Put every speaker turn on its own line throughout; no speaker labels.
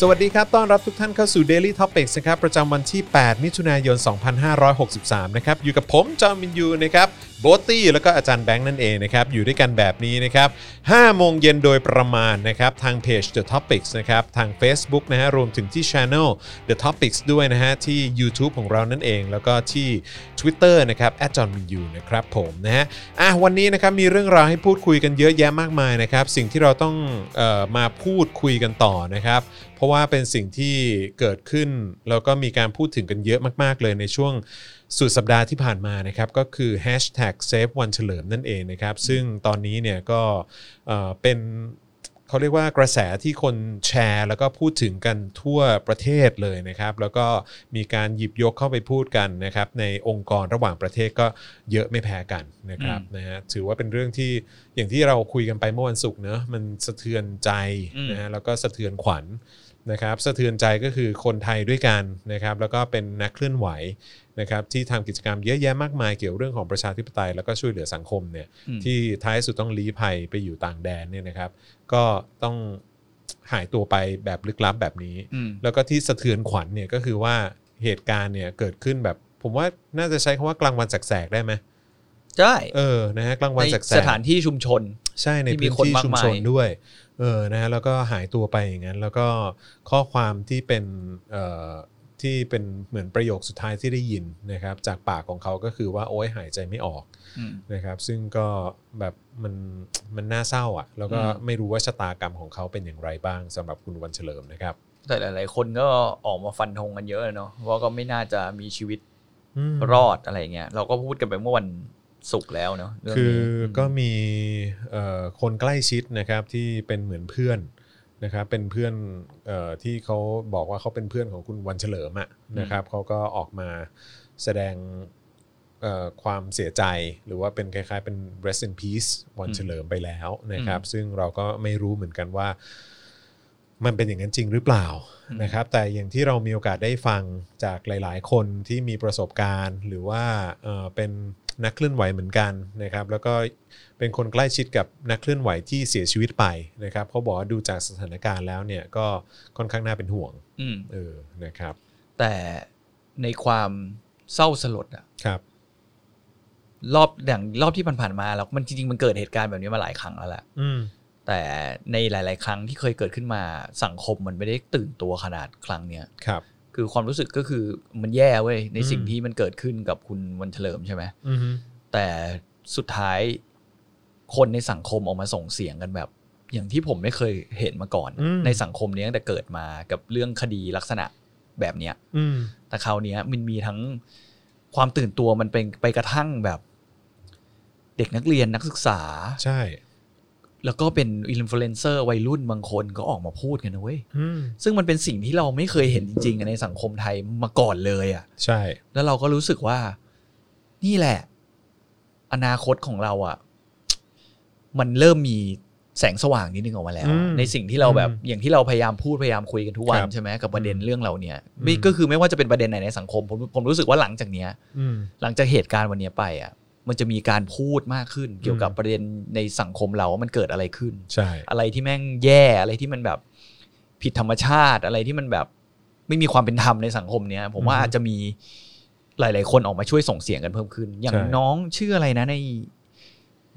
สวัสดีครับ ต้อนรับทุกท่านเข้าสู่ Daily Topics นะครับ ประจำวันที่ 8 มิถุนายน 2563 นะครับ อยู่กับผม จอห์นวินยูนะครับ โบทตี้ แล้วก็อาจารย์แบงค์นั่นเองนะครับ อยู่ด้วยกันแบบนี้นะครับ5โมงเย็นโดยประมาณนะครับ ทางเพจ The Topics นะครับ ทาง Facebook นะฮะ รวมถึงที่ Channel The Topics ด้วยนะฮะ ที่ YouTube ของเรานั่นเอง แล้วก็ที่ Twitter นะครับ j o h n w i n y u นะครับผมนะฮะ อ่ะวันนี้นะครับมีเรื่องราวให้พูดคุยกันเยอะแยะมากมายนะครับ สิ่งที่เราต้องเออมาพูดคุยกันต่อนะครับ เพราะว่าเป็นสิ่งที่เกิดขึ้น แล้วก็มีการพูดถึงกันเยอะมาก ๆ เลยในช่วงสุดสัปดาห์ที่ผ่านมานะครับ ก็คือ hashtag save วันเฉลิมนั่นเองนะครับ ซึ่งตอนนี้เนี่ยก็เอ่อเป็นเขาเรียกว่ากระแสที่คนแชร์ แล้วก็พูดถึงกันทั่วประเทศเลยนะครับ แล้วก็มีการหยิบยกเข้าไปพูดกันนะครับในองค์กรระหว่างประเทศก็เยอะไม่แพ้กันนะครับนะฮะถือว่าเป็นเรื่องที่อย่างที่เราคุยกันไปเมื่อวันศุกร์เนอะมันสะเทือนใจ
อืม
นะฮะแล้วก็สะเทือนขวัญ นะครับสะเทือนใจก็คือคนไทยด้วยกันนะครับแล้วก็เป็นนักเคลื่อนไหวนะครับที่ทำกิจกรรมเยอะแยะมากมายเกี่ยวเรื่องของประชาธิปไตย แล้วก็ช่วยเหลือสังคมเนี่ย
อืม
ที่ท้ายสุดต้องลี้ภัยไปอยู่ต่างแดนเนี่ยนะครับ ก็ต้องหายตัวไปแบบลึกลับแบบนี้
อืม
แล้วก็ที่สะเทือนขวัญเนี่ยก็คือว่าเหตุการณ์เนี่ยเกิดขึ้นแบบ ผมว่าน่าจะใช้คำว่ากลางวันแสกๆได้ไหม
ใช่
เออนะฮะกลางวัน
ใน
แสก
ส
ๆ
ถานที่ชุมชน
ใช่ใน
ที่มี
พื้น
คน
ที่
มาก
ชุม
มาย
ชนด้วยเออนะฮะแล้วก็หายตัวไปอย่างนั้น แล้วก็ข้อความที่เป็นเอ่อที่เป็นเหมือนประโยคสุดท้ายที่ได้ยินนะครับ จากปากของเขาก็คือว่าโอ้ยหายใจไม่ออก
อืม
นะครับ ซึ่งก็แบบมันมันน่าเศร้าอะ่ะ แล้วก็
อืม
ไม่รู้ว่าชะตากรรมของเขาเป็นอย่างไรบ้างสำหรับคุณวันเฉลิมนะครับ
แต่หลาย ๆ คนก็ออกมาฟันธงกันเยอะเนาะว่าก็ไม่น่าจะมีชีวิต
ม
รอดอะไรเงี้ยเราก็พูดกันไปเมื่อวันศุกร์แล้วเนาะเรื่งนี้
คือก็มีเอ่อคนใกล้ชิดนะครับที่เป็นเหมือนเพื่อนนะครับเป็นเพื่อนเออที่เขาบอกว่าเขาเป็นเพื่อนของคุณวันเฉลิมอะนะครับเขาก็ออกมาแสดงเอ่อความเสียใจหรือว่าเป็นคล้ายๆเป็น rest in peace วันเฉลิมไปแล้วนะครับ ซึ่งเราก็ไม่รู้เหมือนกันว่า มันเป็นอย่างนั้นจริงหรือเปล่านะครับ แต่อย่างที่เรามีโอกาสได้ฟังจากหลาย ๆ คนที่มีประสบการณ์ หรือว่าเอ่อเป็นนักเคลื่อนไหวเหมือนกันนะครับ แล้วก็เป็นคนใกล้ชิดกับนักเคลื่อนไหวที่เสียชีวิตไปนะครับเขาบอกว่าดูจากสถานการณ์แล้วเนี่ยก็ค่อนข้างน่าเป็นห่วง
อืม
เออนะครับ
แต่ในความเศร้าสลดอะ
ครับ
รอบอย่างรอบที่ผ่านๆมาเรามันจริง ๆ มันเกิดเหตุการณ์แบบนี้มาหลายครั้งแล้วแหละ
อืม
แต่ในหลาย ๆ ครั้งที่เคยเกิดขึ้นมาสังคมมันไม่ได้ตื่นตัวขนาดครั้งเนี้ย
ครับ
คือความรู้สึกก็คือมันแย่เว้ยในสิ่ง
อืม
ที่มันเกิดขึ้นกับคุณวันเฉลิมใช่ไหม
อืม
แต่สุดท้ายคนในสังคมออกมาส่งเสียงกันแบบ อย่างที่ผมไม่เคยเห็นมาก่อน ในสังคมเนี้ยตั้งแต่เกิดมากับเรื่องคดีลักษณะแบบเนี้ย
อืม
แต่คราวเนี้ยมันมีทั้งความตื่นตัวมันเป็นไปกระทั่งแบบ เด็กนักเรียนนักศึกษา
ใช่
แล้วก็เป็นอินฟลูเอนเซอร์วัยรุ่นบางคนก็ออกมาพูดกันนะเว้ย
อืม
ซึ่งมันเป็นสิ่งที่เราไม่เคยเห็นจริงๆอะในสังคมไทยมาก่อนเลยอ่ะ
ใช่
แล้วเราก็รู้สึกว่า นี่แหละ อนาคตของเราอะ่ะ มันเริ่มมีแสงสว่างนิดนึงออกมาแล้วอะในสิ่งที่เราแบบ อย่างที่เราพยายามพูดพยายามคุยกันทุกวันใช่ไหมกับประเด็นเรื่องเราเนี่ยไม่ก็คือไม่ว่าจะเป็นประเด็นไหนในสังคมผมผมรู้สึกว่าหลังจากเนี้ย
อืม
หลังจากเหตุการณ์วันเนี้ยไปอะ่ะ มันจะมีการพูดมากขึ้น เกี่ยวกับประเด็นในสังคมเราว่ามันเกิดอะไรขึ้น
ใช่
อะไรที่แม่งแย่อะไรที่มันแบบผิดธรรมชาติอะไรที่มันแบบไม่มีความเป็นธรรมในสังคมเนี้ย ผมว่าอาจจะมีหลาย ๆ คนออกมาช่วยส่งเสียงกันเพิ่มขึ้น อย่างน้องชื่ออะไรนะใน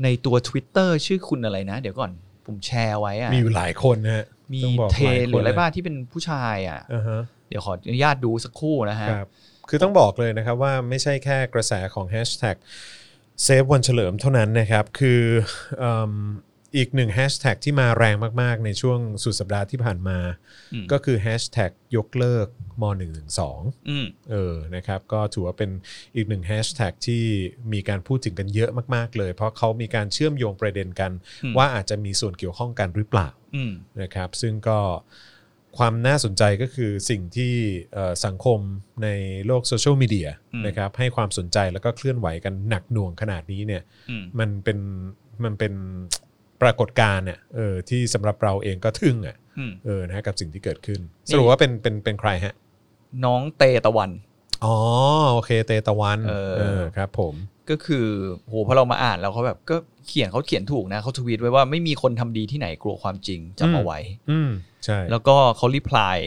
ในตัว Twitter ชื่อคุณอะไรนะ เดี๋ยวก่อนผมแชร์ไว้อะ
มีอยู่หลายคนนะฮะ
มี
ต้องบอก
เท
หลาย
ห
ค
รือน อะไรบ้างที่เป็นผู้ชายอ่ะ
อ่าฮะ
เดี๋ยวขออนุญาตดูสักครู่นะฮะ
ครับ คือต้องบอกเลยนะครับว่าไม่ใช่แค่กระแสของ hashtag เซฟวันเฉลิมเท่านั้นนะครับ คือเอิ่มอีกหนึ่งแฮชแท็กที่มาแรงมาก ๆ ในช่วงสุดสัปดาห์ที่ผ่านมา
อืม
ก็คือแฮชแท็กยกเลิกม .112
อืม
เออ นะครับ ก็ถือว่าเป็นอีกหนึ่งแฮชแท็กที่มีการพูดถึงกันเยอะมาก ๆ เลย เพราะเขามีการเชื่อมโยงประเด็นกัน
อืม
ว่าอาจจะมีส่วนเกี่ยวข้องกันหรือเปล่า
อืม
นะครับซึ่งก็ความน่าสนใจก็คือสิ่งที่เอ่อสังคมในโลกโซเชียลมีเดีย
อืม
นะครับให้ความสนใจแล้วก็เคลื่อนไหวกันหนักหน่วงขนาดนี้เนี่ย
อืม
มันเป็นมันเป็นปรากฏการณ์เนี่ยเออที่สำหรับเราเองก็ทึ่งอ่ะ
อืม
เออนะฮะกับสิ่งที่เกิดขึ้น
นี่
สรุปว่าเป็นเป็นเป็นใครฮะ
น้องเตตะวัน
อ๋อ โอเคเตตะวัน
เออ
ครับผม
ก็คือโหพอเรามาอ่านแล้วเขาแบบก็เขียนเขาเขียนถูกนะเขาทวีตไว้ว่าไม่มีคนทำดีที่ไหนกลัวความจริงจำเอาไว้
อืมใช่
แล้วก็เขารีプライ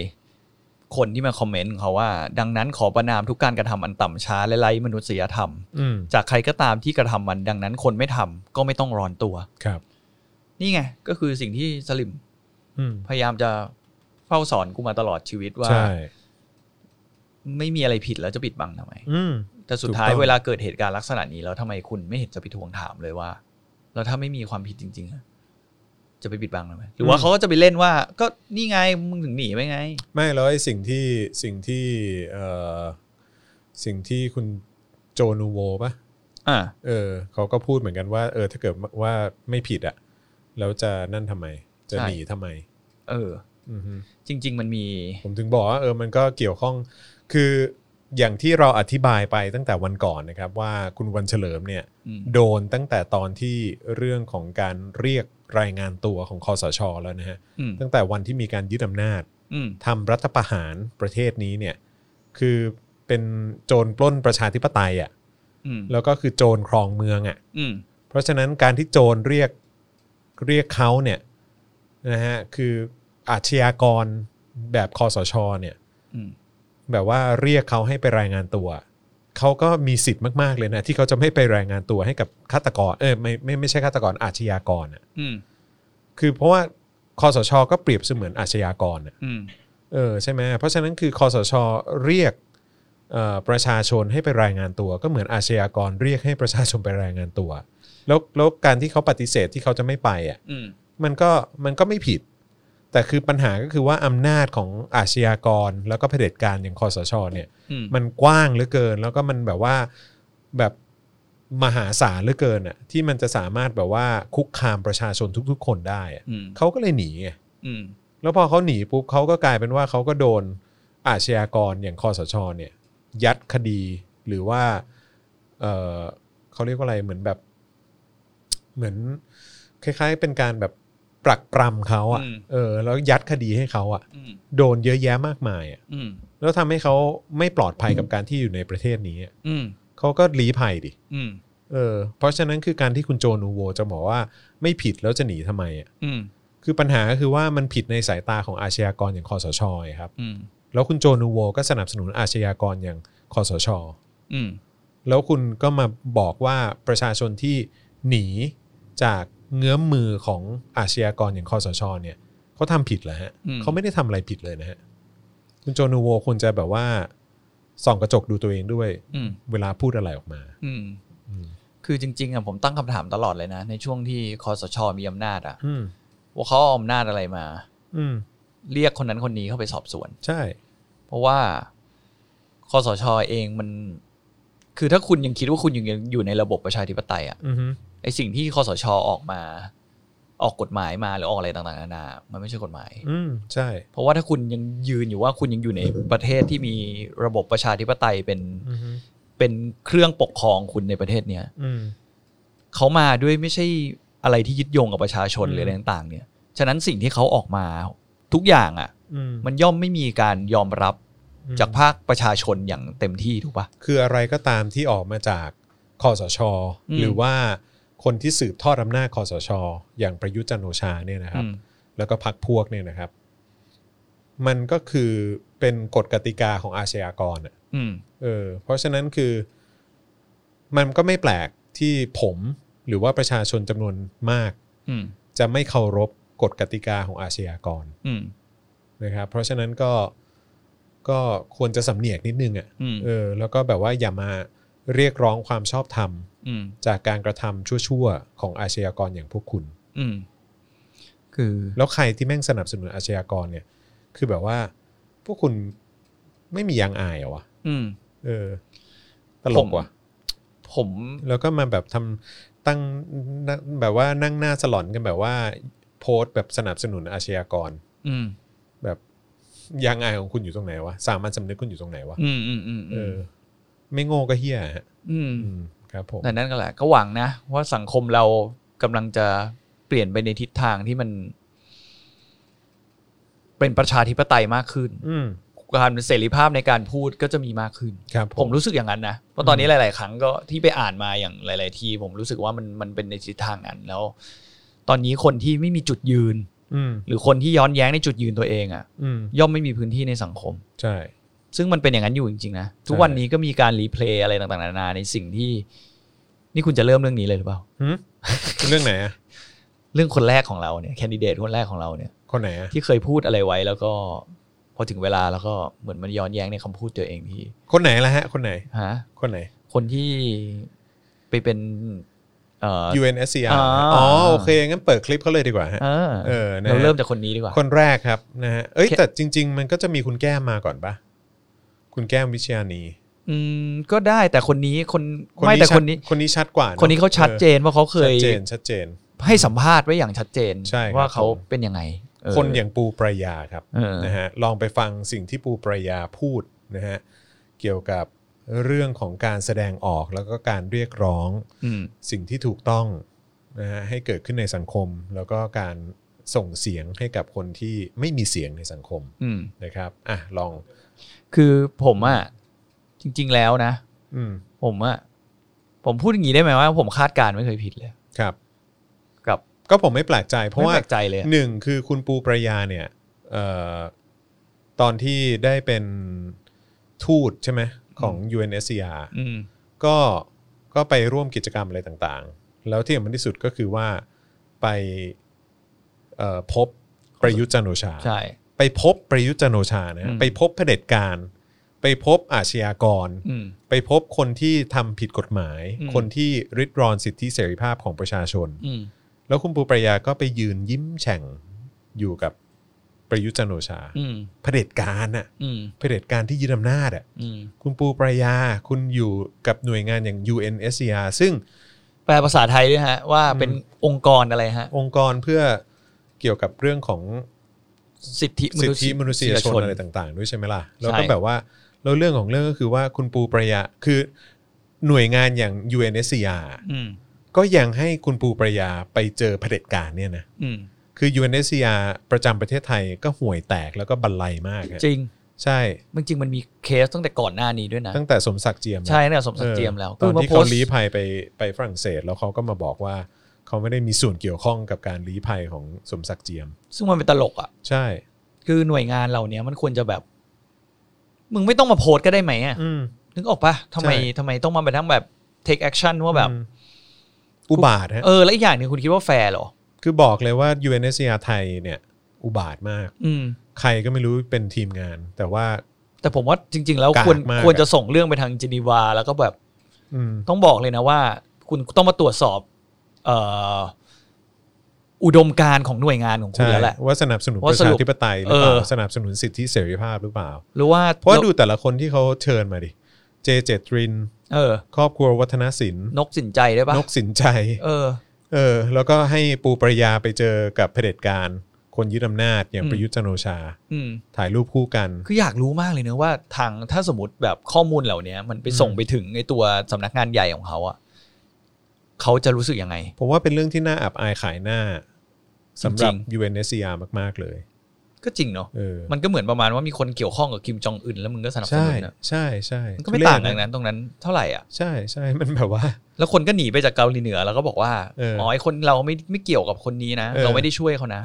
คนที่มาคอมเมนต์ของเขาว่า ดังนั้นขอประนามทุกการกระทำอันต่ำช้าและไร้มนุษยธรรม
อืม
จากใครก็ตามที่กระทำมันดังนั้นคนไม่ทำก็ไม่ต้องร้อนตัว
ครับ
นี่ไง ก็คือสิ่งที่สลิม
อืม
พยายามจะเฝ้าสอนกูมาตลอดชีวิตว่า
ใช่
ไม่มีอะไรผิดแล้วจะปิดบังทำไม
อืม
แต่สุดท้าย
ถูกต้อง
เวลาเกิดเหตุการณ์ลักษณะนี้แล้วทำไมคุณไม่เห็นจะไปทวงถามเลยว่า แล้วถ้าไม่มีความผิดจริงๆอะจะไปปิดบังทำไมหรือว่าเขาก็จะไปเล่นว่า ก็นี่ไงมึงถึงหนีไปไง
ไม่แล้วไอ้สิ่งที่สิ่งที่เอ่อสิ่งที่คุณโจนูโวปะ
อ่า
เออเขาก็พูดเหมือนกันว่า เออ ถ้าเกิดว่าไม่ผิดอะแล้วจะนั่นทำไม จะ
ใช่
หนีทำไม
เออ
อือฮึ
จริง ๆ มันมี
ผมถึงบอกว่าเออมันก็เกี่ยวข้องคืออย่างที่เราอธิบายไปตั้งแต่วันก่อนนะครับ ว่าคุณวันเฉลิมเนี่ย
อืม
โดนตั้งแต่ตอนที่เรื่องของการเรียกรายงานตัวของคอสชแล้วนะฮะ
อืม
ตั้งแต่วันที่มีการยึดอำนาจ
อืม
ทำรัฐประหารประเทศนี้เนี่ยคือเป็นโจรปล้นประชาธิปไตยอะ่ะ
อืม
แล้วก็คือโจรครองเมืองอ่ะ
อืม
เพราะฉะนั้นการที่โจรเรียกเรียกเขาเนี่ยนะฮะคืออาชญากรแบบคอสชเนี่ย
อืม
แบบว่าเรียกเขาให้ไปรายงานตัว เขาก็มีสิทธิ์มาก ๆ เลยนะ ที่เขาจะไม่ไปรายงานตัวให้กับฆาตกรเออไม่ไม่ไม่ใช่ฆาตกรอาชญากรอ่ะ
อืม
คือเพราะว่าคอสช ก็เปรียบเสมือนอาชญากรอ่ะ
อืม
เออใช่ไหมเพราะฉะนั้นคือคอสช เรียกเอ่อประชาชนให้ไปรายงานตัว ก็เหมือนอาชญากรเรียกให้ประชาชนไปรายงานตัว แล้วแล้วการที่เขาปฏิเสธที่เขาจะไม่ไปอ่ะ
อืม
มันก็มันก็ไม่ผิด แต่คือปัญหาก็คือว่าอำนาจของอาชญากร แล้วก็เผด็จการอย่างคอสช เนี่ย
อืม
มันกว้างเหลือเกิน แล้วก็มันแบบว่าแบบมหาศาลเหลือเกินอ่ะที่มันจะสามารถแบบว่าคุกคามประชาชนทุกๆ คนได้อะ
อืม
เขาก็เลยหนีไง
อืม
แล้วพอเขาหนีปุ๊บเขาก็กลายเป็นว่าเขาก็โดนอาชญากรอย่างคอสช เนี่ย ยัดคดีหรือว่าเออเขาเรียกว่าอะไรเหมือนแบบ เหมือน คล้าย ๆ เป็นการแบบปรักปรำเขาอ่ะ
อืม
เออ แล้วยัดคดีให้เขาอ่ะ
อืม
โดนเยอะแยะมากมายอ่ะ
อืม
แล้วทำให้เขาไม่ปลอดภัยกับการที่อยู่ในประเทศนี้อะ
อืม
เขาก็หลีภัยดิ
อืม
เออ เพราะฉะนั้นคือการที่คุณโจนูโวจะบอกว่าไม่ผิดแล้วจะหนีทำไมอ่ะ
อืม
คือปัญหาก็คือว่ามันผิดในสายตาของอาชญากรอย่างคอสชไงครับ
อืม
แล้วคุณโจนูโวก็สนับสนุนอาชญากรอย่างคอสช
อืม
แล้วคุณก็มาบอกว่าประชาชนที่หนีจากเงื้อมมือของอาชญากรอย่างคอสช เนี่ยเขาทำผิดเหรอฮะ
อืม
เขาไม่ได้ทำอะไรผิดเลยนะฮะคุณโจนูโวควรจะแบบว่าส่องกระจกดูตัวเองด้วย
อืม
เวลาพูดอะไรออกมา
อืม
อืม
คือจริง ๆอะผมตั้งคำถามตลอดเลยนะ ในช่วงที่คอสชมีอำนาจอะ
อืม
ว่าเขาเอาอำนาจอะไรมา
อืม
เรียกคนนั้นคนนี้เข้าไปสอบสวน
ใช่
เพราะว่าคอสชเองมัน คือถ้าคุณยังคิดว่าคุณยังอยู่ในระบบประชาธิปไตยอะ
อือฮึ
ไอสิ่งที่คอสชออกมา ออกกฎหมายมาหรือออกอะไรต่างๆนานามันไม่ใช่กฎหมาย
อืมใช่
เพราะว่าถ้าคุณยังยืนอยู่ว่าคุณยังอยู่ในประเทศที่มีระบบประชาธิปไตยเป็น
อือฮึ
เป็นเครื่องปกครองคุณในประเทศเนี้ย
อืม
เขามาด้วยไม่ใช่อะไรที่ยึดโยงกับประชาชน
อืม
หรืออะไรต่างๆ เนี่ย ฉะนั้นสิ่งที่เขาออกมาทุกอย่างอ่ะ
อืม
มันย่อมไม่มีการยอมรับ
อืม
จากภาคประชาชนอย่างเต็มที่ถูกปะ
คืออะไรก็ตามที่ออกมาจากคอสช
อืม
หรือว่าคนที่สืบทอดอำนาจคอสช อย่างประยุทธ์จันทร์โอชาเนี่ยนะครับ
อืม
แล้วก็พักพวกเนี่ยนะครับ มันก็คือเป็นกฎกติกาของอาชญากรอะ
อืม
เออ เพราะฉะนั้นคือ มันก็ไม่แปลกที่ผมหรือว่าประชาชนจำนวนมาก
อืม
จะไม่เคารพกฎกติกาของอาชญากร
อืม
นะครับ เพราะฉะนั้นก็ก็ควรจะสำเนียกนิดนึงอะ่ะ
อืม
เออ แล้วก็แบบว่าอย่ามาเรียกร้องความชอบธรรม
อืม
จากการกระทำชั่วๆ ของอาชญากรอย่างพวกคุณ
อืม คือ
แล้วใครที่แม่งสนับสนุนอาชญากรเนี่ย คือแบบว่า พวกคุณไม่มียางอายเหรอวะ
อืม
เออ ตลกว่ะ
ผม
แล้วก็มาแบบทำตั้งนั่งแบบว่านั่งหน้าสลอนกันแบบว่า โพสต์แบบสนับสนุนอาชญากร
อืม
แบบยางอายของคุณอยู่ตรงไหนวะสามัญสำนึกคุณอยู่ตรงไหนวะ
อืมอืมอืม
เอ
อืม
อ ไม่โง่ก็เฮี้ยฮะ
อืม
อืมครับผม
แต่นั่นก็แหละ ก็หวังนะ ว่าสังคมเรากำลังจะเปลี่ยนไปในทิศทางที่มัน เป็นประชาธิปไตยมากขึ้น
อืม
การเสรีภาพในการพูดก็จะมีมากขึ้น
ครับ
ผมรู้สึกอย่างนั้นนะเพราะตอนนี้หลาย ๆ ครั้งก็ที่ไปอ่านมาอย่างหลาย ๆ ที่ผมรู้สึกว่ามันมันเป็นในทิศทางนั้นแล้ว ตอนนี้คนที่ไม่มีจุดยืน
อืม
หรือคนที่ย้อนแย้งในจุดยืนตัวเองอ่ะ
อืม
ย่อมไม่มีพื้นที่ในสังคม
ใช่
ซึ่งมันเป็นอย่างนั้นอยู่จริง ๆ นะ ทุก
ใช่
วันนี้ก็มีการรีเพลย์อะไรต่าง ๆ นานาในสิ่งที่ นี่คุณจะเริ่มเรื่องนี้เลยหรือเปล่า
หืมเรื่องไหนอะ
เรื่องคนแรกของเราเนี่ยแคนดิเดตคนแรกของเราเนี่ย
คนไหนอะ
ที่เคยพูดอะไรไว้แล้วก็ พอถึงเวลาแล้วก็เหมือนมันย้อนแย้งในคำพูดตัวเองที่
คนไหนละฮะ คนไหน
ฮะ
คนไหน
คนที่ไปเป็น เอ่อ
UNSCR
อ่า
อ๋อโอเคงั้นเปิดคลิปเขาเลยดีกว่าฮะ
เออ
เออนะ
เราเริ่มจากคนนี้ดีกว่า
คนแรกครับนะฮะเอ้ย
แค่
แต่จริง ๆ มันก็จะมีคุณแก้มมาก่อนปะคุณแก้มวิชญานี
อืมก็ได้แต่คนนี้คน
คน
ไม่
นี้
แต่
ชัด
คนนี้
คนนี้ชัดกว่าอะ
คนนี้เขาชัดเจนว่าเขาเค
ชั
ย
ดเจนชัดเจน
ให้สัมภาษณ์ไว้อย่างชัดเจน
ใช่ครับ
ว่าเขาเป็นยังไงเ
คนอย่างปูปรายาครับ
เออ
นะฮะลองไปฟังสิ่งที่ปูปรายาพูดนะฮะเกี่ยวกับเรื่องของการแสดงออกแล้วก็การเรียกร้อง
อืม
สิ่งที่ถูกต้องนะฮะให้เกิดขึ้นในสังคม แล้วก็การส่งเสียงให้กับคนที่ไม่มีเสียงในสังคม
อืม
นะครับอ่ะลอง
คือผมอ่ะจริง ๆ แล้วนะ
อืม
ผมอ่ะผมพูดอย่างนี้ได้ไหมว่า ผมคาดการณ์ไม่เคยผิดเลย
ครับ
กับ
ก็ผมไม่แปลกใจเพราะว่า
ไม่แปลกใจเลยอะ
หนึ่งคือคุณปูประยาเนี่ยเอ่อตอนที่ได้เป็นทูตใช่ไหมของ UNSCR
อืม
ก็ก็ไปร่วมกิจกรรมอะไรต่างๆ แล้วที่สำคัญที่สุดก็คือว่าไปเอ่อพบประยุทธ์จันทร์โอชา
ใช่
ไปพบประยุทธ์จันทร์โอชานะฮะ
อืม
ไปพบเผด็จการ ไปพบอาชญากร
อืม
ไปพบคนที่ทำผิดกฎหมาย
อืม
คนที่ริดรอนสิทธิเสรีภาพของประชาชน
อืม
แล้วคุณปูปรายาก็ไปยืนยิ้มแฉ่งอยู่กับประยุทธ์จันทร์โอชา
อืม
เผด็จการน่ะ
อืม
เผด็จการที่ยึดอำนาจอ่ะ
อืม
คุณปูปรายาคุณอยู่กับหน่วยงานอย่าง UNSCR ซึ่ง
แปลภาษาไทยด้วยฮะ ว่าเป็น
อืม
องค์กรอะไรฮะ
องค์กรเพื่อเกี่ยวกับเรื่องของ
สิทธิ
สิท
ษ
ธิ
ย
มนุษยชน
น
อะไรต่างๆ ด้วยใช่ไหมล่ะ แล้ว
ใช่
ก็แบบว่าแล้วเรื่องของเรื่องก็คือว่าคุณปูปรายาคือหน่วยงานอย่าง UNSCR
อืม
ก็ยังให้คุณปูปรายาไปเจอเผด็จการเนี่ยนะ
อืม
คือ UNSCR ประจำประเทศไทยก็ห่วยแตกแล้วก็บันไลมากฮะ
จริง
ใช่
มันจริงมันมีเคสตั้งแต่ก่อนหน้านี้ด้วยนะ
ตั้งแต่สมศักดิ์เจียม
ใช่เนี่ยสมศักดิ์เจียมแล้ว
ออตอนที่
โพ
เขา
สต์
ลี้ภัยไปไปฝรั่งเศส แล้วเขาก็มาบอกว่าเขาไม่ได้มีส่วนเกี่ยวข้องกับการลี้ภัยของสมศักดิ์เจียม
ซึ่งมันเป็นตลกอ่ะ
ใช่
คือหน่วยงานเหล่าเนี้ยมันควรจะแบบ มึงไม่ต้องมาโพสต์ก็ได้ไหมอ่ะ
อืม
นึกออกปะทำไม
ใช่
ทำไมต้องมาไปทั้งแบบ take action ว่าแบบ
อืมอุบาทฮะ
เออ แล้วอีกอย่างหนึ่งคุณคิดว่าแฟร์เหรอ
คือบอกเลยว่า UNSCR ไทยเนี่ย อุบาทมาก
อืม
ใครก็ไม่รู้เป็นทีมงาน แต่ว่า
แต่ผมว่าจริง ๆ แล้ว
กาก
ควร
มากอะ
ควรจะส่งเรื่องไปทางเจนีวา แล้วก็แบบ
อืม
ต้องบอกเลยนะว่า คุณต้องมาตรวจสอบ เอ่อ อุดมการณ์ของหน่วยงานของคุณ
ใช่
แล้วแหละ
ว่าสนับสนุนป
ว่า
ระ
ส
ชา
รุป
ธิปไตยหรือเปล่า
เออ
สนับสนุนสิทธิเสรีภาพหรือเปล่า
หรือว่า
เพราะว่าดูแต่ละคนที่เขาเชิญมาดิเจเจตริน
เออ
ครอบครัววัฒนศิลป์
นกสินใจได้ปะ
นกสินใจ
เออ
เออแล้วก็ให้ปูปรายาไปเจอกับเผด็จการ คนยึดอำนาจอย่าง
อืม
ประยุทธ์จันทร์โอชา
อืม
ถ่ายรูปคู่กัน
คืออยากรู้มากเลยเนอะว่าทางถ้าสมมติแบบข้อมูลเหล่าเนี้ย มันไปส่ง
อืม
ไปถึงในตัวสำนักงานใหญ่ของเขาอะเขาจะรู้สึกยังไง
ผมว่าเป็นเรื่องที่น่าอับอายขายหน้าสำหรับ
จริง
UNSCR มาก ๆ เลย
ก็จริงเนาะ
เออ
มันก็เหมือนประมาณว่ามีคนเกี่ยวข้องกับคิมจองอึนแล้วมึงก็สนับส
ใช่
นุนอะ
ใช่ใช่
มันก็ไม่ต่างจากนั้นตรงนั้นเท่าไหร่อ่ะ
ใช่ใช่ มันแบบว่า
แล้วคนก็หนีไปจากเกาหลีเหนือแล้วก็บอกว่า
เอออ๋
อ๋อไอคนเราไม่ไม่เกี่ยวกับคนนี้นะ
เออ
เราไม่ได้ช่วยเขา นะ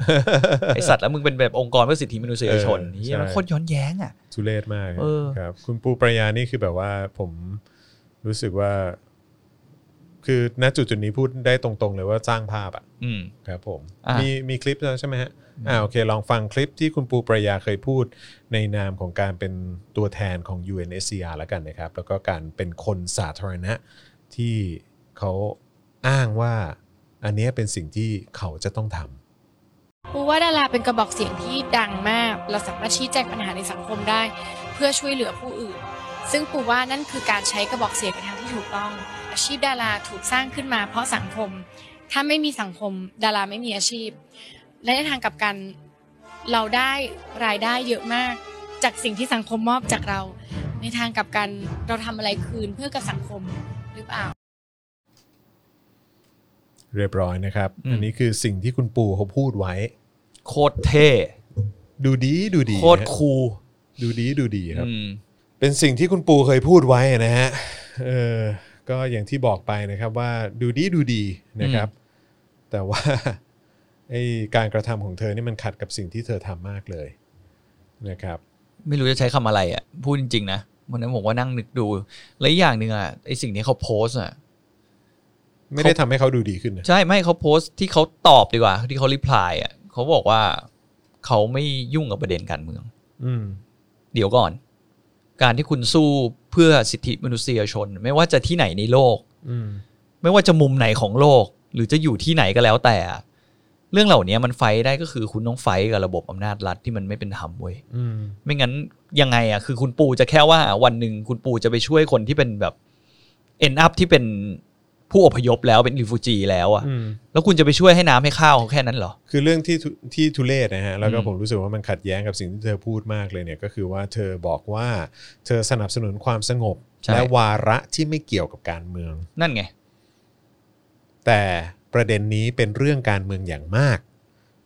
ไอสัตว์แล้วมึงเป็นแบบองค์กรเพื่อสิทธิมนุษยชน
เออ
นี่มัน
ใช่
โคตรย้อนแย้งอ่ะ
ทุเรศมาก
เออ
ครับ คุณปูปรายานี่คือแบบว่าผมรู้สึกว่า คือณจุดจุดๆนี้พูดได้ตรง ๆ เลยว่าสร้างภาพอะ
อืม
ครับผม
อ่ะ
มีมีคลิปแล้วใช่ไหมฮะอ่าโอเค ลองฟังคลิปที่คุณปูปรายาเคยพูดในนามของการเป็นตัวแทนของ UNSCR แล้วกันนะครับ แล้วก็การเป็นคนสาธารณะที่เขาอ้างว่า อันเนี้ยเป็นสิ่งที่เขาจะต้องทำ
ผู้ว่าดาราเป็นกระบอกเสียงที่ดังมาก เราสามารถชี้แจงปัญหาในสังคมได้ เพื่อช่วยเหลือผู้อื่น ซึ่งปูว่านั่นคือการใช้กระบอกเสียงในทางที่ถูกต้อง อาชีพดาราถูกสร้างขึ้นมาเพราะสังคม ถ้าไม่มีสังคม ดาราไม่มีอาชีพ และในทางกลับกัน เราได้รายได้เยอะมาก จากสิ่งที่สังคมมอบจากเรา ในทางกลับกันเราทำอะไรคืนเพื่อกับสังคมหรือเปล่า
เรียบร้อยนะครับ
อืม
อันนี้คือสิ่งที่คุณปูเขาพูดไว้
โคตรเท่
ดูดีดูดี
โคตร
นะ
คูล
ดูดีดูดีครับ
อืม
เป็นสิ่งที่คุณปูเคยพูดไว้นะฮะ เออ ก็อย่างที่บอกไปนะครับว่าดูดีดูดีนะครับ แต่ว่า ไอการกระทำของเธอนี่มันขัดกับสิ่งที่เธอทำมากเลยนะครับ
ไม่รู้จะใช้คำอะไรอ่ะ พูดจริงๆนะวันนั้นผมก็นั่งนึกดู และอีกอย่างหนึ่งอ่ะไอสิ่งที่เขาโพสต์อ่ะ
ไม่ได้ทำให้เขาดูดีขึ้นนะ
ใช่ไม่เขาโพสต์ที่เขาตอบดีกว่า ที่เขารีプライอ่ะเขาบอกว่าเขาไม่ยุ่งกับประเด็นการเมือง
อืม
เดี๋ยวก่อน การที่คุณสู้เพื่อสิทธิมนุษยชน ไม่ว่าจะที่ไหนในโลก
อืม
ไม่ว่าจะมุมไหนของโลก หรือจะอยู่ที่ไหนก็แล้วแต่อะเรื่องเหล่านี้มันไฟท์ได้ก็คือคุณต้องไฟท์กับระบบอำนาจรัฐที่มันไม่เป็นธรรมเว้ย
อืม
ไม่งั้นยังไงอ่ะคือคุณปูจะแค่ว่าวันหนึ่งคุณปูจะไปช่วยคนที่เป็นแบบเอ็นอัพที่เป็นผู้อพยพแล้วเป็นรีฟูจีแล้วอ่ะ
อืม
แล้วคุณจะไปช่วยให้น้ำให้ข้าวเขาแค่นั้นเหรอ
คือเรื่องที่ทุที่ทุเลศนะฮะแล้วก็
อืม
ผมรู้สึกว่ามันขัดแย้งกับสิ่งที่เธอพูดมากเลยเนี่ยก็คือว่าเธอบอกว่าเธอสนับสนุนความสงบ และวาระที่ไม่เกี่ยวกับการเมือง
นั่นไง
แต่ประเด็นนี้เป็นเรื่องการเมืองอย่างมาก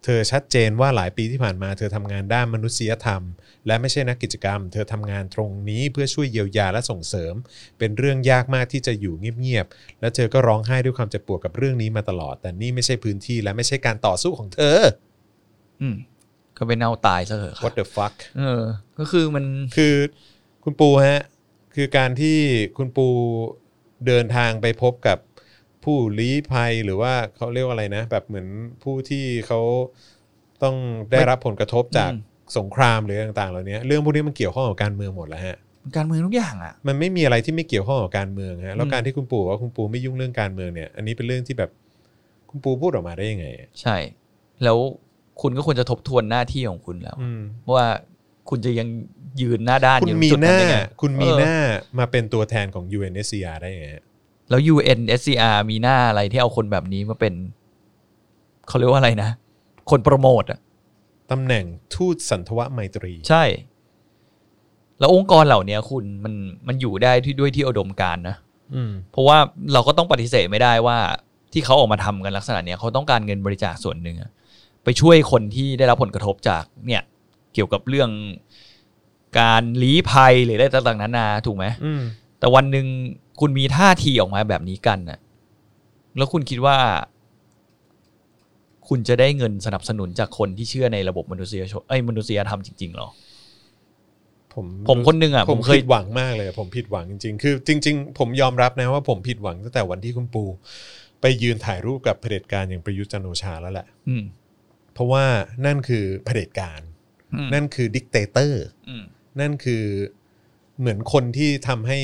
เธอชัดเจนว่าหลายปีที่ผ่านมาเธอทำงานด้านมนุษยธรรม และไม่ใช่นักกิจกรรม เธอทำงานตรงนี้เพื่อช่วยเยียวยาและส่งเสริม เป็นเรื่องยากมากที่จะอยู่เงียบๆ และเธอก็ร้องไห้ด้วยความเจ็บปวดกับเรื่องนี้มาตลอด แต่นี่ไม่ใช่พื้นที่และไม่ใช่การต่อสู้ของเธอ
อืม ก็ไปเน่าตายซะเถอะครับ
What the fuck
เออ ก็คือมัน
คือคุณปูฮะคือการที่คุณปูเดินทางไปพบกับผู้ลี้ภัยหรือว่าเขาเรียกว่าอะไรนะ แบบเหมือนผู้ที่เขาต้องได้รับผลกระทบจาก
อืม
สงครามหรือต่างๆเหล่านี้เรื่องพวกนี้มันเกี่ยวข้องกับการเมืองหมดแล้วฮะ
การเมืองทุกอย่างอ่ะ
มันไม่มีอะไรที่ไม่เกี่ยวข้องกับการเมืองฮะแล้ว
อืม
การที่คุณปูบอกว่าคุณปูไม่ยุ่งเรื่องการเมืองเนี่ย อันนี้เป็นเรื่องที่แบบคุณปูพูดออกมาได้ยังไงอะ
ใช่ แล้วคุณก็ควรจะทบทวนหน้าที่ของคุณแล้ว
อืม
ว่าคุณจะยังยืนหน้าด้าน
คุ
อ
ณ
ยู่
มี
จุด
ห
นั้น
น้า
ได้ไง
คุณมีห
เออ
น้ามาเป็นตัวแทนของ UNSCR ได้ยังไงฮะ
แล้ว UNSCR มีหน้าอะไรที่เอาคนแบบนี้มาเป็นเขาเรียกว่าอะไรนะ คนโปรโมทอ่ะ
ตำแหน่งทูตสันทวไมตรี
ใช่ แล้วองค์กรเหล่านี้คุณมันมันอยู่ได้ที่ด้วยที่อุดมการณ์นะ
อืม
เพราะว่าเราก็ต้องปฏิเสธไม่ได้ว่าที่เขาออกมาทำกันลักษณะเนี้ยเขาต้องการเงินบริจาคส่วนหนึ่งอะไปช่วยคนที่ได้รับผลกระทบจากเนี่ยเกี่ยวกับเรื่องการลี้ภัยหรืออะไรต่างๆนานาถูกไหม
อืม
แต่วันหนึ่งคุณมีท่าทีออกมาแบบนี้กันน่ะแล้วคุณคิดว่า คุณจะได้เงินสนับสนุนจากคนที่เชื่อในระบบมนุษยชนเอ้ยมนุษยธรรมจริงๆหรอ
ผม
ผมคนหนึ่งอ่ะ
ผ
ผม ม
เค
เค
ย
ย
หวังมากเลย ผมผิดหวังจริง ๆ คือ จริง ๆ ผมยอมรับนะว่าผมผิดหวังตั้งแต่วันที่คุณปู ไปยืนถ่ายรูปกับเผด็จการอย่างประยุทธ์จันทร์โอชาแล้วแหละ
อืม
เพราะว่านั่นคือเผด็จการ
อืม
นั่นคือดิกเตเตอร์
อืม
นั่นคือเหมือนคนที่ทำให้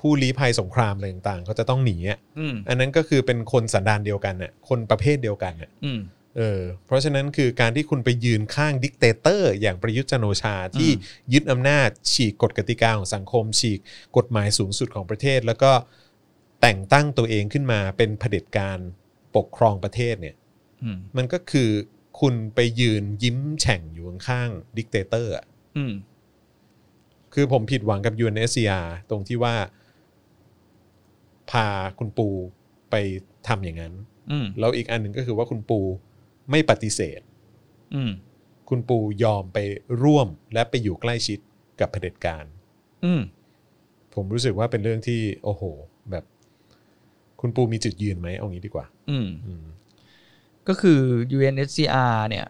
ผู้ลี้ภัยสงครามอะไรต่างๆเขาจะต้องหนีอะ
อืม
อันนั้นก็คือเป็นคนสันดานเดียวกันน่ะ คนประเภทเดียวกันน่ะ
อืม
เออเพราะฉะนั้นคือการที่คุณไปยืนข้างดิกเตเตอร์ อย่างประยุทธ์จันทร์โอชาที่
อื
ยึดอำนาจ ฉีกกฎกติกาของสังคม ฉีกกฎหมายสูงสุดของประเทศ แล้วก็แต่งตั้งตัวเองขึ้นมาเป็นเผด็จการปกครองประเทศเนี่ย
อืม
มันก็คือคุณไปยืนยิ้มแฉ่งอยู่ข้างๆดิกเตเตอร์อะ
อืม
คือผมผิดหวังกับ UNSCR ตรงที่ว่า พาคุณปูไปทำอย่างนั้น
อืม
แล้วอีกอันหนึ่งก็คือว่าคุณปูไม่ปฏิเสธ
อืม
คุณปูยอมไปร่วมและไปอยู่ใกล้ชิดกับเผด็จการ
อืม
ผมรู้สึกว่าเป็นเรื่องที่ โอ้โห แบบ คุณปูมีจุดยืนไหมเอางี้ดีกว่า
อืม
อืม
ก็คือ UNSCR เนี่ย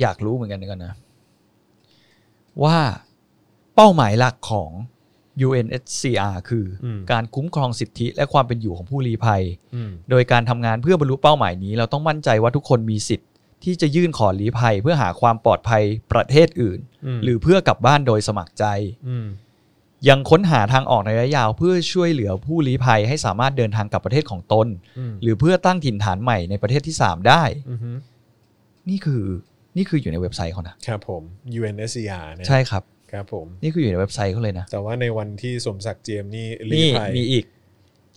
อยากรู้เหมือนกันนะกันนะ ว่าเป้าหมายหลักของ UNSCR คืออ
ม
การคุ้มครองสิทธิและความเป็นอยู่ของผู้ลี้ภัย
อืม
โดยการทำงานเพื่อบรรลุเป้าหมายนี้ เราต้องมั่นใจว่าทุกคนมีสิทธิ์ ที่จะยื่นขอลี้ภัย เพื่อหาความปลอดภัยประเทศอื่น
อืม
หรือเพื่อกลับบ้านโดยสมัครใจ
อืม
ยังค้นหาทางออกในระยะยาวเพื่อช่วยเหลือผู้ลี้ภัยให้สามารถเดินทางกลับประเทศของตน
อืม
หรือเพื่อตั้งถิ่นฐานใหม่ในประเทศที่ 3 ได้
อือฮึ
นี่คือนี่คืออยู่ในเว็บไซต์เขานะครับ
ผม UNSCR นะ
ใช่ครับ
ครับผม
นี่คืออยู่ในเว็บไซต์เขาเลยนะ
แต่ว่าในวันที่สมศักดิ์เจียมนี่ลี
นี่
ภัย
มีอีก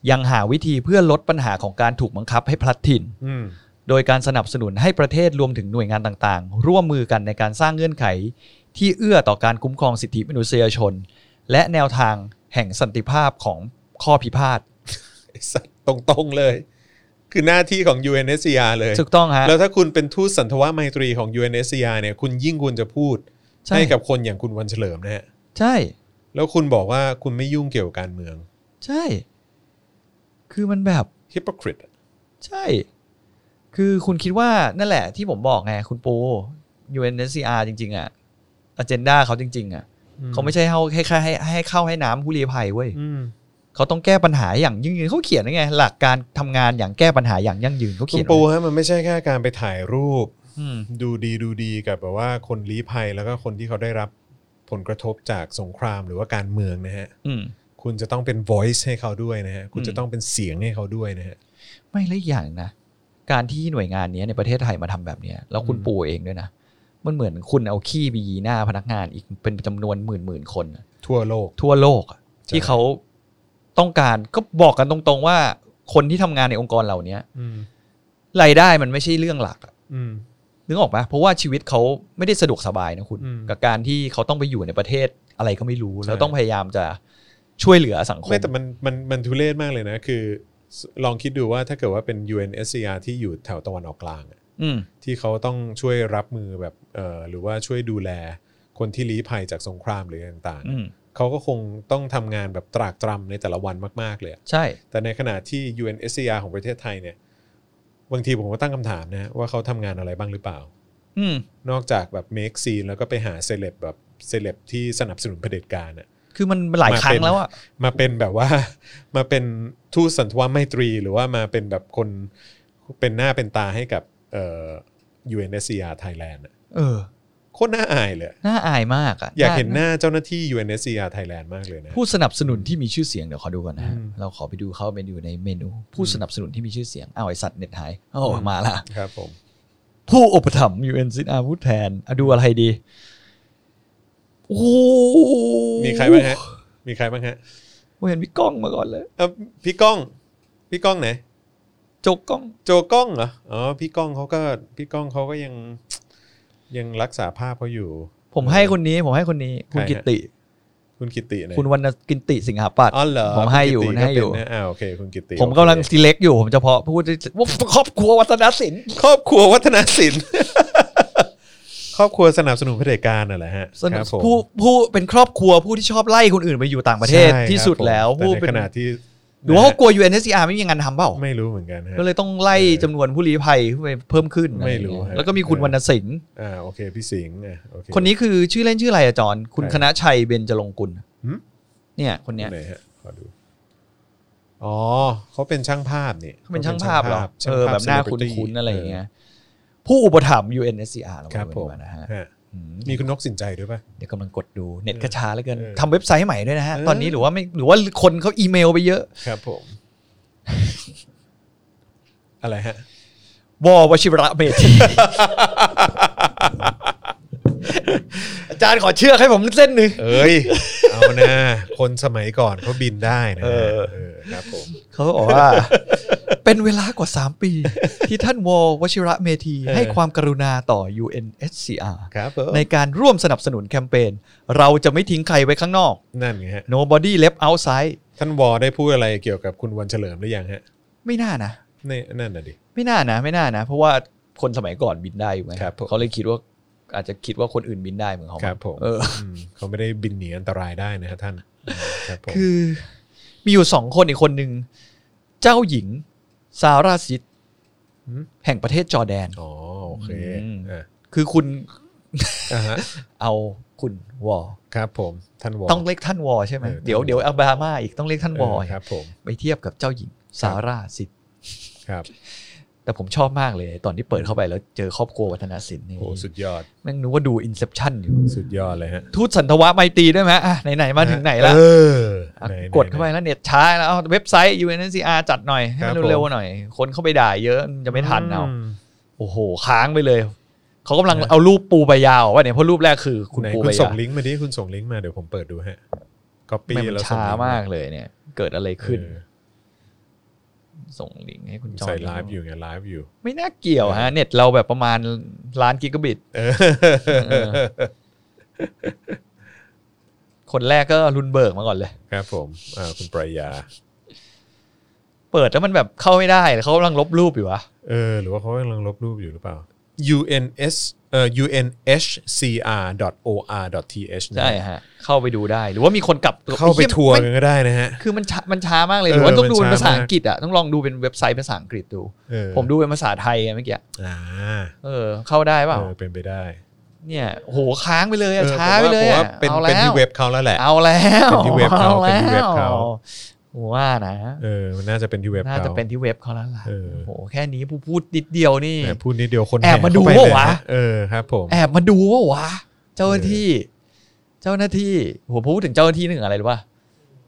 ยังหาวิธีเพื่อลดปัญหาของการถูกบังคับให้พลัดถิ่น
อืม
โดยการสนับสนุนให้ประเทศรวมถึงหน่วยงานต่างๆ ร่วมมือกันในการสร้างเงื่อนไข ที่เอื้อต่อการคุ้มครองสิทธิมนุษยชน และแนวทางแห่งสันติภาพของข้อพิพาท
ไอ้สัตว์ตรงๆเลย คือหน้าที่ของ UNSCR เลย
ถูกต้องฮะ
แล้วถ้าคุณเป็นทูตสันทวไมตรีของ UNSCR เนี่ย คุณยิ่งควรจะพูด
ใช่
ให้กับคนอย่างคุณวันเฉลิมนะฮะ
ใช่
แล้วคุณบอกว่าคุณไม่ยุ่งเกี่ยวกับการเมือง
ใช่ คือมันแบบ
hypocrite อะ
ใช่ คือคุณคิดว่านั่นแหละที่ผมบอกไงคุณปู UNSCR จริง ๆ อ่ะ อเจนดาเขาจริง ๆ อ่ะ เขาไม่ใช่ให้ให้แค่ให้ให้เข้าให้น้ำผู้ลี้ภัยเว้ย
อืม
เขาต้องแก้ปัญหาอย่างยั่งยืนเขาเขียนยังไง หลักการทำงานอย่างแก้ปัญหาอย่างยั่งยืนเขา
คุ
เขีย
ณ
น
ปู
ไว้
ฮะมันไม่ใช่แค่การไปถ่ายรูป
อืม
ดูดีดูดีกับแบบว่าคนลี้ภัยแล้วก็คนที่เขาได้รับผลกระทบจากสงครามหรือว่าการเมืองนะฮะ
อืม
คุณจะต้องเป็น voice ให้เขาด้วยนะฮะ คุณ
อืม
จะต้องเป็นเสียงให้เขาด้วยนะฮะ
ไม่และอีกอย่างนะ การที่หน่วยงานเนี้ยในประเทศไทยมาทำแบบเนี้ยแล้วคุณ
อืม
ปูเองด้วยนะ มันเหมือนคุณเอาขี้ไปยีหน้าพนักงานอีกเป็นจำนวนหมื่นหมื่นๆคนน่ะ
ทั่วโลก
ทั่วโลกอะ
ใช่
ที่เขาต้องการก็บอกกันตรงๆว่า คนที่ทำงานในองค์กรเหล่าเนี้ย
อืม
รายได้มันไม่ใช่เรื่องหลักอะ
อืม
นึกออกปะเพราะว่าชีวิตเขาไม่ได้สะดวกสบายนะคุณ
อืม
กับการที่เขาต้องไปอยู่ในประเทศอะไรก็ไม่รู้
ใช่
แล้วต้องพยายามจะช่วยเหลือสังคม
ไม่แต่มันมันมันทุเรศมากเลยนะ คือสลองคิดดูว่าถ้าเกิดว่าเป็น UNSCR ที่อยู่แถวตะวันออกกลางอะ
อืม
ที่เขาต้องช่วยรับมือแบบเอ่อหรือว่าช่วยดูแลคนที่ลี้ภัยจากสงครามหรือต่าง
อืม
ๆ เขาก็คงต้องทำงานแบบตรากตรำในแต่ละวันมากๆเลยอะ
ใช่
แต่ในขณะที่ UNSCR ของประเทศไทยเนี่ย บางทีผมก็ตั้งคำถามนะว่าเขาทำงานอะไรบ้างหรือเปล่า
อืม
นอกจากแบบ make scene แล้วก็ไปหาเซเลบแบบเซเลบที่สนับสนุนเผด็จการน่ะ
คือมันหลาย
มา
ครั้
เป็
ง
น
แล้วอะ
มาเป็นแบบว่า มาเป็นทูตสันทวาไมตรี หรือว่ามาเป็นแบบคนเป็นหน้าเป็นตาให้กับเอ่อ UNSCR Thailand น่ะ
เออ
โคตรน่าอายเลย
น่าอายมากอะ
อยากเห็นหน้าเจ้าหน้าที่ UNSCR Thailand มากเลยนะ
ผู้สนับสนุนที่มีชื่อเสียงเดี๋ยวขอดูก่อนนะฮะ
อืม
เราขอไปดูเข้าเมนูในเมนู ผู้
อืม
สนับสนุนที่มีชื่อเสียงเอาวไอสัตว์เน็ตหายโอ้
อืม
มาละ
ครับผม
ผู้อุปถัมภ์ UNCR ผู้แทนอะดูอะไรดี โอ้โห
มีใครบ้างฮะ มีใครบ้างฮะ
ผมเห็นพี่ก้องมาก่อนเลย
เอ้าพี่ก้อง พี่ก้องไหน
โจกก้อง
โจกล้องเหรอ อ๋อ พี่ก้องเขาก็พี่ก้องเขาก็ยังยังรักษาภาพเขาอยู่
ผมให้คนนี้ ผมให้คนนี้ คุณ
ใครฮะ
กิตติ
คุณกิตินะ
คุณวรรณกินติสิงหาปัตย์
อ๋อเหรอ
ผมให้อยู่
คุณกิติ
ให้อยู่
ก็เป็นนะอ่าโอเค คุณกิติ
ผม
โอเค
กำลังซีเล็กอยู่ ผมจะเพาะพูดว่าครอบครัววัฒนศิลป์
ครอบครัววัฒนศิลป์ ครอบครัวสนับสนุนเผด็จการน่ะแหละฮะ
สนั
ครับบผม
ผู้ผู้เป็นครอบครัวผู้ที่ชอบไล่คนอื่นไปอยู่ต่างประเทศ
ใช่
ที่สุดแล้ว
ครับผม
ผู้
แต่ใน
เป็น
ขณะที่
หรือว่าเขากลัว UNSCR ไม่มีงานทำเปล่า
ไม่รู้เหมือนกันฮะ
ก็เลยต้องไล่จำนวนผู้ลี้ภัยขึ้นไปเพิ่มขึ้นอะ
ไม่
อย่าง
รู้
เงี้ย
ฮะ
แล้วก็มีคุณวรรณศิลป์
อ่าโอเค พี่สิงห์อ่ะโอเค
คนนี้คือชื่อเล่นชื่ออะไรอะจอนคุณ
ใคร
คณะชัยเบญจรงกุล
หืม
เนี่ยคนเนี้ย
ไหนฮะขอดูอ๋อเขาเป็นช่างภาพนี่
เขาเป็นช่างภาพเหรอ
ช่าง
เออ
ภ
แบ
พ
บหน้า
celebrity
คุ้นๆอะไรอย่างเงี้ยผู้อุปถัมภ์ UNSCR เรา
ครับ
ไป
ผ
ดู
ม
กันนะฮะ
ฮะ
อืม
มีคุณนกสินใจด้วยป่ะ
เดี๋ยวกำลังกดดูเน็ตก็ช้าเหลือเกิน
เออ
ทำเว็บไซต์ใหม่ด้วยนะฮะ
เออ
ตอนนี้หรือว่าไม่หรือว่าคนเขาอีเมลไปเยอะ
ครับผม อะไรฮะ
วอวชิระเมธี อาจารย์ขอเชือกให้ผมเส้นหนึ่ง
เอ้ย เอานะคนสมัยก่อนเขาบินได้นะ
เอ
ฮะ
อ
เออครับผม
เขาบอกว่า เป็นเวลากว่า 3 ปี ที่ท่านวอวชิระเมธี
เออ
ให้ความกรุณาต่อ UNSCR
ครับผม
ในการร่วมสนับสนุนแคมเปญเราจะไม่ทิ้งใครไว้ข้างนอก
นั่นไงฮะ
nobody left outside
ท่านวอได้พูดอะไรเกี่ยวกับคุณวันเฉลิมหรือยังฮะ
ไม่น่านะ
นี่นั่นน่ะดิ
ไม่น่านะ ไม่น่านะ เพราะว่าคนสมัยก่อนบินได้อยู่ไหม
ครับผม
เขาเลยคิดว่าอาจจะคิดว่าคนอื่นบินได้เหมือนเขา
ครับผม
เออ
มเขาไม่ได้บินหนีอันตรายได้นะฮะท่านอืมครับผม
คือมีอยู่สองคนอีกคนหนึ่งเจ้าหญิงซาร่าซิด
ม
แห่งประเทศจอร์แดน
อ๋อโอเค
อืม
อ่ะ
คือคุณ
อ่ะฮะ
เอาคุณวอล
ครับผมท่านวอ
ต้องเรียกท่านวอลใช่ไหม
เออท่าน
เดี๋ยว
วอล
เดี๋ยวอัลบามาอีกต้องเรียกท่านวอล
เครับผม
ไปเทียบกับเจ้าหญิงซาร่าซิด
ครับ
แต่ผมชอบมากเลย ตอนที่เปิดเข้าไปแล้วเจอครอบครัววัฒนศิลป์นี่
โอ้สุดยอด
แม่งนึกว่าดู Inception อยู่
สุดยอดเลยฮะ
ทูตสันทวะไมตรีด้วยไหมอ่ะไหน ๆ มาถึงไหนละ
เออ
อ่ะ
ไหนๆ
กดเข้าไปแล้วเน็ตช้าแล้วเอาเว็บไซต์ UNCR จัดหน่อย ให้
ครั
มั
บ
น
ผม
เร็วๆหน่อย คนเข้าไปด่ายเยอะมันจะไม่ทันเอา
อืม
โอ้โห ค้างไปเลย เขากำลัง
นะ
เอารูปปูใบยาวว่าเนี่ยเพราะรูปแรกคือคุณ
ไหน
ปู
คุ
ใบ
ณส่
ยาง ว
ลิงก์มาดิคุณส่งลิงก์มาเดี๋ยวผมเปิดดูฮะก็ปี
มัน
แล้วส่ง
ช้า
ลิงก์
มากเลยเนี่ย เกิดอะไรขึ้น
เออ
ส่งลิงก์ให้คุณจอ
ใส่
ห์น
ไลฟ์อยู่ไงไลฟ์อยู่
ไม่น่าเกี่ยวฮะ เน็ตเราแบบประมาณล้านกิกะบิต
เออ
เออ คนแรกก็รุนเบิร์กมาก่อนเลย
ครับผมอ่าคุณปรายา
เปิดแล้วมันแบบเข้าไม่ได้เขากำลังลบรูปอยู่วะ
เออ หรือว่าเขากำลังลบรูปอยู่หรือเปล่า UNS เอ่อ unhcr.or.th นะ
ใช่ฮะ เข้าไปดูได้ หรือว่ามีคนกลับ
เข้าไปทัวร์
มัน
กันก็ได้นะฮะ
คือมันช้ามันช้ามากเลย
เออ
หรือว่าต้องดู
มัน
เป็นภาษาม
ช้าาก
อังกฤษอ่ะต้องลองดูเป็นเว็บไซต์ภาษาอังกฤษดู
เออ
ผมดูเป็นภาษาไทยไงเมื่อกี้
อ่า
เออ เข้าได้เปล่า
เออเป็นไปได้
เนี่ยโหค้างไปเลย
เอ
อะ
อ
ช้าไปเลย
ผมว่า
อะ
เป็น
เอา
เป็น
แล้
ที่
ว
เว็บเขาแล้วแหละ
เอาแล้ว
เป็นที่เว็บเขา
อ
เป็นที่เว็บเขา
แล้วผมว่านะ
เออมันน่าจะเป็นที่เว็บ
น่า
เขา
จะเป็นที่เว็บเขาแล้วล่ะ
เออ
โอ้โหแค่นี้ผู้พูดนิดเดียวนี่
แหมพูดนิดเดียวคน
แอบมาดู
เข้ไปเลย
เปล่าวะ
นเออครับผม
แอบมาดูว่าวะเจ้าหน้าที่ เจ้าหน้าที่ผมพูดถึงเจ้าหน้าที่หนึ่งอะไรหรือป่ะ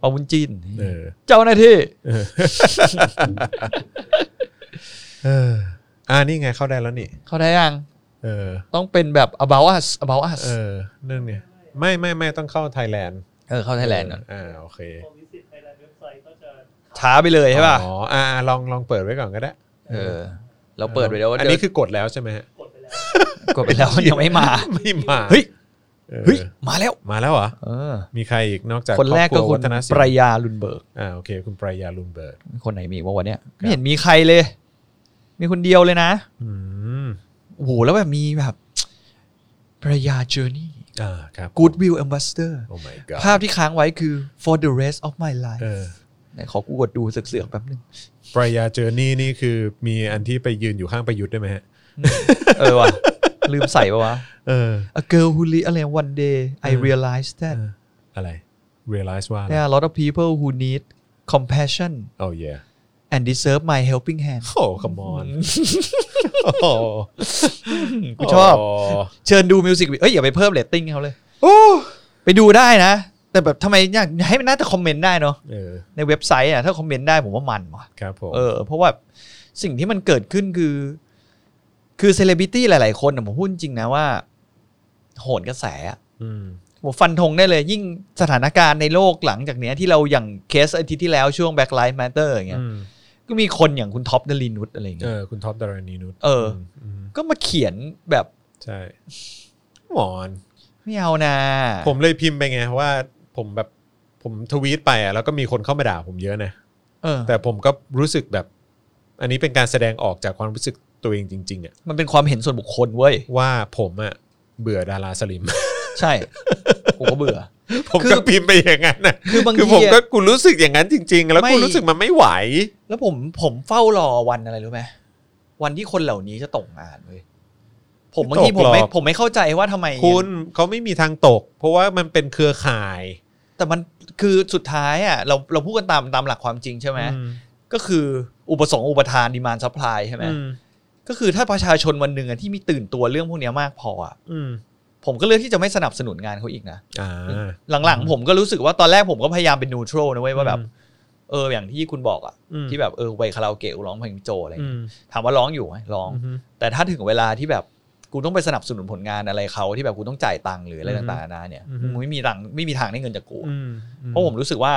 ปาวุนจีน
เออ
เจ้าหน้าที่
เอออ่านี่ไงเข้าได้แล้วนี่
เขาได้ยัง
เออ
ต้องเป็นแบบ about us about us
เออนั่นไงไม่ไม่ไม่ต้องเข้าไทยแลนด์
เออเข้าไทยแลนด์ก่อน
อ่าโอเค
ช้าไปเลยใช่ป่ะ
อ๋ออ่าลองลองเปิดไว้ก่อนก็ได้
เออ เราเปิดไปแล้วว่า
อัน
เดี๋ย
นี้
ว
คือกดแล้วใช่ไหมฮะ
กดไปแล้วยังไม่มา
ไม่มา
เฮ้ย
เออ
เฮ้ยมาแล้ว
มาแล้วเหรอ
เออ
มีใครอีกนอกจาก
คนแรกก็
อบ
คุ
วั
ณ
ฒนศิล
ปร
ป์
ยาลุนเบิร์ก
อ่าโอเค คุณปรายาลุนเบิร์ด
คนไหนมีอีกว่วันเนี้ยไม่เห็นมีใครเลย มีคนเดียวเลยนะ
อืม
โอ้โหแล้วแบบมีแบบปรยาเจอร์นี่
อ่าครับ
Goodwill Ambassador
โอ้ my god
ภาพที่ค้างไว้คือ for the rest of my
เอ
life
อ
ไหนขอกูกดดูเสือกๆแป๊บนึง
ปรายาเจอร์นี่นี่คือมีอันที่ไปยืนอยู่ข้างประยุทธ์ได้ไหมฮะ
เออว่ะ ลืมใส่ปะวะ
เออ
A girl who live อะไร one day I
เออ
realized that
เอออะไร realize ว่า
there are a lot of people who need compassion
โอ้ yeah
and deserve my helping hand
โอ้ come on โอ้โห
กูชอบ เชิญดูมิวสิกวิเอ้ย อย่าไปเพิ่มเรตติ้งให้เขาเลย
โอ้
ไปดูได้นะ แต่แบบทำไมอยากให้มันน่าจะคอมเมนต์ได้เนาะ
เออ
ในเว็บไซต์อ่ะถ้าคอมเมนต์ได้ผมว่ามันว่ะ
ครับผม
เออเพราะว่าสิ่งที่มันเกิดขึ้นคือ คือเซเลบริตี้หลาย ๆ คนอะผมพูดจริงนะว่า โหนกระแสอะ
อืม
ผมฟันธงได้เลย ยิ่งสถานการณ์ในโลกหลังจากเนี้ย ที่เราอย่างเคสอาทิตย์ที่แล้วช่วง Black Lives Matter อย่างเงี้ย
อืม
ก็มีคนอย่างคุณท็อปดลินุชอะไร
เอ
เงี้ย
อ คุณท็อปดารณีนุช
เอออื
มม
ก็มาเขียนแบบ
ใช่หมอน
ไม่เอานะ
ผมเลยพิมพ์ไปไงว่าผมแบบผมทวีตไปอ่ะแล้วก็มีคนเข้ามาด่าผมเยอะนะ
เออ
แต่ผมก็รู้สึกแบบ อันนี้เป็นการแสดงออกจากความรู้สึกตัวเองจริง ๆอ่ะ
มันเป็นความเห็นส่วนบุคคลเว้ย
ว่าผมอ่ะเบื่อดาราสลิม
ใช่ กูก็เบื่อ
ผม
คือ
ก็พิมพ์ไปอย่างนั้นนะ
คือบางที
ผมก็
อะ
กูรู้สึกอย่างนั้นจริง ๆ แล้ว
ไม่
กูรู้สึกมันไม่ไหว
แล้วผมผมเฝ้ารอวันอะไรรู้ไหมวันที่คนเหล่านี้จะตกงานเว้ยผมบางที
ตก
ผมไม่
หรอก
ผมไม่เข้าใจว่าทำไม
คุณเขาไม่มีทางตก เพราะว่ามันเป็นเครือข่าย
แต่มันคือสุดท้ายอ่ะเราเราพูดกันตามตามหลักความจริงใช่ไหม
อืม
ก็คืออุปสงค์อุปทานดีมานซัพพลายใช่ไหม
อืม
ก็คือถ้าประชาชนวันหนึ่งอ่ะที่มีตื่นตัวเรื่องพวกเนี้ยมากพออ่ะ
อืม
ผมก็เลือกที่จะไม่สนับสนุนงานเขาอีกนะ
อ่า
หลังๆ ผมก็รู้สึกว่าตอนแรกผมก็พยายามเป็นนูทรัลนะเว้ยว่าแบบ
อืม
เอออย่างที่คุณบอกอ่ะ
อืม
ที่แบบเออไวคาราโอเกะกูร้องเพลงโจอะไรอย่าง
อื
เงี้ย
ม
ถามว่าร้องอยู่ไหมร้อง
ม
แต่ถ้าถึงเวลาที่แบบกูต้องไปสนับสนุนผลงานอะไรเขาที่แบบกูต้องจ่ายตังค์หรืออะไรต่างๆนานาเนี่ย
อือฮึ
มึงไม่มีตังค์ไม่มีทางได้เงินจากกูอะ
อืม
เพราะผมรู้สึกว่า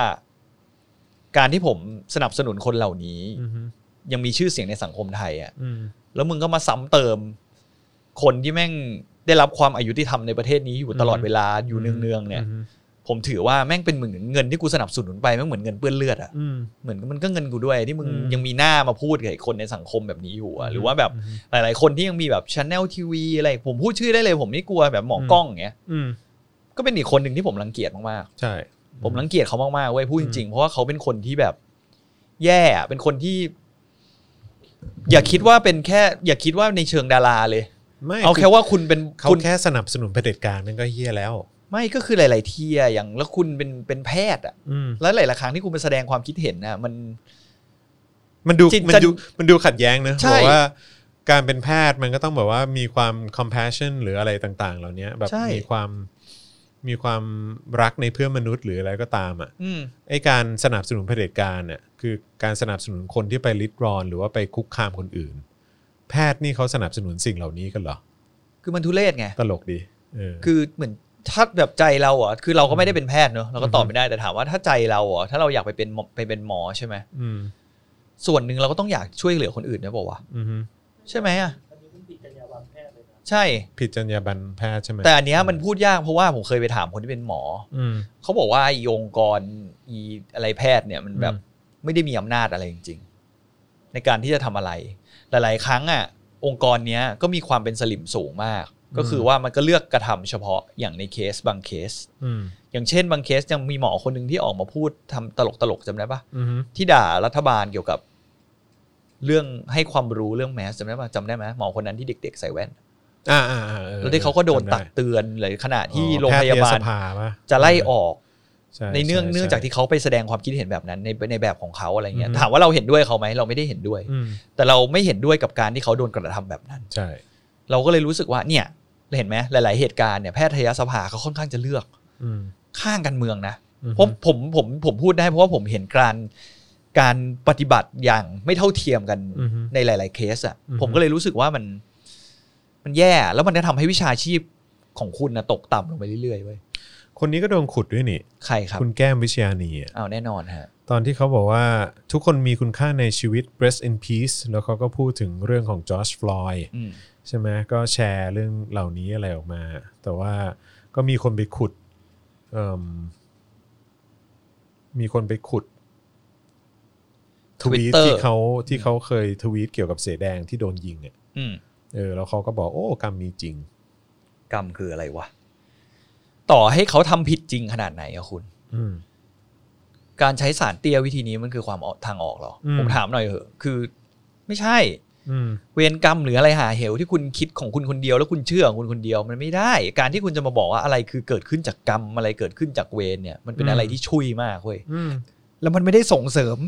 การที่ผมสนับสนุนคนเหล่านี้
อืม
ยังมีชื่อเสียงในสังคมไทยอะ่ะ
อืม
แล้วมึงก็มาซ้ำเติม คนที่แม่งได้รับความอายุที่ทำในประเทศนี้อยู่ตลอดเวลาอยู่เนืองๆเนี่ย
อืม
ผมถือว่าแม่งเป็นเหมือนเงินที่กูสนับสนุนไปแม่งเหมือนเงินเปื้อนเลือดอะ่ะ
อืม
เหมือนมันก็เงินกูด้วย ที่มึง
อืม
ยังมีหน้ามาพูดกับไอ้คนในสังคมแบบนี้อยู่อะหรือว่าแบบหลาย ๆ คนที่ยังมีแบบชาแนลทีวีอะไรผมพูดชื่อได้เลย ผมไม่กลัวแบบหมอกล้องอย่างเงี้ย
อืม
ก็เป็นอีกคนหนึ่งที่ผมรังเกียจมากๆ
ใช่
ผมรังเกียจเขามากๆเว้ยพูด
อืม
จริงๆ เพราะว่าเขาเป็นคนที่แบบ แย่อะเป็นคนที่ อย่าคิดว่าเป็นแค่ อย่าคิดว่าในเชิงดาราเลย
ไม่
เอาแค่ว่าคุณเป็น
เขา
คุณ
แค่สนับสนุนเผด็จการนั่นก็เฮี้ยแล้ว
ไม่ก็คือหลาย ๆ ที่อะอย่างแล้วคุณเป็นเป็นแพทย์อะ
อืม
แล้วหลายๆครั้งที่คุณไปแสดงความคิดเห็นน่ะ มัน
มันดู
จิต
มันดูมันดูขัดแย้งนะ
ใช่
บอกว่า การเป็นแพทย์มันก็ต้องแบบว่ามีความ compassion หรืออะไรต่าง ๆ เหล่านี้แบบมีความมีความรักในเพื่อนมนุษย์หรืออะไรก็ตามอ่ะ
อืม
ไอ้การสนับสนุนเผด็จการเนี่ยคือการสนับสนุนคนที่ไปริดรอน หรือว่าไปคุกคามคนอื่น แพทย์นี่เขาสนับสนุนสิ่งเหล่านี้กันเหรอ
คือมันทุเรศไง
ตลกดีเออ
คือเหมือนถ้าแบบใจเราอ่ะคือเราก็ไม่ได้เป็นแพทย์เนอะเราก็ตอบไม่ได้แต่ถามว่าถ้าใจเราอ่ะถ้าเราอยากไปเป็นหมอไปเป็นหมอใช่ไหม
อืม
ส่วนหนึ่งเราก็ต้องอยากช่วยเหลือคนอื่นนะบอกว่าวะ
อืม
ใช่ไหมอ่ะใช่
ผิดจรรยาบรรณแพทย์ใช่ไหม
แต่อันเนี้ยมันพูดยากเพราะว่าผมเคยไปถามคนที่เป็นหมอ
อืม
เขาบอกว่าอีองค์กรอีอะไรแพทย์เนี่ยมันแบบ
อืม
ไม่ได้มีอำนาจอะไรจริง ๆ ในการที่จะทำอะไร หลาย ๆ ครั้งอ่ะ องค์กรเนี้ยก็มีความเป็นสลิมสูงมาก ก็คือว่ามันก็เลือกกระทำเฉพาะอย่างในเคสบางเคส
อืม
อย่างเช่น บางเคสยังมีหมอคนหนึ่งที่ออกมาพูดทำตลกตลกๆจำได้ปะ
อืม
ที่ด่ารัฐบาลเกี่ยวกับ เรื่องให้ความรู้เรื่องแมสจำได้ปะจำได้ไหมหมอคนนั้นที่เด็ก ๆ ใส่แว่น
อ่าอ่าอ่าออ
แล้วที่เขาก็โดนตัก
จำไ
เตือนเลยขณะ
อ๋อ
ที่โรงพยาบา
แพท
ล
สภป
จะไล่ออก
ช่
ในเนื่องเนื่องจากที่เขาไปแสดงความคิดเห็นแบบนั้นในในแบบของเขาอะไรเงี้ย
อือฮึ
ถามว่าเราเห็นด้วยเขาไหมเราไม่ได้เห็นด้วย
อืม
แต่เราไม่เห็นด้วยกับการที่เขาโดนกระทำแบบนั้น
ใช่
เราก็เลยรู้สึกว่าเนี่ยเห็นไหมหลาย ๆ เหตุการณ์เนี่ยแพทยสภาเขาค่อนข้างจะเลือก
อืม
ข้างกันเมืองนะ
อื
ผมผมผมผมพูดได้เพราะว่าผมเห็นการการปฏิบัติอย่างไม่เท่าเทียมกัน
อืม
ในหลาย ๆ เคสอ่ะ
อือฮึ
ผมก็เลยรู้สึกว่ามัน มันแย่แล้วมันจะทำให้วิชาชีพของคุณนะตกต่ำลงไปเรื่อย ๆเว้ย
คนนี้ก็โดนขุดด้วยนี่
ใครครับ
คุณแก้มวิชยานีอะ
เอาแน่นอนฮะ
ตอนที่เขาบอกว่าทุกคนมีคุณค่าในชีวิต rest in peace แล้วเขาก็พูดถึงเรื่องของจอร์จฟลอยด์
อืม
ใช่ไหมก็แชร์เรื่องเหล่านี้อะไรออกมา แต่ว่าก็มีคนไปขุดเอิ่มมีคนไปขุดทวีต
Twitter
ที่เขาที่เขาเคยทวีตเกี่ยวกับเสอแดงที่โดนยิงอ่ะ
อืม
เออแล้วเขาก็บอกโอ้กรรมมีจริง
กรรมคืออะไรวะ ต่อให้เขาทำผิดจริงขนาดไหนอะคุณ
อืม
การใช้สารเตี้ยวิธีนี้มันคือความออกทางออกเหรอ
อืม
ผมถามหน่อยเหอะ คือ ไม่ใช่
อืม
เวรกรรมหรืออะไรหาเหวที่คุณคิดของคุณคนเดียวแล้วคุณเชื่อของคุณคนเดียวมันไม่ได้ การที่คุณจะมาบอกว่าอะไรคือเกิดขึ้นจากกรรมอะไรเกิดขึ้นจากเวรเนี่ย มันเป็น
อืม
อะไรที่ชุยมากเว้ย
อืม
แล้วมันไม่ได้ส่งเสริม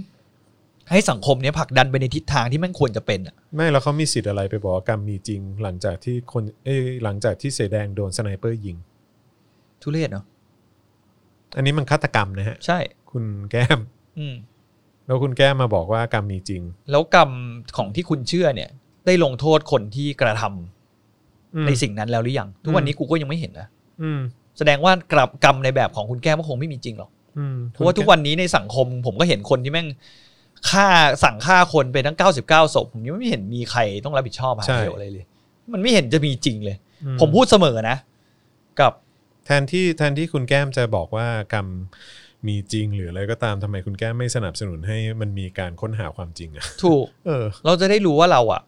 ให้สังคมเนี้ยผลักดันไปในทิศทางที่มันควรจะเป็นอะ
ไม่แล้วเขามีสิทธิ์อะไรไปบอกว่ากรรมมีจริง หลังจากที่คนเอ้ยหลังจากที่เสอแดงโดนสไนเปอร์ยิง
ทุเรศเนาะ
อันนี้มันฆาตกรรมนะฮะ
ใช่
คุณแก้ม
อืม
แล้วคุณแก้มมาบอกว่ากรรมมีจริง
แล้วกรรมของที่คุณเชื่อเนี่ย ได้ลงโทษคนที่กระทำ ในสิ่งนั้นแล้วหรือยัง ทุกวันนี้กูก็ยังไม่เห็นนะ
อืม
แสดงว่ากรับกรรมในแบบของคุณแก้มก็คงไม่มีจริงหรอก
อืม
เพราะว่าทุกวันนี้ในสังคมผมก็เห็นคนที่แม่งฆ่าสั่งฆ่าคนไปทั้ง 99ศพผมยังไม่เห็นมีใครต้องรับผิดชอบหาเหวอะไรเลย มันไม่เห็นจะมีจริงเลย
อื
ผมพูดเสมอนะ กับ
แทนที่แทนที่คุณแก้มจะบอกว่ากรรมมีจริง หรืออะไรก็ตามทำไมคุณแก้มไม่สนับสนุนให้มันมีการค้นหาความจริงอะ
ถูก
เออ
เราจะได้รู้ว่าเราอะ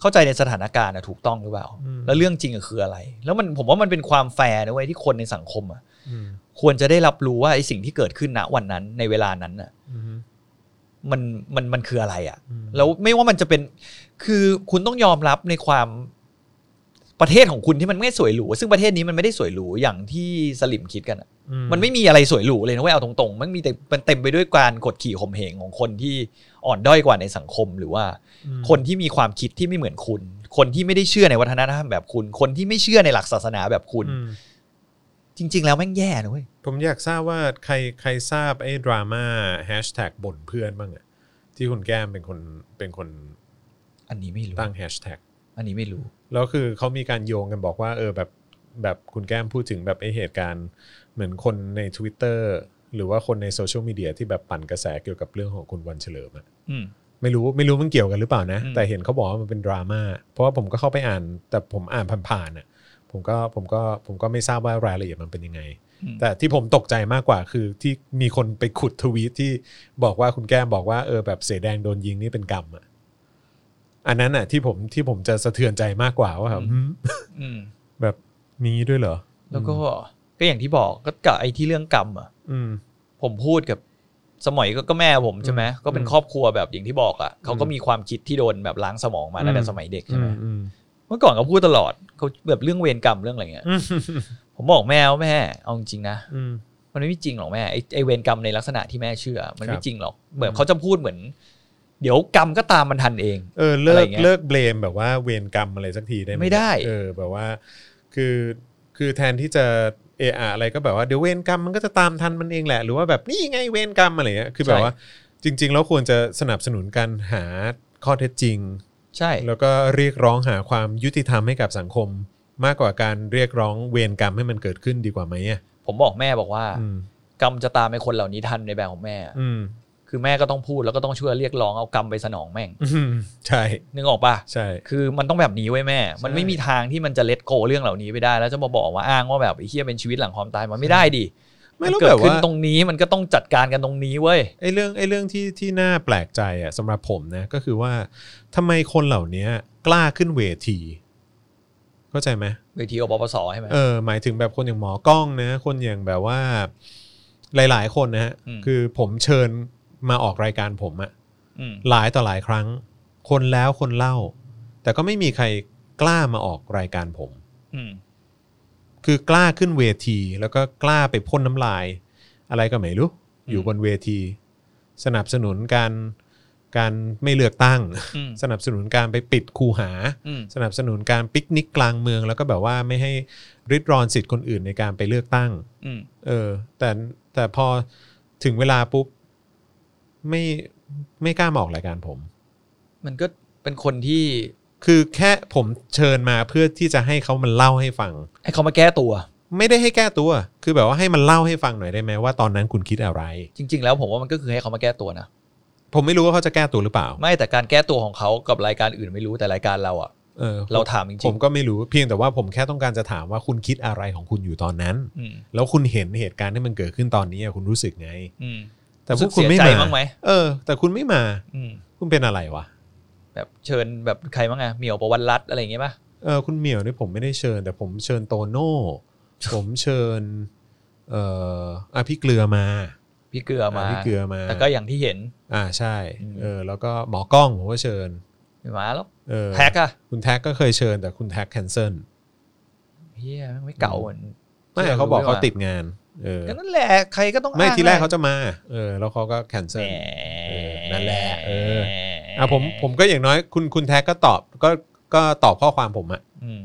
เข้าใจในสถานการณ์อะถูกต้องหรือเปล่า
อืม
แล้วเรื่องจริงอะคืออะไร แล้วมันผมว่ามันเป็นความแฟร์นะเว้ยที่คนในสังคมอะ
อืม
ควรจะได้รับรู้ว่าไอ้สิ่งที่เกิดขึ้นณวันนั้นในเวลานั้นอะ
อืม
มันมันมันคืออะไรอะ่ะ
อืม
แล้วไม่ว่ามันจะเป็นคือคุณต้องยอมรับในความประเทศของคุณที่มันไม่สวยหรูซึ่งประเทศนี้มันไม่ได้สวยหรูอย่างที่สลิมคิดกันอะ
อื
มันไม่มีอะไรสวยหรูเลยนะเว้ยเอาตรงๆ มันมีแต่มันเต็มไปด้วยการกดขี่ข่มเหงของคนที่อ่อนด้อยกว่าในสังคมหรือว่า
อืม
คนที่มีความคิดที่ไม่เหมือนคุณ คนที่ไม่ได้เชื่อในวัฒนธรรมแบบคุณ คนที่ไม่เชื่อในหลักศาสนาแบบคุณ
อืม
จริง ๆ แล้วแม่งแย่นะเว้ย
ผมอยากทราบว่าใครใครทราบไอ้ดราม่าแฮชแท็กบ่นเพื่อนบ้างอะที่คุณแก้มเป็นคนเป็นคน
อันนี้ไม่รู้
ตั้งแฮชแท็ก
อันนี้ไม่รู้
แล้วคือเขามีการโยงกันบอกว่าเออแบบแบบคุณแก้มพูดถึงแบบไอเหตุการณ์เหมือนคนใน Twitter หรือว่าคนในโซเชียลมีเดียที่แบบปั่นกระแสเกี่ยวกับเรื่องของคุณวันเฉลิมอะ
อืม
ไม่รู้ไม่รู้มันเกี่ยวกันหรือเปล่านะ
อืม
แต่เห็นเขาบอกว่ามันเป็นดราม่าเพราะว่าผมก็เข้าไปอ่าน แต่ผมอ่านผ่านๆอ่ะผมก็ผมก็ผมก็ไม่ทราบว่ารายละเอียดมันเป็นยังไง
อืม
แต่ที่ผมตกใจมากกว่าคือที่มีคนไปขุดทวีตที่บอกว่าคุณแก้มบอกว่าเออแบบเสแดงโดนยิงนี่เป็นกรรมอ่ะอันนั้นอ่ะที่ผมที่ผมจะสะเทือนใจมากกว่าว่าแบบหืม
อืม
แบบมีด้วยเหรอ
แล้วก็ก็อย่างที่บอกก็กับไอ้ที่เรื่องกรรมอ่ะ
อืม
ผมพูดกับสมัยก็ก็แม่ผมใช่ไหม
อืม
ก็เป็นครอบครัวแบบอย่างที่บอกอ่ะเขาก็มีความคิดที่โดนแบบล้างสมองมา
อืม
ตั้งแต่สมัยเด็ก
อื
ใช่ไหม
มอืม
เมื่อก่อนเขาพูดตลอดเขาแบบเรื่องเวรกรรมเรื่องอะไรเงี้ย
อืม
ผมบอกแม่ว่าแม่เอาจริงๆนะ
อืม
มันไม่จริงหรอกแม่ไอ้ไอ้เวรกรรมในลักษณะที่แม่เชื่อ มัน
ค
ไม่
รับ
จริงหรอก
อืม
เหมือนเขาจะพูดเหมือน เดี๋ยวกรรมก็ตามมันทันเอง
เออเลิ
อะไร
ก
เงี้ย
เลิกเบลมแบบว่าเวรกรรมอะไรสักทีได้ไหม
ไม่ได้
เออแบบว่า คือคือแทนที่จะเอออะไรก็แบบว่าเดี๋ยวเวรกรรมมันก็จะตามทันมันเองแหละ หรือว่าแบบนี่ไงเวรกรรมอะไรเงี้ยคือแบบว่าจริง ๆ แล้วควรจะสนับสนุนการหาข้อเท็จจริง
ใช่
แล้วก็เรียกร้องหาความยุติธรรมให้กับสังคม มากกว่าการเรียกร้องเวรกรรมให้มันเกิดขึ้นดีกว่าไหมอ่ะ
ผมบอกแม่บอกว่า
อืม
กรรมจะตามไอ้คนเหล่านี้ทันในแบบของแม่
อืม
คือแม่ก็ต้องพูดแล้วก็ต้องช่วยเรียกร้องเอากรรมไปสนองแม่ง
อืมใช่
นึกออกปะ
ใช่
คือมันต้องแบบนี้ไว้ยแม่ มันไม่มีทางที่มันจะเลทโกเรื่องเหล่านี้ไปได้ แล้วจะมาบอกว่าอ้างว่าแบบไอ้เฮียเป็นชีวิตหลังความตายมันไม่ได้ดิ
ไม่แล้ว
นเกิ
แบ
ด
บ
ขึ้น
ว่า
ตรงนี้มันก็ต้องจัดการกันตรงนี้เว้ย
ไอ้เรื่องไอ้เรื่องที่ที่น่าแปลกใจอ่ะสำหรับผมนะก็คือว่าทำไมคนเหล่านี้กล้าขึ้นเวที เข้าใจไหม
เวทีอปปสใช่ไหม
เออหมายถึงแบบคนอย่างหมอกล้องนะ คนอย่างแบบว่า หลาย ๆ คนนะฮะ
อืม
คือผมเชิญมาออกรายการผมอะ
ม
หลายต่อหลายครั้ง คนแล้วคนเล่า แต่ก็ไม่มีใครกล้ามาออกรายการผม
อืม
คือกล้าขึ้นเวที แล้วก็กล้าไปพ่นน้ำลาย อะไรก็ไม่รู้อยู่บนเวที สนับสนุนการการไม่เลือกตั้ง
อืม
สนับสนุนการไปปิดคูหา
อืม
สนับสนุนการปิกนิกกลางเมือง แล้วก็แบบว่าไม่ให้ริดรอนสิทธิ์คนอื่นในการไปเลือกตั้ง
อืม
เออ แต่แต่พอถึงเวลาปุ๊บไม่ไม่กล้ามาออกรายการผม
มันก็เป็นคนที่
คือแค่ผมเชิญมาเพื่อที่จะให้เขามันเล่าให้ฟัง
ให้เขามาแก้ตัว
ไม่ได้ให้แก้ตัว คือแบบว่าให้มันเล่าให้ฟังหน่อยได้ไหมว่าตอนนั้นคุณคิดอะไร
จริง ๆ แล้วผมว่ามันก็คือให้เขามาแก้ตัวนะ
ผมไม่รู้ว่าเขาจะแก้ตัวหรือเปล่า
ไม่แต่การแก้ตัวของเขากับรายการอื่นไม่รู้แต่รายการเราอะ
เออ
เราถามจริง
ผ
ๆ
มก็ไม่รู้ เพียงแต่ว่าผมแค่ต้องการจะถามว่าคุณคิดอะไรของคุณอยู่ตอนนั้น
อืม
แล้วคุณเห็นเหตุการณ์ที่มันเกิดขึ้นตอนนี้อะคุณรู้สึกไง
อืม
แต่พวกคุณไม่
รู้สึกเสีย
มา
ใจบ้างไหม
เออ แต่คุณไม่มา
อืม
คุณเป็นอะไรวะ
แบบเชิญแบบใครบ้างไงเหมียวประวันรัตน์อะไรอย่างเงี้ยป่ะ
เออคุณเหมียวนี่ผมไม่ได้เชิญ แต่ผมเชิญโตโน่ ผมเชิญ เอ่ออ่ะพี่เกลือมา
พี่เกลือมา
อ่ะพี่เกลือมา
แต่ก็อย่างที่เห็น
อ่าใช่
อืม
เออ แล้วก็หมอกล้องผมก็เชิญ
ไม่มาแล้ว
เออ
แพ็กอะ
คุณแท็กก็เคยเชิญแต่คุณแท็กแคนเซิล
เฮียไม่เก่าเหมือน
ไม่เขาบอกเขาติดงานเออ
ก็นั่นแหละใครก็ต้อง
ไม่
อ้ง
ทีแรก
ได้
เขาจะมาเออแล้วเขาก็แคน
แห
เซิล
ม
เออนั่นแหละเออ อ่ะผมผมก็อย่างน้อยคุณคุณแท็กก็ตอบก็ก็ตอบข้อความผมอะ
อืม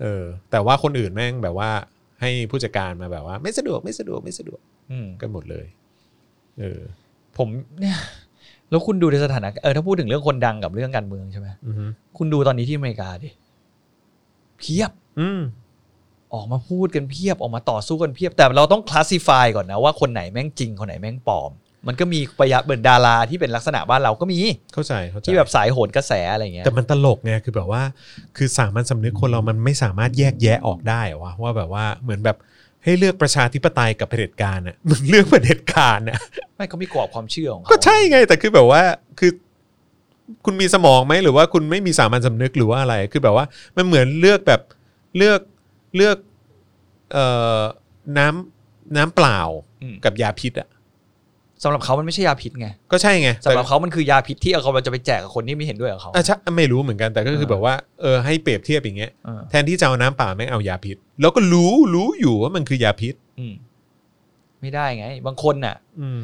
เออ แต่ว่าคนอื่นแม่งแบบว่าให้ผู้จัดการมาแบบว่า ไม่สะดวกไม่สะดวกไม่สะดวก
อืม
กันหมดเลย เออ
ผม เนี่ยแล้วคุณดูในสถานะเออถ้าพูดถึงเรื่องคนดังกับเรื่องการเมืองใช่ไหม
อือฮึ
คุณดูตอนนี้ที่อเมริกาดิเพียบ
อืม
ออกมาพูดกันเพียบออกมาต่อสู้กันเพียบ แต่เราต้องคลาสสิฟายก่อนนะว่าคนไหนแม่งจริงคนไหนแม่งปลอม มันก็มีประยะเบิร์ดดาราที่เป็นลักษณะบ้านเราก็มี
เข้าใจเข้าใจ
ที่แบบสายโหนกระแสอะไรเงี้ย
แต่มันตลกไงคือแบบว่า คือสามัญสำนึกคนเรามันไม่สามารถแยกแยะออกได้อะวะว่าแบบว่าเหมือนแบบให้เลือกประชาธิปไตยกับเผด็จการอะ มึงเลือกเผด็จการอะ
ไม่เขามีกรอบความเชื่อของเขา
ก็ใช่ไงแต่คือแบบว่าคือ คุณมีสมองไหมหรือว่าคุณไม่มีสามัญสำนึกหรือว่าอะไร คือแบบว่า มันเหมือนเลือกแบบเลือกเลือกเอ่อน้ำน้ำเปล่า
อืม
กับยาพิษอ่ะ
สำหรับเขามันไม่ใช่ยาพิษไง
ก็ใช่ไง
สำหรับเขามันคือยาพิษที่เอาเราจะไปแจกกับคนที่ไม่เห็นด้วยกับเขา
อ่ะใช่ไม่รู้เหมือนกันแต่ก็คือแบบว่าเออให้เปรียบเทียบอย่างเงี้ย
เออ
แทนที่จะเอาน้ำเปล่าไม่งเอายาพิษ แล้วก็รู้รู้อยู่ว่ามันคือยาพิษ
อืมไม่ได้ไง บางคนน่ะ
อืม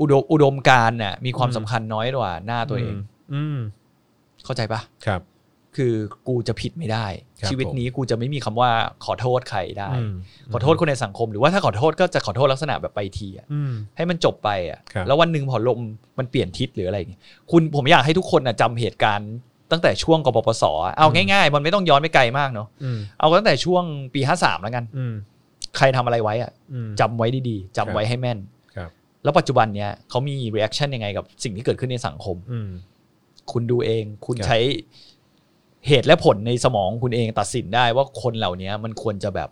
อุดมอุดมการณ์น่ะมีความ
อืม
สำคัญน้อยกว่าหน้าตัวเอง
อืม
เข้าใจปะ
ครับ
คือกูจะผิดไม่ได้
ครับ
ชีวิตนี้กูจะไม่มีคำว่าขอโทษใครได้
อืม
ขอโทษคนในสังคม หรือว่าถ้าขอโทษก็จะขอโทษลักษณะแบบไปทีอะ
อืม
ให้มันจบไปอ่ะ
ครับ
แล้ววันหนึ่งพอลมมันเปลี่ยนทิศหรืออะไรอย่างเงี้ยคุณผมอยากให้ทุกคนน่ะจำเหตุการณ์ตั้งแต่ช่วงกปปสอะเอาง่ายๆ มันไม่ต้องย้อนไปไกลมากเนาะ
อืม
เอาตั้งแต่ช่วงปี53แล้วกัน
อืม
ใครทำอะไรไว้อ่ะ
อืม
จำไว้ดีๆจำไว้
ครับ
ให้แม่น
ครับ
แล้วปัจจุบันเนี้ยเขามี reaction ยังไงกับสิ่งที่เกิดขึ้นในสังคม
อืม
คุณดูเอง คุณ
ครับ
ใช้เหตุและผลในสมองคุณเองตัดสินได้ว่าคนเหล่านี้มันควรจะแบบ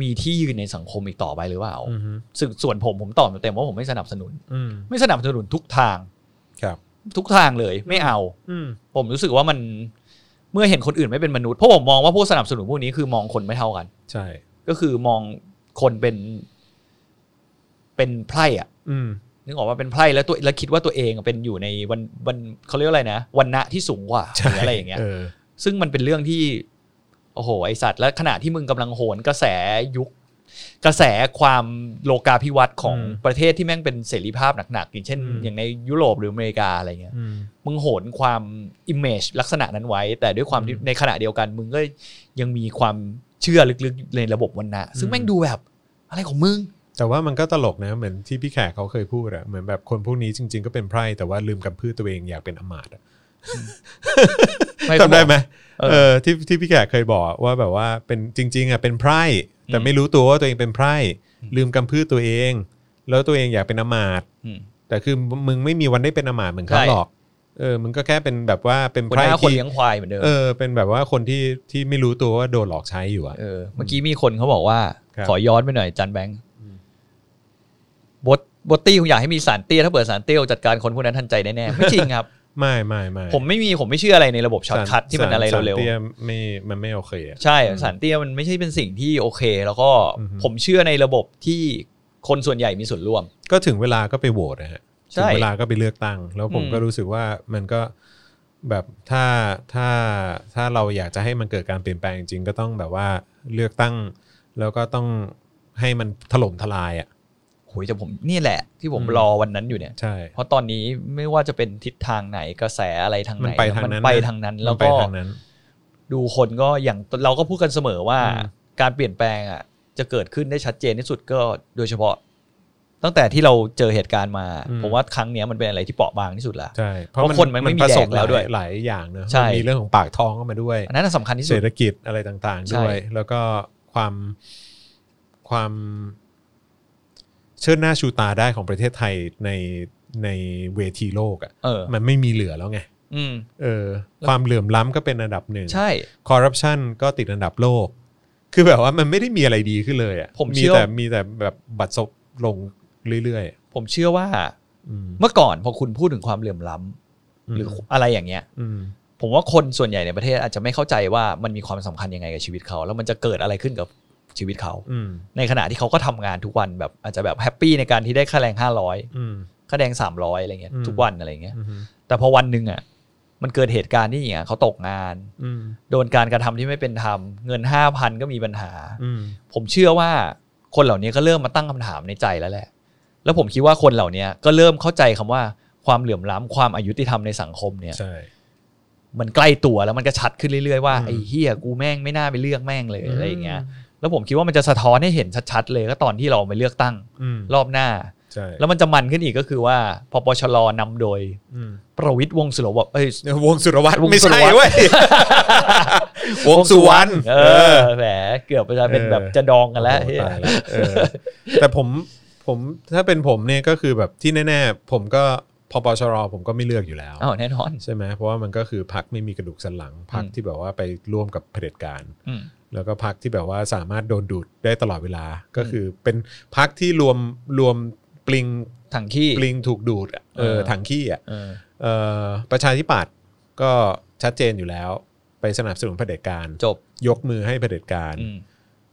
มีที่ยืนในสังคมอีกต่อไปหรือเปล่า
อืม
ซึ่งส่วนผมผมตอบเต็มๆว่าผมไม่สนับสนุน
อืม
ไม่สนับสนุนทุกทาง
ครับ
ทุกทางเลยไม่เอา
อืม
ผมรู้สึกว่ามันเมื่อเห็นคนอื่นไม่เป็นมนุษย์เพราะผมมองว่าผู้สนับสนุนพวกนี้คือมองคนไม่เท่ากัน
ใช่
ก็คือมองคนเป็น เป็นไพร่อะ
อืม
นึกออกว่าเป็นไพร่แล้วตัวแล้วคิดว่าตัวเองเป็นอยู่ในวันวันเขาเรียกว่าอะไรนะวันณะที่สูงกว่าห
ใช่
รืออะไรอย่างเงี้ย
เออ
ซึ่งมันเป็นเรื่องที่โอ้โหไอสัตว์ และขณะที่มึงกำลังโหนกระแสยุค กระแสความโลกาภิวัตน์ของ
อืม
ประเทศที่แม่งเป็นเสรีภาพหนักๆ อย่างเช่น
อืม
อย่างในยุโรปหรืออเมริกาอะไรเงี้ย
อืม
มึงโหนความอิมเมจลักษณะนั้นไว้ แต่ด้วยความที่
อืม
ในขณะเดียวกัน มึงก็ยังมีความเชื่อลึกๆในระบบวันนะซึ่ง
อืม
แม่งดูแบบอะไรของมึง
แต่ว่ามันก็ตลกนะเหมือนที่พี่แขกเขาเคยพูดอะเหมือนแบบคนพวกนี้จริง ๆ ก็เป็นไพร่แต่ว่าลืมกำพืชตัวเองอยากเป็นอำมาตย์อะ
ไม่
จำได้ไหม
เออ
เออที่ที่พี่แขกเคยบอกว่าแบบว่าเป็นจริง ๆอะเป็นไพร่แต่ไม่รู้ตัวว่าตัวเองเป็นไพร่
อืม
ลืมกำพืชตัวเอง แล้วตัวเองอยากเป็นอำมาตย์
อืม
แต่คือมึงไม่มีวันได้เป็นอำมาตย์เหมือนเขา
ใช่
หรอกเออมึงก็แค่เป็นแบบว่าเป็น
หั
ไพ
ว
ร่
หน้าคน
ที่
เลี้ยงควายเหมือนเดิม
เออเป็นแบบว่าคนที่ที่ไม่รู้ตัวว่าโดนหลอกใช้อยู่อะ
เออเมื่อกี้มีคนเขาบอกว่า
ครับ
ขอย้อนไปหน่อยจันแบงค์
อ
บทตี้คงอยากให้มีสารเตี้ยถ้าเปิดสารเตี้ยจัดการคนพวกนั้นทันใจแน่ๆ ไม่จริงครับ
ไม่ไม่ไม่
ผมไม่มีผมไม่เชื่ออะไรในระบบช็อตคัทที่มันอะไร
สา
เร็ว
สาตี้ยไม่มันไม่โอเคอะ
ๆใช่
อืม
สารเตี้ยมันไม่ใช่เป็นสิ่งที่โอเค แล้วก็
อือฮึ
ผมเชื่อในระบบที่คนส่วนใหญ่มีส่วนร่วม
ก็ถึงเวลาก็ไปโหวตนะฮะ
ใช่
ถึงเวลาก็ไปเลือกตั้ง แล้วผม
อืม
ก็รู้สึกว่ามันก็แบบถ้าถ้าถ้าเราอยากจะให้มันเกิดการเปลี่ยนแปลงจริงๆก็ต้องแบบว่าเลือกตั้ง แล้วก็ต้องให้มันถล่มทลายอ่ะ
โหยแต่ผมนี่แหละ ที่ผม
อืม
รอวันนั้นอยู่เนี่ย
ใช่
เพราะตอนนี้ไม่ว่าจะเป็นทิศทางไหนกระแสอะไรทางไหน
มันไปทางนั้
ไป
นะ
ทางนั้น
มั
แล้ว
ไป
ก็
ทางนั้น
ดูคนก็อย่างเราก็พูดกันเสมอว่า
อืม
การเปลี่ยนแปลงอ่ะ จะเกิดขึ้นได้ชัดเจนที่สุดก็โดยเฉพาะ ตั้งแต่ที่เราเจอเหตุการณ์มา ผมว่าครั้งเนี้ยมันเป็นอะไรที่เปราะบางที่สุดแล้ว
ใช่
เพราะคนมันไม่มี
ผส
แดกแล้วด้วย
หลายๆอย่างเนอะ
ใช่
มันมีเรื่องของปากท้องเข้ามาด้วย
อันนั้นนะสำคัญที่สุ
เศร
ด
ษฐกิจอะไรต่างๆ ด้วย
ใช่
แล้วก็ความความเชิดหน้าชูตาได้ของประเทศไทยในในเวทีโลกอะ
เออ
มันไม่มีเหลือแล้วไง
อืม
เออ ความเหลื่อมล้ำก็เป็นอันดับหนึ่ง
ใช่
คอร์รัปชันก็ติดอันดับโลก คือแบบว่ามันไม่ได้มีอะไรดีขึ้นเลยอะ
ผม
มี
เชื่อ
แต่มีแต่แบบบัตรซบลงเรื่อย
ผมเชื่อว่า
ๆอืม
เมื่อก่อนพอคุณพูดถึงความเหลื่อมล้ำหรืออะไรอย่างเงี้ย
ม
ผมว่าคนส่วนใหญ่ในประเทศอาจจะไม่เข้าใจว่ามันมีความสำคัญยังไงกับชีวิตเขา แล้วมันจะเกิดอะไรขึ้นกับชีวิตเขา
อืม
ในขณะที่เขาก็ทำงานทุกวันแบบอาจจะแบบแฮปปี้ในการที่ได้ค่าแรง 500
อืม
ค่าแรง 300อะไรเงี้ย
อืม
ทุกวันอะไรเงี้ย
อืม
แต่พอวันหนึ่งอ่ะมันเกิดเหตุการณ์ที่อย่างเงี้ยเขาตกงาน
อืม
โดนการกระทำที่ไม่เป็นธรรมเงิน 5,000 ก็มีปัญหา
อืม
ผมเชื่อว่าคนเหล่านี้ก็เริ่มมาตั้งคำถามในใจแล้วแหละ แล้วผมคิดว่าคนเหล่านี้ก็เริ่มเข้าใจคำว่าความเหลื่อมล้ำความอายุติธรรมในสังคมเนี่ย
ใช่
มันใกล้ตัวแล้วมันก็ชัดขึ้นเรื่อยๆว่า
อืม
ไอ้เฮียกูแม่งไม่น่าไปเลือกแม่งเลยอะไรอย่างเงี้ย แล้วผมคิดว่ามันจะสะท้อนให้เห็นชัดๆเลยก็ตอนที่เราไปเลือกตั้ง
อืม
รอบหน้า
ใช่
แล้วมันจะมันขึ้นอีกก็คือว่าพปชรนำโดย
อืม
ประวิตยวงศ์สุรวัตรเอ้ย
วงสุรวัตร
วง
ไม่
สุร
ใช่
วัตร
เว้ย วงสุวรรณ
เออแหมเกือบจะเป็นแบบจะดองกันแล้ว
โอ้
เหี้ย
ตายละเออแต่ผมผมถ้าเป็นผมเนี่ยก็คือแบบที่แน่ๆ ผมก็พปชรผมก็ไม่เลือกอยู่แล้ว
อ้าวแน่นอน
ใช่ไหมเพราะว่ามันก็คือพักไม่มีกระดูกสันหลังพักที่แบบว่าไปร่วมกับเผด็จการ
อืม
แล้วก็พักที่แบบว่าสามารถโดนดูดได้ตลอดเวลาก็คือเป็นพักที่รวมรวมปลิง
ถังขี้
ปลิงถูกดูดอะเออ
เออ
ถังขี้อ่ะ
เออ
เอ่อประชาธิปัตย์ก็ชัดเจนอยู่แล้ว ไปสนับสนุนเผด็จการ
จบ
ยกมือให้เผด็จการ
อืม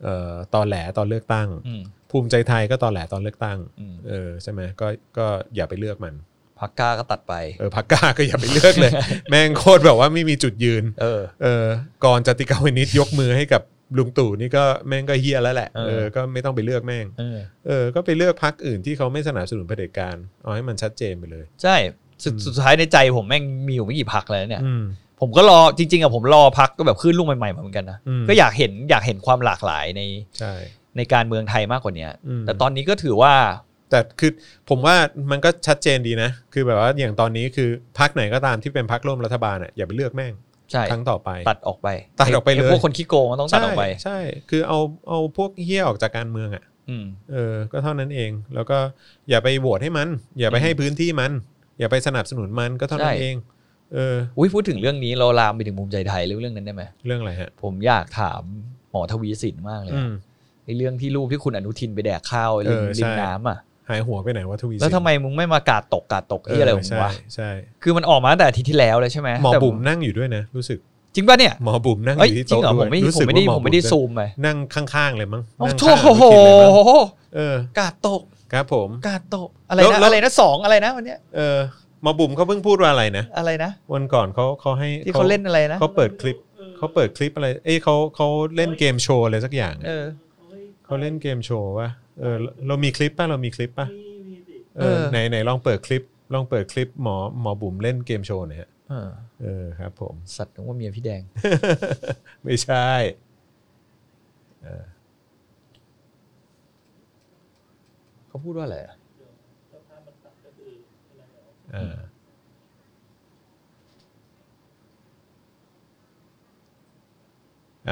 เอ่อตอนแหลตอนเลือกตั้ง
อืม
ภูมิใจไทยก็ตอนแหลตอนเลือกตั้ง
อืม
เออใช่ไหมก็ก็อย่าไปเลือกมัน
พักกล้าก็ตัดไป
เออพักกล้าก็อย่าไปเลือกเลย แม่งโคตรแบบว่าไม่มีจุดยืน
เออ
เออก่อนจติกาวนิชยกมือให้กับลุงตู่นี่ก็แม่งก็เฮียแล้วแหละ
เออ
เออก็ไม่ต้องไปเลือกแม่ง
เออ
เออก็ไปเลือกพักอื่นที่เขาไม่สนับสนุนเผด็จการเอาให้มันชัดเจนไปเลย
ใช่สุด
อืม
สุดท้ายในใจผมแม่งมีอยู่ไม่กี่พักแล้วเนี่ย
อืม
ผมก็รอจริงๆอะผมรอพักก็แบบขึ้นลูกใหม่ๆมาเหมือนกันนะ
อืม
ก็อยากเห็นอยากเห็นความหลากหลายใน
ใช่
ในการเมืองไทยมากกว่าเนี้ย
อืม
แต่ตอนนี้ก็ถือว่า
แต่คือผมว่ามันก็ชัดเจนดีนะ คือแบบว่าอย่างตอนนี้คือพักไหนก็ตามที่เป็นพักร่วมรัฐบาลอ่ะอย่าไปเลือกแม่ง
ใช่
ครั้งต่อไป
ตัดออกไป
ตัดออกไปเลย
พวกคนขี้โกงก็ต้องตัดออกไป
ใช่ใช่ คือเอาเอาพวกเฮี้ยออกจากการเมืองอ่ะ
อืม
เออก็เท่านั้นเอง แล้วก็อย่าไปโหวตให้มัน อย่าไป
อืม
ให้พื้นที่มัน อย่าไปสนับสนุนมันก็เท่านั้
ใช่
นเองเออ
อุ้ยพูดถึงเรื่องนี้เราลามไปถึงภูมิใจไทยเรื่องเรื่องนั้นได้ไหม
เรื่องอะไรฮะ
ผมอยากถามหมอทวีสินมากเลย
อื
อะ
ม
ไอ้เรื่องที่รูปที่คุณอนุทินไปแดกข้าวริม
เออใช่
ริมน้ำอ่ะ
หายหัวไปไหนวะทวีสิน
แล้วทำไมมึงไม่มากาดตกกาดตกที่อะไรของมึง
ใช่
วะ
ใช่
คือมันออกมาตั้งแต่อาทิตย์ที่แล้วเลยใช่ไหม
หมอ
แต่
บุ๋มนั่งอยู่ด้วยนะ รู้สึก
จริงป่ะเนี่ย
หมอบุ๋มนั่งอ
เอ้ย
ยู่ที่
จริง
โต๊ะ
เห
ด้
รอผ
วย
มไม่
รู้
ผ
สึก
มไม่ได้
ว่าหอ
ผมไม่ได้
บุ๋
ซูมไป
นั่งข้างๆเลยมั้ง
โอ้
นั่งข้าง
โห
คุณเลยมั้งเออ
กาดตก
ครับผม
กาดตกอะไร
แล้ว
นะ
แล้ว
อะไรนะสองอะไรนะวันเนี้ย
เออหมาบุ๋มเขาเพิ่งพูดว่าอะไรนะ
อะไรนะ
วันก่อนเขาเขาให้
ที่เขาเล่นอะไรนะ
เขาเปิดคลิปเขาเปิดคลิปอะไร เอ้ยเขาเขาเล่นเกมโชว์อะไรสักอย่าง
เออ
เขาเล่นเกมโชว์วะเออเราเรามีคลิปป่ะเรามีคลิปป่ะเออ
เออ
ไหนไหนลองเปิดคลิปลองเปิดคลิปหมอหมอบุ๋มเล่นเกมโชว์หน่อยฮะ
เออ
เออครับผม
สัตว์นึกว่าเมียพี่แดง
ไม่ใช่เออ
เขาพูดว่าอะไรอะ
เออ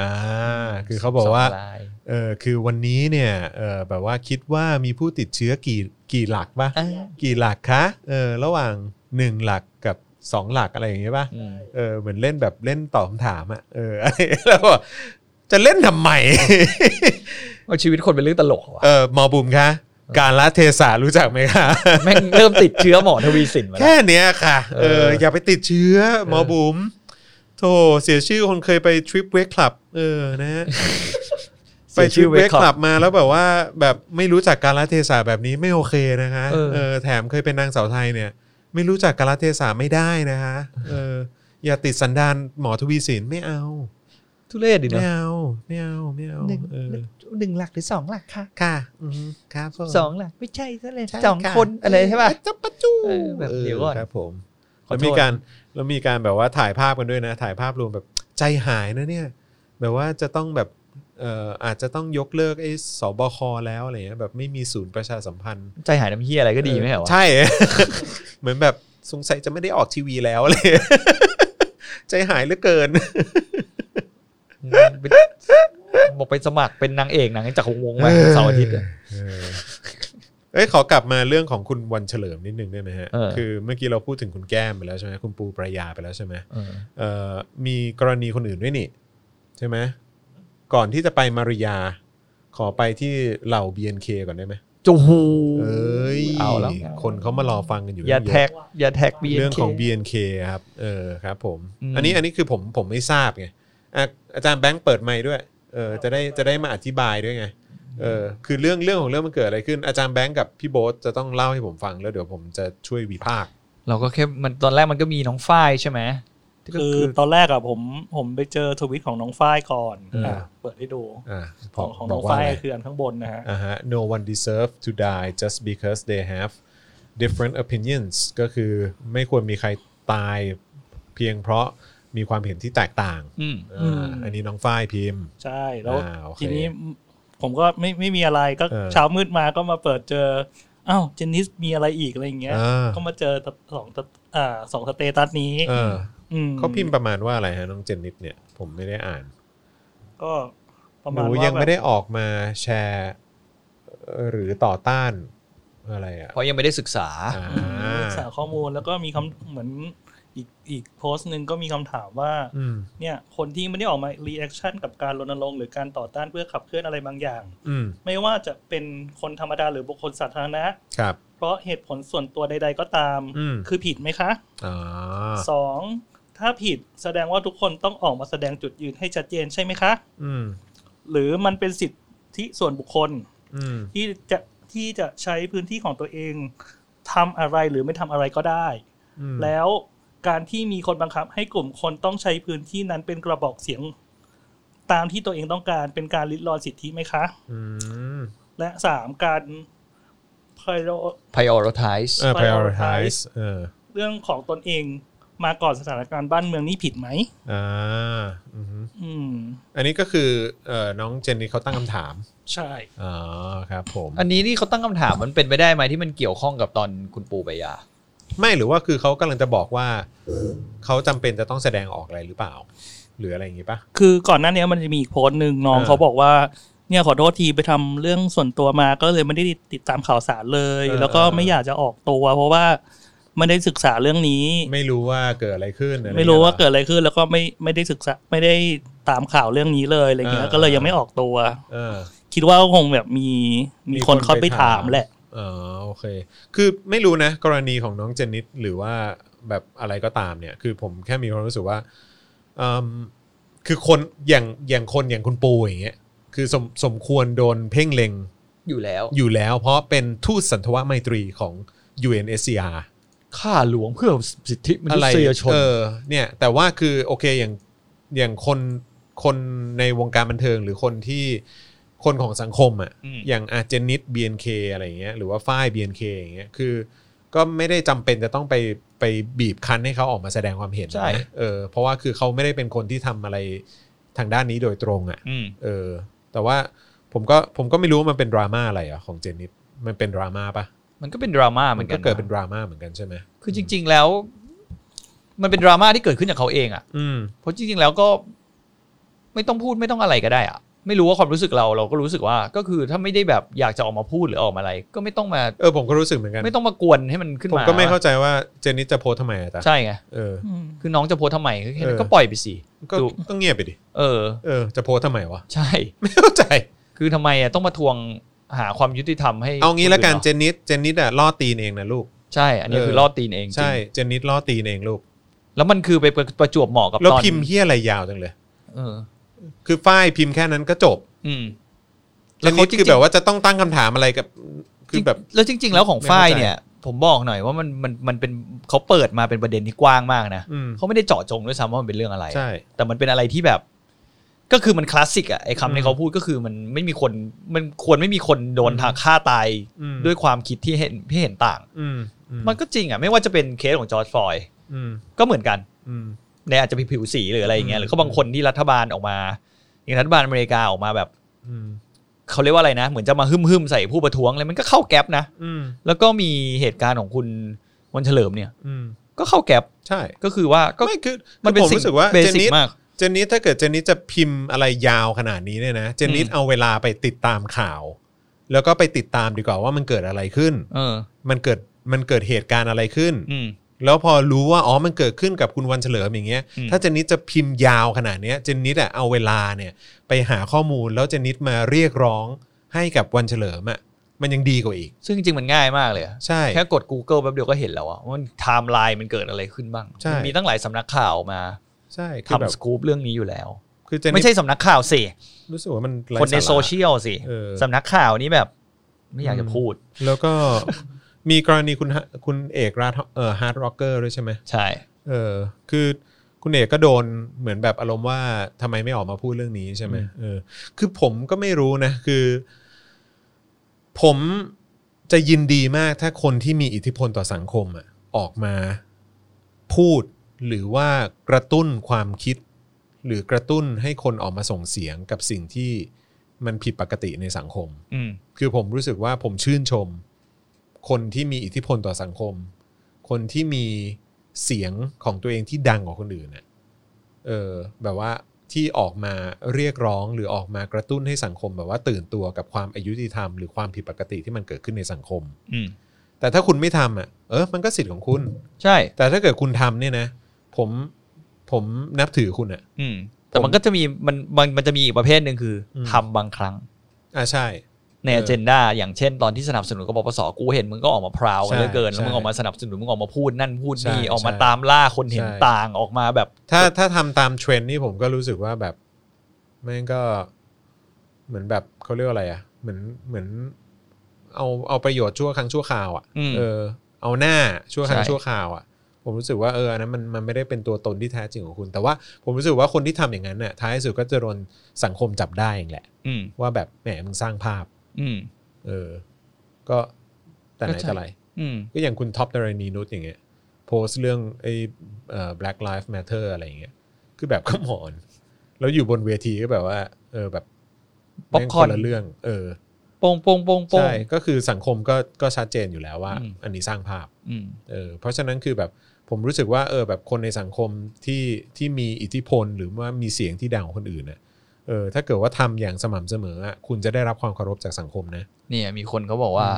อ่าคือเขาบอกว่า
สงรย
เออคือวันนี้เนี่ยเออแบบว่าคิดว่ามีผู้ติดเชื้อกี่กี่หลักปะ
อ่ะ
กี่หลักคะเออระหว่าง 1 หลักกับ 2 หลักอะไรอย่างเงี้ยปะ
อืม
เออเหมือนเล่นแบบเล่นตอบคำถามอะเอ อ แล้วก็จะเล่นทำไม
เอาชีวิตคนเป็นเรื่องตลกเหรอวะ
เออหมอบุ๋มคะ การละเทศะรู้จักไหมคะ
แม่งเริ่มติดเชื้อหมอทวีสินมาแล้ว
แค่เนี้ยค่ะเอ
เอ
อ
อ
อย่าไปติดเชื้อหมอ
เออ
บุ๋มโธ่เสียชื่อคนเคยไปทริปเวกคลับ เออนะฮะ ไปท
เสีย
ริปเวก
ค
คลั
ลั
บบ มาแล้วแบบว่าแบบไม่รู้จักการละเทศะแบบนี้ไม่โอเคนะคะ
เออ
เออแถมเคยเป็นนางสาวไทยเนี่ย ไม่รู้จักการละเทศะไม่ได้นะคะเออ อย่าติดสันดานหมอทวีสินไม่เอา
ทุเรศดิ
ไม่
เนาะ
เอาไม่เอาไม่เอาเออ
หนึ่งหลักหรือสองหลักคะ
ค่ะอืมครับผม
สองหลักไม่ใช่ซะเลย
ใช่
สอง
ะ
คนอะไรใช่ป่ะ
เจับปะจู
เออแบบเดี๋ยวก่อน
ครับผม
ข
แล้ว
อโทษ
มีการแล้วมีการแบบว่าถ่ายภาพกันด้วยนะ ถ่ายภาพรวมแบบใจหายนะเนี่ย แบบว่าจะต้องแบบเอ่ออาจจะต้องยกเลิกไอ้สบคแล้วอะไรเงี้ยแบบไม่มีศูนย์ประชาสัมพันธ์
ใจหายน้ำเฮียอะไรก็ดีไหมเหรอวะ
ใช่ เหมือนแบบสงสัยจะไม่ได้ออกทีวีแล้วเลย ใจหายเหลือเกิน
เป็นบอกไปสมัครเป็นนางเอกหนังจากรวงศ์มาเสาร์อาทิตย์อะ
เออเอ้ยขอกลับมาเรื่องของคุณวันเฉลิมนิดนึงได้ไหมฮะ
เออ
คือเมื่อกี้เราพูดถึงคุณแก้มไปแล้วใช่ไหมคุณปูปรายาไปแล้วใช่ไหม
เออ
เอ่อมีกรณีคนอื่นด้วยนี่ใช่ไหมก่อนที่จะไปมาริยา ขอไปที่เหล่า BNK ก่อนได้ไหม
จูฮู
เอ้ย
เอาแล้ว
คนเขามารอฟังกันอยู่
อย่า
เยะ
แท็กอย่าแท็กบี
เรื่องของ BNK ครับเออครับผม
อืม
อันนี้อันนี้คือผมผมไม่ทราบไงอ่ะอาจารย์แบงค์เปิดไมค์ด้วยเออจะได้จะได้มาอธิบายด้วยไง เออคือเรื่องเรื่องของเรื่องมันเกิดอะไรขึ้นอาจารย์แบงค์กับพี่โบ๊ทจะต้องเล่าให้ผมฟังแล้วเดี๋ยวผมจะช่วยวิพากษ์
เราก็แค่มันตอนแรกมันก็มีน้องฝ้ายใช่ไหมที่ก็
คือตอนแรกอะผมผมไปเจอทวิตของน้องฝ้ายก่อนอ่ะเปิดให้ดู
อ่า
ขอ
ม
งของ
บ
น้
อ
อก ง
ว่า
ฝ้าย
อะไร
คืออันข้างบนนะฮะ
อ่าฮะ no one deserve to die just because they have different opinions ก็คือไม่ควรมีใครตายเพียงเพราะมีความเห็นที่แตกต่าง
อืม
อ่าอันนี้น้องฝ้ายพิมพ์
ใช่แล้ว
อ่าโอเค
ทีนี้ผมก็ไม่ไม่มีอะไรก็
เออ
เช้ามืดมาก็มาเปิดเจออ้าวเจนนิสมีอะไรอีกอะไรอย่างเงี้ย
อ่า
ก็มาเจอสองอ่าสองสเตตัสนี้
เออ
ม
เขาพิมพ์ประมาณว่าอะไรฮะน้องเจนนิดเนี่ยผมไม่ได้อ่าน
ก็ประ
ห
มาณ
นู
ว่า
ยังไม่
แบบ
ได้ออกมาแชร์เอ่อหรือต่อต้านอะไรอ่ะ
เพราะยังไม่ได้ศึกษา
อ่า
ศึกษาข้อมูลแล้วก็มีคำเหมือนอีกอีกโพสต์หนึ่งก็มีคำถามว่า
อืม
เนี่ยคนที่ไม่ได้ออกมารีแอคชั่นกับการรณรงค์หรือการต่อต้านเพื่อขับเคลื่อนอะไรบางอย่าง
อืม
ไม่ว่าจะเป็นคนธรรมดาหรือบุคคลสาธารณะ
ครับ
เพราะเหตุผลส่วนตัวใด ๆ ก็ตาม
อืม
คือผิดไหมคะ
อ๋อ
สองถ้าผิดแสดงว่าทุกคนต้องออกมาแสดงจุดยืนให้ชัดเจนใช่ไหมคะ
อืม
หรือมันเป็นสิทธิส่วนบุคคล
อืม
ที่จะที่จะใช้พื้นที่ของตัวเองทำอะไรหรือไม่ทำอะไรก็ได้
อืม
แล้วการที่มีคนบังคับให้กลุ่มคนต้องใช้พื้นที่นั้นเป็นกระบอกเสียง ตามที่ตัวเองต้องการเป็นการลิดรอนสิทธิไหมคะ
อืม
และสามการ prior-
prioritize
เออ prioritize
prioritize
เออ
เรื่องของตนเองมาก่อนสถานการณ์บ้านเมืองนี่ผิดไหม
อ่าอือฮึ
อืม
อันนี้ก็คือเอ่อน้องเจนนี่เขาตั้งคำถาม
ใช่
อ๋อครับผม
อันนี้นี่เขาตั้งคำถามมันเป็นไปได้ไหมที่มันเกี่ยวข้องกับตอนคุณปูไปยา
ไม่หรือว่าคือเขากำลังจะบอกว่า เขาจำเป็นจะต้องแสดงออกอะไรหรือเปล่า หรืออะไรอย่างงี้ปะ
คือก่อนหน้านี้มันจะมีอีกโพสต์หนึ่งน้อง
เออ
เขาบอกว่า เนี่ยขอโทษทีไปทำเรื่องส่วนตัวมาก็เลยไม่ได้ติดตามข่าวสารเลย
เออ
แล้วก็
เออ
ไม่อยากจะออกตัว เพราะว่าไม่ได้ศึกษาเรื่องนี้
ไม่รู้ว่าเกิดอะไรขึ้นอะอย่ง
ไม่
งี้ย
รู้ว่า
หอ
เกิดอะไรขึ้น แล้วก็ไม่ไม่ได้ศึกษาไม่ได้ตามข่าวเรื่องนี้เลยอะไรเงี้ย
เออ
ก็เลยยังไม่ออกตัว
เออ
คิดว่าก็คงแบบมีมีคนเข้าไปถามแหละ
อ๋อโอเค คือไม่รู้นะ กรณีของน้องเจนนิสหรือว่าแบบอะไรก็ตามเนี่ย คือผมแค่มีความรู้สึกว่าอืมคือคนอย่างอย่างคนอย่างคุณปูอย่างเงี้ย คือสมสมควรโดนเพ่งเล็ง
อยู่แล้ว
อยู่แล้ว เพราะเป็นทูตสันทวไมตรีของ UNSCR
ข้าหลวงเพื่อสิทธิม
อะ
นุ
ไร
ษยชน
เออเนี่ย แต่ว่าคือโอเคอย่างอย่างคนคนในวงการบันเทิงหรือคนที่คนของสังคมอะ่ะ
อืม
อย่างอาเจนิต BNK อะไรอย่างเงี้ยหรือว่าฝ้าย BNK อย่างเงี้ยคือ ก็ไม่ได้จำเป็นจะต้องไปไปบีบคั้นให้เขาออกมาแสดงความเห็น
ใช่
นะเออเพราะว่าคือเขาไม่ได้เป็นคนที่ทำอะไรทางด้านนี้โดยตรงอ่ะ
อืม
เออ แต่ว่าผมก็ผมก็ไม่รู้ว่ามันเป็นดราม่าอะไรอ่ะของเจนิตมันเป็นดราม่าปะ
มันก็เป็นดราม่าเหมื
มั
อน นกั
ก็
น
เกิดเป็นดราม่าเหมือนกันใช่ไหม
คือจริง ๆแล้ว มันเป็นดราม่าที่เกิดขึ้นจากเขาเองอ่ะ
อืม
เพราะจริงๆแล้วก็ ไม่ต้องพูดไม่ต้องอะไรก็ได้อ่ะ ไม่รู้ว่าความรู้สึกเราเราก็รู้สึกว่า ก็คือถ้าไม่ได้แบบอยากจะออกมาพูดหรือออกมาอะไร ก็ไม่ต้องมา
เออผมก็รู้สึกเหมือนกัน
ไม่ต้องมากวนให้มันขึ้น
ผม
มา
ก็ไม่เข้าใจว่าเจนนิสจะโพสต์ทำไมอะตา
ใช่ไง
เออ
คือน้องจะโพสต์ทำไมก็แค่นั้
เอน อ
ก็ปล่อยไปสิ
ก็
ดู
ต้องเงียบไปดิ
เออ
เออจะโพสต์ทำไมวะ
ใช่
ไม่เข้าใจ
คือทำไมอ่ะต้องมาทวง หาความยุติธรรมให้
เอางี้ละกัน
ค
เจนนิสเจนนิสอ่ะล่อตีนเองนะลูก
ใช่ อันนี้คือ
เออ
ลอดตีนเองจริง
ใช่เจนนิสล่อตีนเองลูก
แล้วมันคือไปประจวบเหมาะกับ
แล้ว
ตอน
พิมพ์เฮี้ยอะไรยาวจังเลย
เออ
คือฝ้ายพิมพ์แค่นั้นก็จบ
อืม
เจนนิสคือแบบว่าจะต้องตั้งคำถามอะไรกับคือแบบ
แล้วจริง ๆ แล้วของ
ไม่เข้า
ฝ้าย
ใจ
เนี่ย ผมบอกหน่อยว่ามันมันมันเป็นเขาเปิดมาเป็นประเด็นที่กว้างมากนะ
อืม
เขาไม่ได้เจาะจงด้วยซ้ำว่ามันเป็นเรื่องอะไร
ใช่
แต่มันเป็นอะไรที่แบบ ก็คือมันคลาสสิกอะไอ้
อืม
คำที่เขาพูดก็คือมันไม่มีคนมันควรไม่มีคนโดนทางฆ่าตาย
อืม
ด้วยความคิดที่เห็นที่เห็นต่าง
อืมอื
มันก็จริงอะไม่ว่าจะเป็นเคสของจอร์จฟลอยด์
อืม
ก็เหมือนกัน
อืม
ในอาจจะผิวสีหรืออะไรอย่างเงี้
อื
ย
ม
หรือก็บางคนที่รัฐบาลออกมาอย่างรัฐบาลอเมริกาออกมาแบบ
อืม
เขาเรียกว่าอะไรนะ เหมือนจะมาฮึ่มๆใส่ผู้ประท้วงเลยมันก็เข้าแก๊ปนะ
อืม
แล้วก็มีเหตุการณ์ของคุณวันเฉลิมเนี่ย
อืม
ก็เข้าแก็บ
ใช่
ก็คือว่าก็
ไม่คือ
มันเป็น
ผม
สิ่ง
รู้สึกว่า
เบ
เจน
สิก
นิส
มาก
เจนนิสถ้าเกิดเจนนิสจะพิมพ์อะไรยาวขนาดนี้เนี่ยนะเจนนิส
อืม
เอาเวลาไปติดตามข่าว แล้วก็ไปติดตามดีกว่าว่ามันเกิดอะไรขึ้น
เออ
มันเกิดมันเกิดเหตุการณ์อะไรขึ้น
อืม
แล้วพอรู้ว่าอ๋อมันเกิดขึ้นกับคุณวันเฉลิมอย่างเงี้ย
อืม
ถ้าเจนนิสจะพิมพ์ยาวขนาดเนี้ยเจนนิสอะเอาเวลาเนี่ยไปหาข้อมูลแล้วเจนนิสมาเรียกร้องให้กับวันเฉลิมอะมันยังดีกว่าอีก
ซึ่งจริงๆมันง่ายมากเลยอะ
ใช่
แค่กด Google แป๊บเดียวก็เห็นแล้วอะว่าไทม์ไลน์มันเกิดอะไรขึ้นบ้าง
ใช่
มันมีตั้งหลายสำนักข่าวมา
ใช่คือแบบ
ทำสกู๊ปเรื่องนี้อยู่แล้ว
คือเจนนิ
ไม่
ส
ใช่สำนักข่าวสิ
รู้สึกว่ามันไร้
คนใน
สาระ
โซเชียลสิ
เออ
สำนักข่าวนี้แบบ ไม่อยาก
อื
จะ
ม
พูด
แล้วก็มีกรณีคุณฮะคุณเอกราดเอ่อฮาร์ดร็อกเกอร์ด้วยใช่ไหม
ใช่
เออคือคุณเอกก็โดนเหมือนแบบอารมณ์ว่าทำไมไม่ออกมาพูดเรื่องนี้ใช่ไหม
อืม
เออคือผมก็ไม่รู้นะ คือ ผมจะยินดีมากถ้าคนที่มีอิทธิพลต่อสังคมอะออกมาพูดหรือว่ากระตุ้นความคิด หรือกระตุ้นให้คนออกมาส่งเสียงกับสิ่งที่มันผิดปกติในสังคม
อืม
คือผมรู้สึกว่าผมชื่นชม คนที่มีอิทธิพลต่อสังคม คนที่มีเสียงของตัวเองที่ดังกว่าคนอื่นน่ะเออแบบว่าที่ออกมาเรียกร้องหรือออกมากระตุ้นให้สังคม แบบว่าตื่นตัวกับความอายุติธรรมหรือความผิดปกติที่มันเกิดขึ้นในสังคม
อืม
แต่ถ้าคุณไม่ทำอ่ะเออมันก็สิทธิ์ของคุณ
ใช่
แต่ถ้าเกิดคุณทำเนี่ยนะ ผมผมนับถือคุณอ่ะ
อืม แต่มันก็จะมีมันมันมันจะมีอีกประเภทหนึ่งคืออ
ม
ทำบางครั้ง
อ่าใช่
ในอเจนดาอย่างเช่นตอนที่สนับสนุนกบปสกูเห็นมึงก็ออกมาพราวกันเหลือเกิน
ใช่
แล้วมึงออกมาสนับสนุนมึงออกมาพูดนั่นพูดนี่
ใช่
ออกมา
ใช่
ตามล่าคนเห็น
ใช่
ต่างออกมาแบบ
ถ้าถ้าทำตามเทรนด์นี่ผมก็รู้สึกว่าแบบแม่งก็เหมือนแบบเขาเรียกว่าอะไรอะเหมือนเหมือน เอาเอาประโยชน์ชั่วครั้งชั่วคราวอะ
อืม
เออ เอาหน้าชั่วครั้ง
ใช่
ชั่วคราวอะผมรู้สึกว่าเอออันนั้นมันมันไม่ได้เป็นตัวตนที่แท้จริงของคุณ แต่ว่าผมรู้สึกว่าคนที่ทำอย่างนั้นเนี่ยท้ายสุดก็จะโดนสังคมจับได้เองแหละ
อืม
ว่าแบบแหมมึงสร้างภาพ
อืม
เออ ก็แต่ไหนแต่ไร
อืม
ก็อย่างคุณท็อปดารณีนุชอย่างเงี้ยโพสต์เรื่องไอ้เอ่อ Black Lives Matter อะไรอย่างเงี้ยคือแบบข มอน แล้วอยู่บนเวทีก็แบบว่า เออแบบ
ป๊อป
แม่ง
คอร์น
นละเรื่อง เออ
โป้งโป้งโป้งโป้ง
ใช่ก็คือสังคมก็ก็ชัดเจนอยู่แล้วว่า
อืม
อันนี้สร้างภาพ
อืม
เออเพราะฉะนั้นคือแบบผมรู้สึกว่าเออแบบคนในสังคมที่ที่มีอิทธิพลหรือว่ามีเสียงที่ดังกว่าคนอื่นน่ะเออถ้าเกิดว่าทำอย่างสม่ำเสมออ่ะคุณจะได้รับความเคารพจากสังคมนะ
เนี่ยมีคนเขาบอกว่า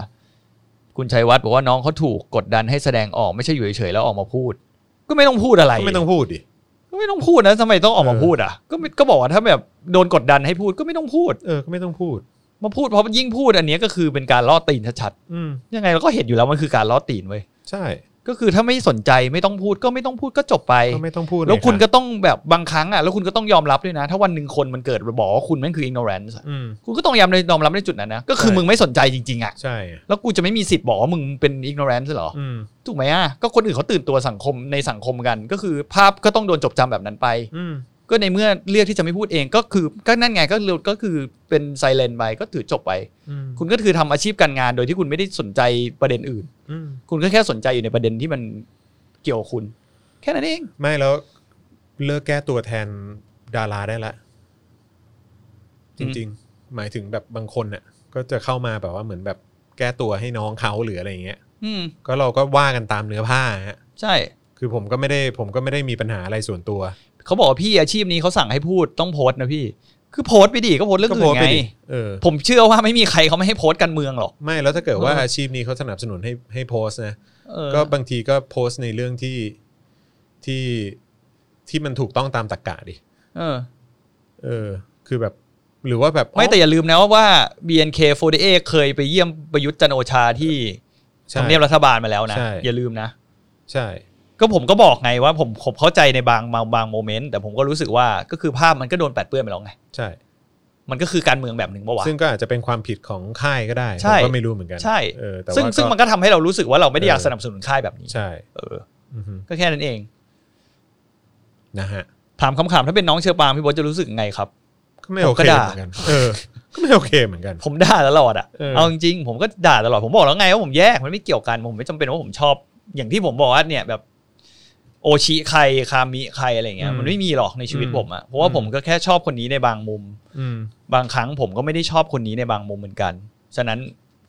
คุณชัยวัฒน์บอกว่าน้องเขาถูกกดดันให้แสดงออกไม่ใช่อยู่เฉยๆแล้วออกมาพูด ก็ไม่ต้องพูดอะไร
ก็ไม่ต้องพูดดิ
ก็ไม่ต้องพูดนะทำไมต้องออกมา
เออ
พูดอ่ะก็ไม่ก็บอกว่าถ้าแบบโดนกดดันให้พูดก็ไม่ต้องพูด
เออก็ไม่ต้องพูด
มาพูดเพราะยิ่งพูดอันเนี้ยก็คือเป็นการล่อตีนชัด
อืม
ๆยังไงเราก็เห็นอยู่แล้วมันคือการล่อตีนเว้ย
ใช่
ก็คือถ้าไม่สนใจไม่ต้องพูดก็ไม่ต้องพูดก็จบไป
ก็ไม่ต้องพูด
แล้วคุณ
เยะ
ก็ต้องแบบบางครั้งอ่ะแล้วคุณก็ต้องยอมรับด้วยนะ ถ้าวันหนึ่งคนมันเกิดบอกว่าคุณแม่งคือ ignorance อะ
อืม
คุณก็ต้องยอมยอมรับในจุดนั้นนะก็คือ
ใช่
มึงไม่สนใจจริงๆอ่ะ
ใช่อะ
แล้วกูจะไม่มีสิทธิ์บอกว่ามึงเป็น ignorance เหรอ
อืม
ถูกไหมอ่ะก็คนอื่นเขาตื่นตัวสังคมในสังคมกัน ก็คือภาพก็ต้องโดนจบจำแบบนั้นไป
อืม
ก็ในเมื่อเลือกที่จะไม่พูดเองก็คือก็นั่นไงก็เลือกก็คือเป็นไซเลนไปก็ถือจบไป
อืม
คุณก็คือทำอาชีพการงาน โดยที่คุณไม่ได้สนใจประเด็นอื่น
อืม
คุณก็แค่สนใจอยู่ในประเด็นที่มันเกี่ยวกับคุณ แค่นั้นเอง
ไม่แล้วเลิกแก้ตัวแทนดาราได้ละ จ
อืม
ริง ๆ หมายถึงแบบบางคนน่ะ ก็จะเข้ามาแบบว่าเหมือนแบบแก้ตัวให้น้องเขาหรืออะไรอย่างเงี้ย
อืม
ก็เราก็ว่ากันตามเนื้อผ้าฮะ
ใช่
คือผมก็ไม่ได้ผมก็ไม่ได้มีปัญหาอะไรส่วนตัว
เขาบอกว่าพี่อาชีพนี้เขาสั่งให้พูดต้องโพสต์นะพี่ คือโพสต์ไปดิก็โพสต์เรื่อง
ก็โพ
อื่
ส
น
ต์
ไง
ดิเออ
ผมเชื่อว่าไม่มีใครเขาไม่ให้โพสต์การเมืองหรอก
ไม่แล้วถ้าเกิดว่า
เอออ
อาชีพนี้เขาสนับสนุนให้ให้โพสต์นะ
เออ
ก็บางทีก็โพสต์ในเรื่องที่ที่ที่มันถูกต้องตามตรรกะดิ
เออ
เออ คือแบบ หรือว่าแบบ
ไม่แต่อย่าลืมนะว่า BNK48 เคยไปเยี่ยมประยุทธ์จันทร์โอชาที่
ใช่
ทำเนียบรัฐบาลมาแล้วนะ
ใช่
อย่าลืมนะ
ใช่
ก็ผมก็บอกไงว่าผมผมเข้าใจในบางบางบางโมเมนต์แต่ผมก็รู้สึกว่าก็คือภาพมันก็โดนแปดเปื้อนไปแล้วไง
ใช่
มันก็คือการเมืองแบบหนึ่งปะวะ
ซึ่งก็อาจจะเป็นความผิดของค่ายก็ได้
ใช่
ผมก็ไม่รู้เหมือนกัน
ใช่
เออแต่
ซึ่ง
ว่า
ซึ่งมันก็ทำให้เรารู้สึกว่าเราไม่ได้อยากสนับสนุนค่ายแบบนี้
ใช่
เออ
อือฮึ
ก็แค่นั้นเอง
นะฮะ
ถามคำขำๆถ้าเป็นน้องเชอปางพี่โบทจะรู้สึกไงครับ
ก็ไม่โอ
ผมก็
เค
ด่า
เหมือนกันเออก็ไม่โอเคเหมือนกัน
ผมด่าตลอดอ่ะ
เออ
เอาจริงๆผมก็ด่าตลอดผมบอกแล้วไงว่าผมแยกมันไม่เกี่ยวกันผมไม่จำเป็นว่าผมชอบ อย่างที่ผมบอกว่าเนี่ยแบบโอชิใครคามิใครอะไรเงี้ย
อืม
มันไม่มีหรอกในชีวิต
อืม
ผมอ่ะเพราะว่า
อืม
ผมก็แค่ชอบคนนี้ในบางมุม
อืม
บางครั้งผมก็ไม่ได้ชอบคนนี้ในบางมุมเหมือนกัน ฉะนั้น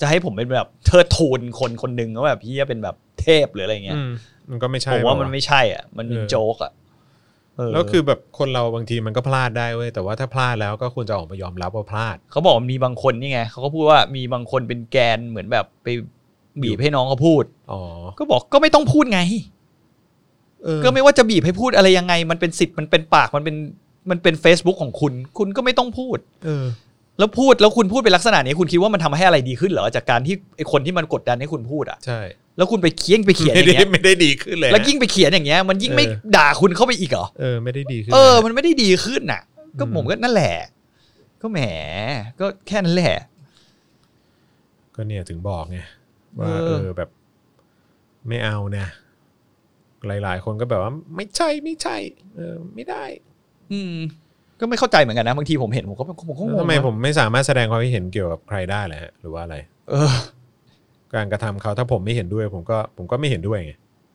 จะให้ผมเป็นแบบเทิดทูนคนคนหนึ่งแล้วแบบพี่จะเป็นแบบเทพหรืออะไรเงี้ย
อืมมันก็ไม่ใช่
ผมว่า
ปะะ
มันไม่ใช่อ่ะ มันเป็น
เออ
โจ๊กอ่ะเ
แล้วคือแบบคนเราบางทีมันก็พลาดได้เว้ยแต่ว่าถ้าพลาดแล้วก็ควรจะออกมายอมรับว่าพลาด
เขาบอกว่ามีบางคนนี่ไงเขาก็พูดว่ามีบางคนเป็นแกนเหมือนแบบไปบีบให้น้องเขาพูด
อ๋อ
ก็บอกก็ไม่ต้องพูดไง
เออ
ก็ไม่ว่าจะบีบให้พูดอะไรยังไง มันเป็นสิทธิ์มันเป็นปากมันเป็นมันเป็น Facebook ของคุณ คุณก็ไม่ต้องพูด
เออ
แล้วพูดแล้วคุณพูดเป็นลักษณะนี้คุณคิดว่ามันทำให้อะไรดีขึ้นเหรอจากการที่ไอคนที่มันกดดันให้คุณพูดอ่ะ
ใช่
แล้วคุณไปเคียงไปเขียนอ
ไม่ได้
ย่างเงี้ย
ไม่ได้ดีขึ้นเลยนะ
แล้วยิ่งไปเขียนอย่างเงี้ย มันยิ่งไม่
เออ
ด่าคุณเข้าไปอีกเหรอ
เออไม่ได้ดีขึ้น
เออ
ลยนะ
มันไม่ได้ดีขึ้นน่ะ ก็
อืม
ผมก็นั่นแหละ ก็แหม ก็แค่นั้นแหละ
ก็เนี่ยถึงบอกไงว่า
เอ
เอ
อ
อแบบ ไม่เอานะหลาย ๆ คนก็แบบว่า ไม่ใช่ไม่ใช่ เออ ไม่ได้
อืม ก็ไม่เข้าใจเหมือนกันนะบางทีผมเห็นผมก็ผมก็ง
แล้ว
ง
ทำไม
นะ
ผมไม่สามารถแสดงความคิดเห็นเกี่ยวกับใครได้แหละฮะหรือว่าอะไร
เออ
การกระทำเขาถ้าผมไม่เห็นด้วย ผมก็ผมก็ไม่เห็นด้วยไง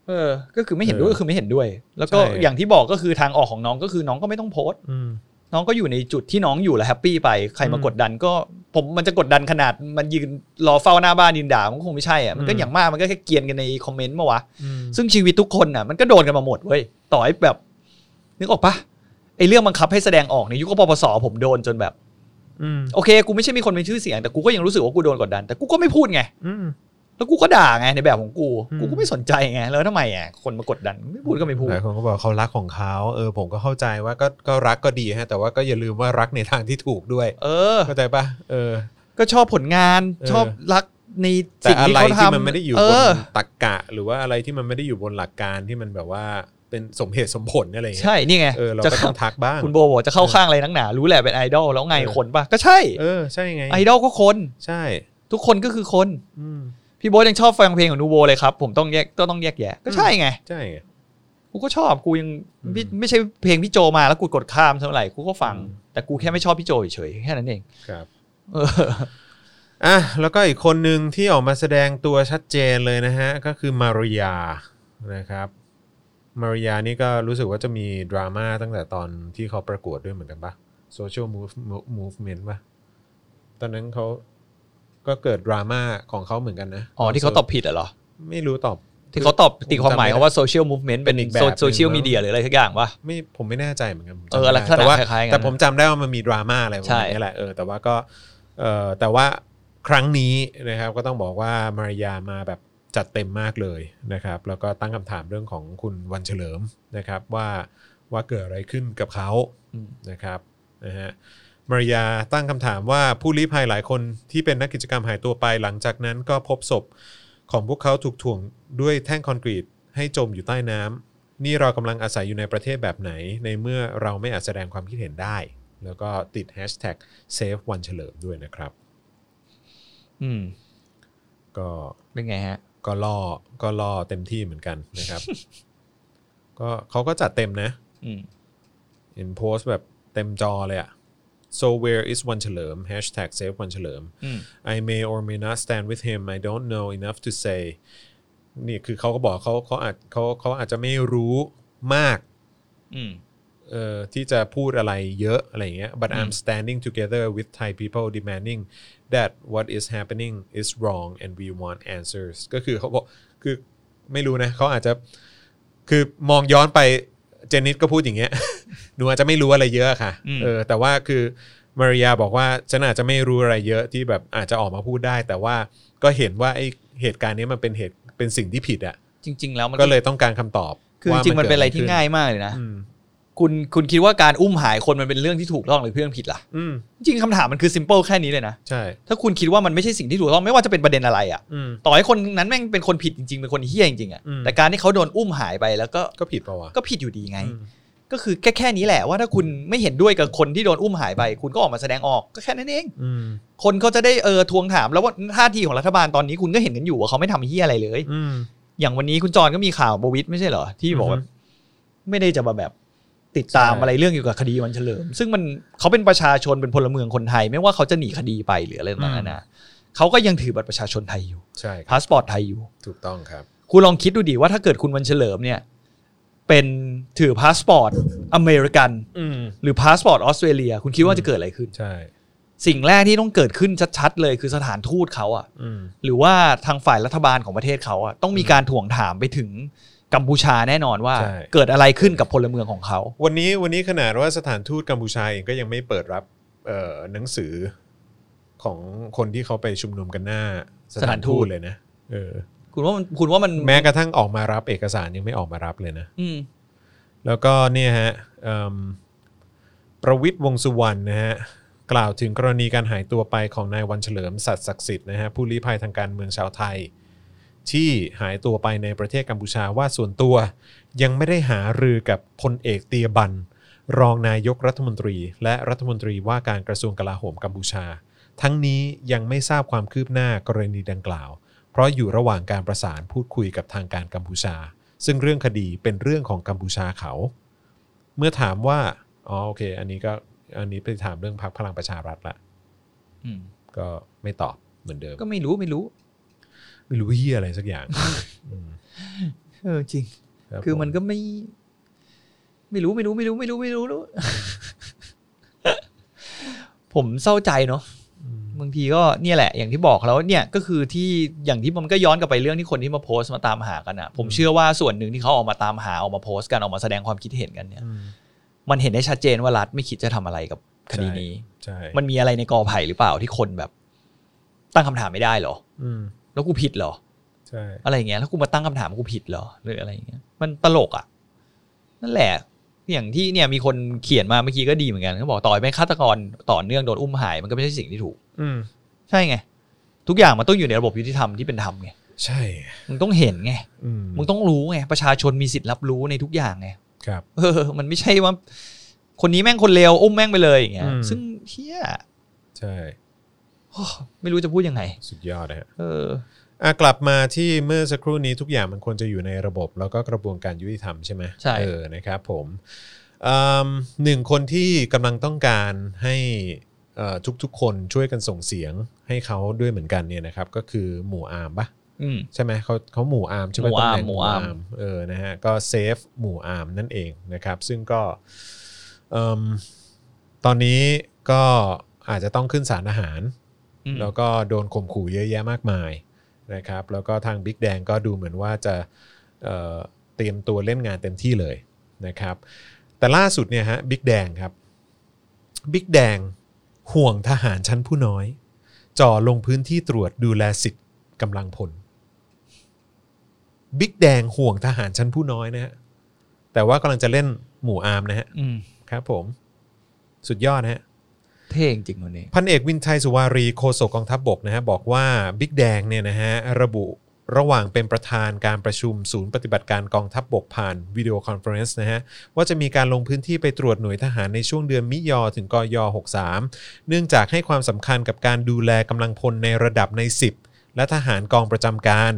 เออ ก็คือไม่เห็นด้วย
เออ
ก็คือไม่เห็นด้วย แล้วก็
ใช่
อย่างที่บอกก็คือทางออกของน้องก็คือน้องก็ไม่ต้องโพสต์
อืม
น้องก็อยู่ในจุดที่น้องอยู่แล้วแฮปปี้ไป ใครมา
อืม
กดดันก็ผมมันจะกดดันขนาดมันยืนรอเฝ้าหน้าบ้านยืนด่ามันก็คงไม่ใช่อ่ะมันก็
อืม
อย่างมากมันก็แค่เกรียนกันในคอมเมนต์มาวะ
อืม
ซึ่งชีวิตทุกคนน่ะมันก็โดนกันมาหมดเว้ยต่อให้แบบ นึกออกปะไอเรื่องบังคับให้แสดงออกในยุคปปสผมโดนจนแบบ
อืม
โอเค กูไม่ใช่มีคนมีชื่อเสียงแต่กูก็ยังรู้สึกว่ากูโดนกดดัน แต่กูก็ไม่พูดไง
อืม
แล้วกูก็ด่าไงในแบบของกู
อืม
กูก็ไม่สนใจไงแล้วทำไมอ่ะคนมากดดันไม่พูดก็ไม่พูด
หลายคนก็บอกเขารักของเขาเออ ผมก็เข้าใจว่าก็ก็รักก็ดีฮะ แต่ว่าก็อย่าลืมว่ารักในทางที่ถูก ด้วย
เออ
เข้าใจปะเออ
ก็ชอบผลงาน
เออ
ชอบรักใน
แต่
สิ่ง
อะ
ที่
ไร
เขา
ที่
ทำ
มันไม่ได้อยู่
เอบ
น
อ
ตรกกะ หรือว่าอะไรที่มันไม่ได้อยู่บนหลักการที่มันแบบว่าเป็นสมเหตุสมผลอะไรอย่างเงี้ย
ใช่นี่ไง
เออเรา
จะ
ก็ต้องทักบ้าง
คุณโบบอกจะเข้าข้างอะไรนักหนา รู้แหละเป็นไอดอลแล้วไง
เออ
คนปะก็ใช่
เออใช่ไง
ไอดอลก็คน
ใช่
ทุกคนก็คือคน
อืม
พี่โบ๊ทยังชอบฟังเพลงของนูโวเลยครับ ผมต้องแยกต้องต้องแยกแยะก็ใช่ไง
ใช่ไง
กูก็ชอบกูยัง
อืม
ไม่ไม่ใช่เพลงพี่โจมาแล้วกูกดข้ามเท่าไหร่กูก็ฟัง
อืม
แต่กูแค่ไม่ชอบพี่โจเฉยๆแค่นั้นเอง
ครับ
เออ
อ่ะแล้วก็อีกคนหนึ่งที่ออกมาแสดงตัวชัดเจนเลยนะฮะ ก็คือมาริยานะครับ มาริยานี่ก็รู้สึกว่าจะมีดราม่าตั้งแต่ตอนที่เขาประกวดด้วยเหมือนกันปะ Social Move Movement ปะตอนนั้นเขาก็เกิดดราม่าของเขา เหมือนกันนะ
อ๋ อที่เขาตอบผิดอะเหรอ
ไม่รู้ตอบ
ที่เขาตอบตีความหมายเขาว่าโซเชียลมูฟเมนต์
เป็
เป็น น
อีกแบบหนึ่ง
โซเชียลมีเดียหรืออะไรสักอย่างวะ
ไม่ผมไม่แน่ใจเหมือนกันผมจำ
เออลักษณะ
ไม่ได้แต่ว่า
คล้ายๆกัน
แต่ผมจำได้ว่ามันมีดราม่าอะไรประ
ใช่
มาณนี้แหละเออแต่ว่าก็เออแต่ว่าครั้งนี้นะครับก็ต้องบอกว่ามารยามาแบบจัดเต็มมากเลยนะครับ แล้วก็ตั้งคำถามเรื่องของคุณวันเฉลิมนะครับว่าว่าเกิดอะไรขึ้นกับเขา
อืม
นะครับนะฮะมารยาตั้งคำถามว่าผู้ลี้ภัยหลายคนที่เป็นนักกิจกรรมหายตัวไปหลังจากนั้นก็พบศพของพวกเขาถูกถ่วงด้วยแท่งคอนกรีตให้จมอยู่ใต้น้ำนี่เรากำลังอาศัยอยู่ในประเทศแบบไหน ในเมื่อเราไม่อาจแสดงความคิดเห็นได้ แล้วก็ติด hashtag save วันเฉลิมด้วยนะครับ
อืม
ก็
เป็นไงฮะ
ก็ล่อก็ล่อเต็มที่เหมือนกันนะครับ ก็เขาก็จัดเต็มนะ
อืม
เห็นโพสต์แบบเต็มจอเลยอะ so where is วันเฉลิม hashtag save วันเฉลิม
อืม
I may or may not stand with him I don't know enough to say นี่คือเขาก็บอกเขาเขาอาจเขาเขาอาจจะไม่รู้มาก
อืม
เอ่อที่จะพูดอะไรเยอะอะไรอย่างเงี้ย but
อืม
I'm standing together with Thai people demanding that what is happening is wrong and we want answers ก็คือเขาบอกคือไม่รู้นะเขาอาจจะคือมองย้อนไปเจนนิสก็พูดอย่างเงี้ย หนูอาจจะไม่รู้อะไรเยอะค่ะ
อืม
เออแต่ว่าคือมาริยาบอกว่าฉันอาจจะไม่รู้อะไรเยอะที่แบบอาจจะออกมาพูดได้ แต่ว่าก็เห็นว่าไอเหตุการณ์นี้มันเป็นเหตุเป็นสิ่งที่ผิดอะ่ะ
จริง ๆ แล้วมัน
ก็เลยต้องการคำตอบ
คือจริงๆมันเป็นอะไรที่ง่ายมากเลยนะ
อืม
คุณคุณคิดว่าการอุ้มหายคนมันเป็นเรื่องที่ถูกต้องหรือเรื่องผิดล่ะ
อืม
จริงๆคำถามมันคือ simple แค่นี้เลยนะ
ใช่
ถ้าคุณคิดว่ามันไม่ใช่สิ่งที่ถูกต้องไม่ว่าจะเป็นประเด็นอะไรอะ
อืม
ต่อให้คนนั้นแม่งเป็นคนผิดจริงๆ เป็นคนเฮี้ยจริงๆอะ
อืม
แต่การที่เขาโดนอุ้มหายไปแล้วก็
ก็ผิดปะวะ
ก็ผิดอยู่ดีไง
อืม
ก็คือแค่แค่นี้แหละว่าถ้าคุณไม่เห็นด้วยกับคนที่โดนอุ้มหายไป คุณก็ออกมาแสดงออกก็แค่นั้นเอง
อืม
คนเขาจะได้เออทวงถามแล้วว่าท่าทีของรัฐบาลตอนนี้คุณก็เห็นกันอยู่ว่าเขาไม่ทำเฮี้ยอะไรเลย
อืม
อย่างวันนี้คุณจรก็มีข่าวบวิตไม่ใช่เหรอ ที่บอก
อือฮึ
แบบไม่ได้จะมาแบบติดตาม
ใช่
อะไรเรื่องเกี่ยวกับคดีวันเฉลิม ซึ่งมันเขาเป็นประชาชนเป็นพลเมืองคนไทย ไม่ว่าเขาจะหนีคดีไปหรืออะไรต่างๆนานาเขาก็ยังถือบัตรประชาชนไทยอยู่
ใช่ครับ
พาสปอร์ตไทยอยู่
ถูกต้องครับ
คุณลองคิดดูดิว่าถ้าเกิดคุณวันเฉลิมเนี่ย เป็นถือพาสปอร์ตอเมริกัน
อืม
หรือพาสปอร์ตออสเตรเลียคุณคิดว่าจะเกิดอะไรขึ้น
ใช่
สิ่งแรกที่ต้องเกิดขึ้นชัดๆ เลยคือสถานทูตเขาอะ
อืม
หรือว่าทางฝ่ายรัฐบาลของประเทศเขาอะต้องมีการถ่วงถามไปถึงกัมพูชาแน่นอนว่า
ใช่
เกิดอะไรขึ้นกับพลเมืองของเขา
วันนี้วันนี้ขนาดว่าสถานทูตกัมพูชาเองก็ยังไม่เปิดรับเอ่อหนังสือของคนที่เขาไปชุมนุมกันหน้าสถานทูต
สถานทูต
เลยนะเออ
คุณว่ามันคุณว่ามัน
แม้กระทั่งออกมารับเอกสารยังไม่ออกมารับเลยนะ
อืม
แล้วก็เนี่ยฮะเอิ่มประวิทย์วงษ์สุวรรณนะฮะกล่าวถึงกรณีการหายตัวไปของนายวันเฉลิมสัตย์ศักดิ์สิทธิ์นะฮะผู้ลี้ภัยทางการเมืองชาวไทย ที่หายตัวไปในประเทศกัมพูชาว่าส่วนตัว ยังไม่ได้หารือกับพลเอกเตียบัน รองนายกรัฐมนตรี และรัฐมนตรีว่าการกระทรวงกลาโหมกัมพูชา ทั้งนี้ยังไม่ทราบความคืบหน้ากรณีดังกล่าว เพราะอยู่ระหว่างการประสานพูดคุยกับทางการกัมพูชา ซึ่งเรื่องคดีเป็นเรื่องของกัมพูชาเขา เมื่อถามว่า อ๋อโอเค อันนี้ก็อันนี้ไปถามเรื่องพรรคพลังประชารัฐละ
อืม
ก็ไม่ตอบเหมือนเดิม
ก็ไม่รู้ไม่รู้
ไม่รู้เฮียอะไรสักอย่าง อืม
เออจริง
รับ
คือมัน
ผ
ก็ไม่ ไม่รู้ไม่รู้ไม่รู้ไม่รู้ไม่รู้รู้ ผมเศร้าใจเนาะ
อืม
บางทีก็เนี่ยแหละ อย่างที่บอกแล้วเนี่ยก็คือที่อย่างที่มันก็ย้อนกลับไปเรื่องที่คนที่มาโพสต์มาตามหากันอะผมเชื่อว่าส่วนหนึ่งที่เขาออกมาตามหาออกมาโพสต์กันออกมาแสดงความคิดเห็นกันเนี่ย
อืม
มันเห็นได้ชัดเจนว่ารัฐไม่คิดจะทำอะไรกับคดี
ใช่
นี้
ใช่
มันมีอะไรในกอไผ่หรือเปล่าที่คนแบบ ตั้งคำถามไม่ได้เหรอ
อืม
แล้วกูผิดเหรอ
ใช่
อะไรอย่างเงี้ยแล้วกูมาตั้งคำถามว่ากูผิดเหรอหรืออะไรอย่างเงี้ย มันตลกอ่ะ นั่นแหละ อย่างที่เนี่ยมีคนเขียนมาเมื่อกี้ก็ดีเหมือนกันเขาบอกต่อยเป็นฆาตกรต่อเนื่องโดนอุ้มหายมันก็ไม่ใช่สิ่งที่ถูก
อืม
ใช่ไง ทุกอย่างมันต้องอยู่ในระบบยุติธรรมที่เป็นธรรมไง
ใช่
มึงต้องเห็นไง
อืม
มึงต้องรู้ไงประชาชนมีสิทธิ์รับรู้ในทุกอย่างไง
ครับ
เออ มันไม่ใช่ว่า คนนี้แม่งคนเลวอุ้มแม่งไปเลยอย่างเงี้ย
อืม
ซึ่งเฮีย
ใช่
โอ้ไม่รู้จะพูดยังไง
สุดยอดนะฮะ
เออ
อ่ะกลับมาที่เมื่อสักครู่นี้ทุกอย่างมันควรจะอยู่ในระบบ แล้วก็กระบวนการยุติธรรมใช่ไหม
ใช่
เออนะครับผมอืมหนึ่งคนที่กำลังต้องการให้เอ่อทุกๆ คนช่วยกันส่งเสียงให้เขาด้วยเหมือนกันเนี่ยนะครับ ก็คือหมู่อาร์มปะ
อืม
ใช่ไหมเขาเขาหมู่อาร์มใช่ไหม
หมู่อาร์ม
ตำแน่ง
หมู่อาร์ม
เออนะฮะก็เซฟหมู่อาร์มนั่นเองนะครับ ซึ่งก็เอิ่มตอนนี้ก็อาจจะต้องขึ้นสารอาหาร
อืม
แล้วก็โดนข่มขู่เยอะแยะมากมายนะครับ แล้วก็ทางบิ๊กแดงก็ดูเหมือนว่าจะเอ่อเตรียมตัวเล่นงานเต็มที่เลยนะครับ แต่ล่าสุดเนี่ยฮะบิ๊กแดงครับบิ๊กแดงห่วงทหารชั้นผู้น้อย จ่อลงพื้นที่ตรวจดูแลสิทธิ์กำลังพลบิ๊กแดงห่วงทหารชั้นผู้น้อยนะฮะแต่ว่ากำลังจะเล่นหมู่อาร์มนะฮะ
อืม
ครับผมสุดยอดนะฮะ
เท่จริงๆวันนี้
พันเอกวินไทยสุวารีโฆษกกองทัพบกนะฮะบอกว่าบิ๊กแดงเนี่ยนะฮะระบุระหว่างเป็นประธานการประชุมศูนย์ปฏิบัติการกองทัพบกผ่านวิดีโอคอนเฟอเรนซ์นะฮะว่าจะมีการลงพื้นที่ไปตรวจหน่วยทหารในช่วงเดือนมิยอถึงกย 63 เนื่องจากให้ความสำคัญกับการดูแลกำลังพลในระดับใน 10 และทหารกองประจำการ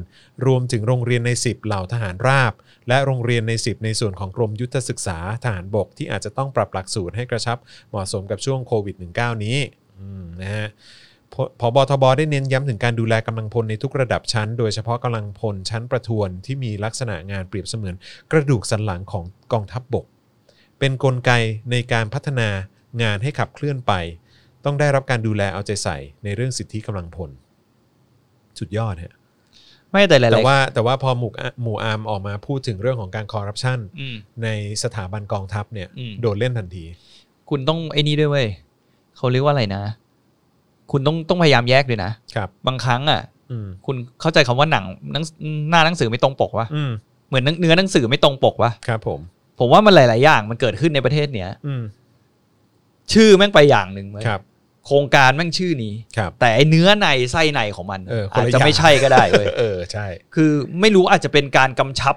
รวมถึงโรงเรียนใน 10 เหล่าทหารราบ และโรงเรียนใน 10 ในส่วนของกรมยุทธศึกษาทหารบกที่อาจจะต้องปรับหลักสูตรให้กระชับเหมาะสมกับช่วงโควิด -19 นี้อืมนะฮะพผบทบได้เน้นย้ำถึงการดูแลกำลังพลในทุกระดับชั้น โดยเฉพาะกำลังพลชั้นประทวนที่มีลักษณะงานเปรียบเสมือนกระดูกสันหลังของกองทัพบก เป็นกลไกในการพัฒนางานให้ขับเคลื่อนไป ต้องได้รับการดูแลเอาใจใส่ในเรื่องสิทธิกำลังพลสุดยอดฮะ
ไม่แต่หลายๆ
แต่ว่าแต่ว่าพอหมู่อะหมู่อาร์มออกมาพูดถึงเรื่องของการคอร์รัปชัน
อืม
ในสถาบันกองทัพเนี่ย
อืม
โดนเล่นทันที
คุณต้องไอ้นี่ด้วยเว้ยเขาเรียกว่าอะไรนะ คุณต้องต้องพยายามแยกด้วยนะครับ บางครั้งอ่ะ
อืม
คุณเข้าใจคำว่าหนังหนังหน้าหนังสือไม่ตรงปกวะ
อืม
เหมือนเนื้อหนังสือไม่ตรงปกวะ
ครับผม
ผมว่ามันหลาย ๆ อย่างมันเกิดขึ้นในประเทศเนี้ย
อืม
ชื่อแม่งไปอย่างหนึ่งเว้ย
ครับ
โครงการแม่งชื่อนี้
ครับ
แต่ไอ้เนื้อในไส้ในของมัน
เออคน
อาจ
ละ
จะ
อย่าง
ไม่ใช่ก็ได้เว้ย
เออใช่
คือไม่รู้อาจจะเป็นการกำชับ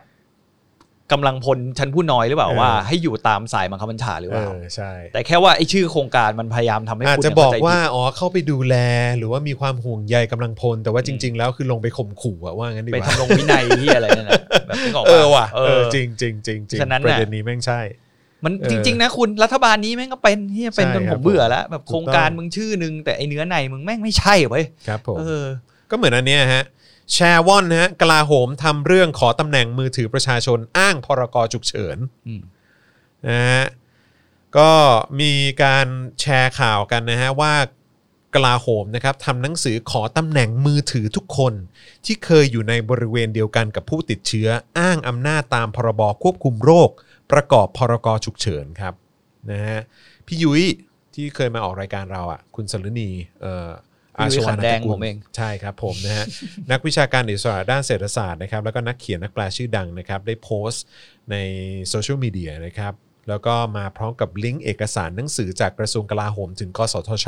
กำลังพลชั้นผู้น้อยหรือเปล่า
เออ
ว่า ให้อยู่ตามสายบังคับบัญชาหรือ
เอ
เปล่า
อใช่
แต่แค่ว่าไอ้ชื่อโครงการมันพยายามทำให้
อาจ
คุณ
จะ
เนี่ย
บอก
เข้ใจ
ว่า
ผิด
อ๋อเข้าไปดูแลหรือว่ามีความห่วงใยกำลังพล แต่ว่าจริง ๆ แล้วคือลงไปข่มขู่อะว่างั้นดีก
ไป
ว่า
ทำลงวินัยที่อะไรนั่นน่ะแบบนึกออกป
เออว่ะ
เอ
เอ
อ
อจริงจริงจริงจริง
ฉะนั้น
ป
น่ะ
ระเด็นนี้แม่งใช่
มัน
เออ
จริง ๆ นะคุณรัฐบาลนี้แม่งก็เป็นเฮียเป็น
ใช่
จน
ค
ผ
รับ
มเบื่อแล้ว แบบ
ถูกต้อง
โครงการมึงชื่อนึง แต่ไอเนื้อในมึงแม่งไม่ใช่เว้ย
ครับผม
เออ
ก็เหมือนอันเนี้ยฮะแชร์วอนนะฮะกลาโหมทำเรื่องขอตำแหน่งมือถือประชาชนอ้างพรกฉุกเฉิน
อืม
นะฮะก็มีการแชร์ข่าวกันนะฮะว่ากลาโหมนะครับทำหนังสือขอตำแหน่งมือถือทุกคน ที่เคยอยู่ในบริเวณเดียวกันกับผู้ติดเชื้อ อ้างอำนาจตามพรบควบคุมโรค ประกอบพรกฉุกเฉินครับนะฮะพี่ยุ้ยที่เคยมาออกรายการเราอ่ะคุณสรุณีเอ่อ อา
พี่ยุ้ยว
ชา
ขั
นน
นแดง
ตกุล
ผมเอง
ใช่ครับผมนะฮะ นักวิชาการอิสระด้านเศรษฐศาสตร์นะครับแล้วก็นักเขียนนักแปลชื่อดังนะครับได้โพสต์ในโซเชียลมีเดียนะครับแล้วก็มาพร้อมกับลิงก์เอกสารหนังสือจากกระทรวงกลาโหมถึงกสทช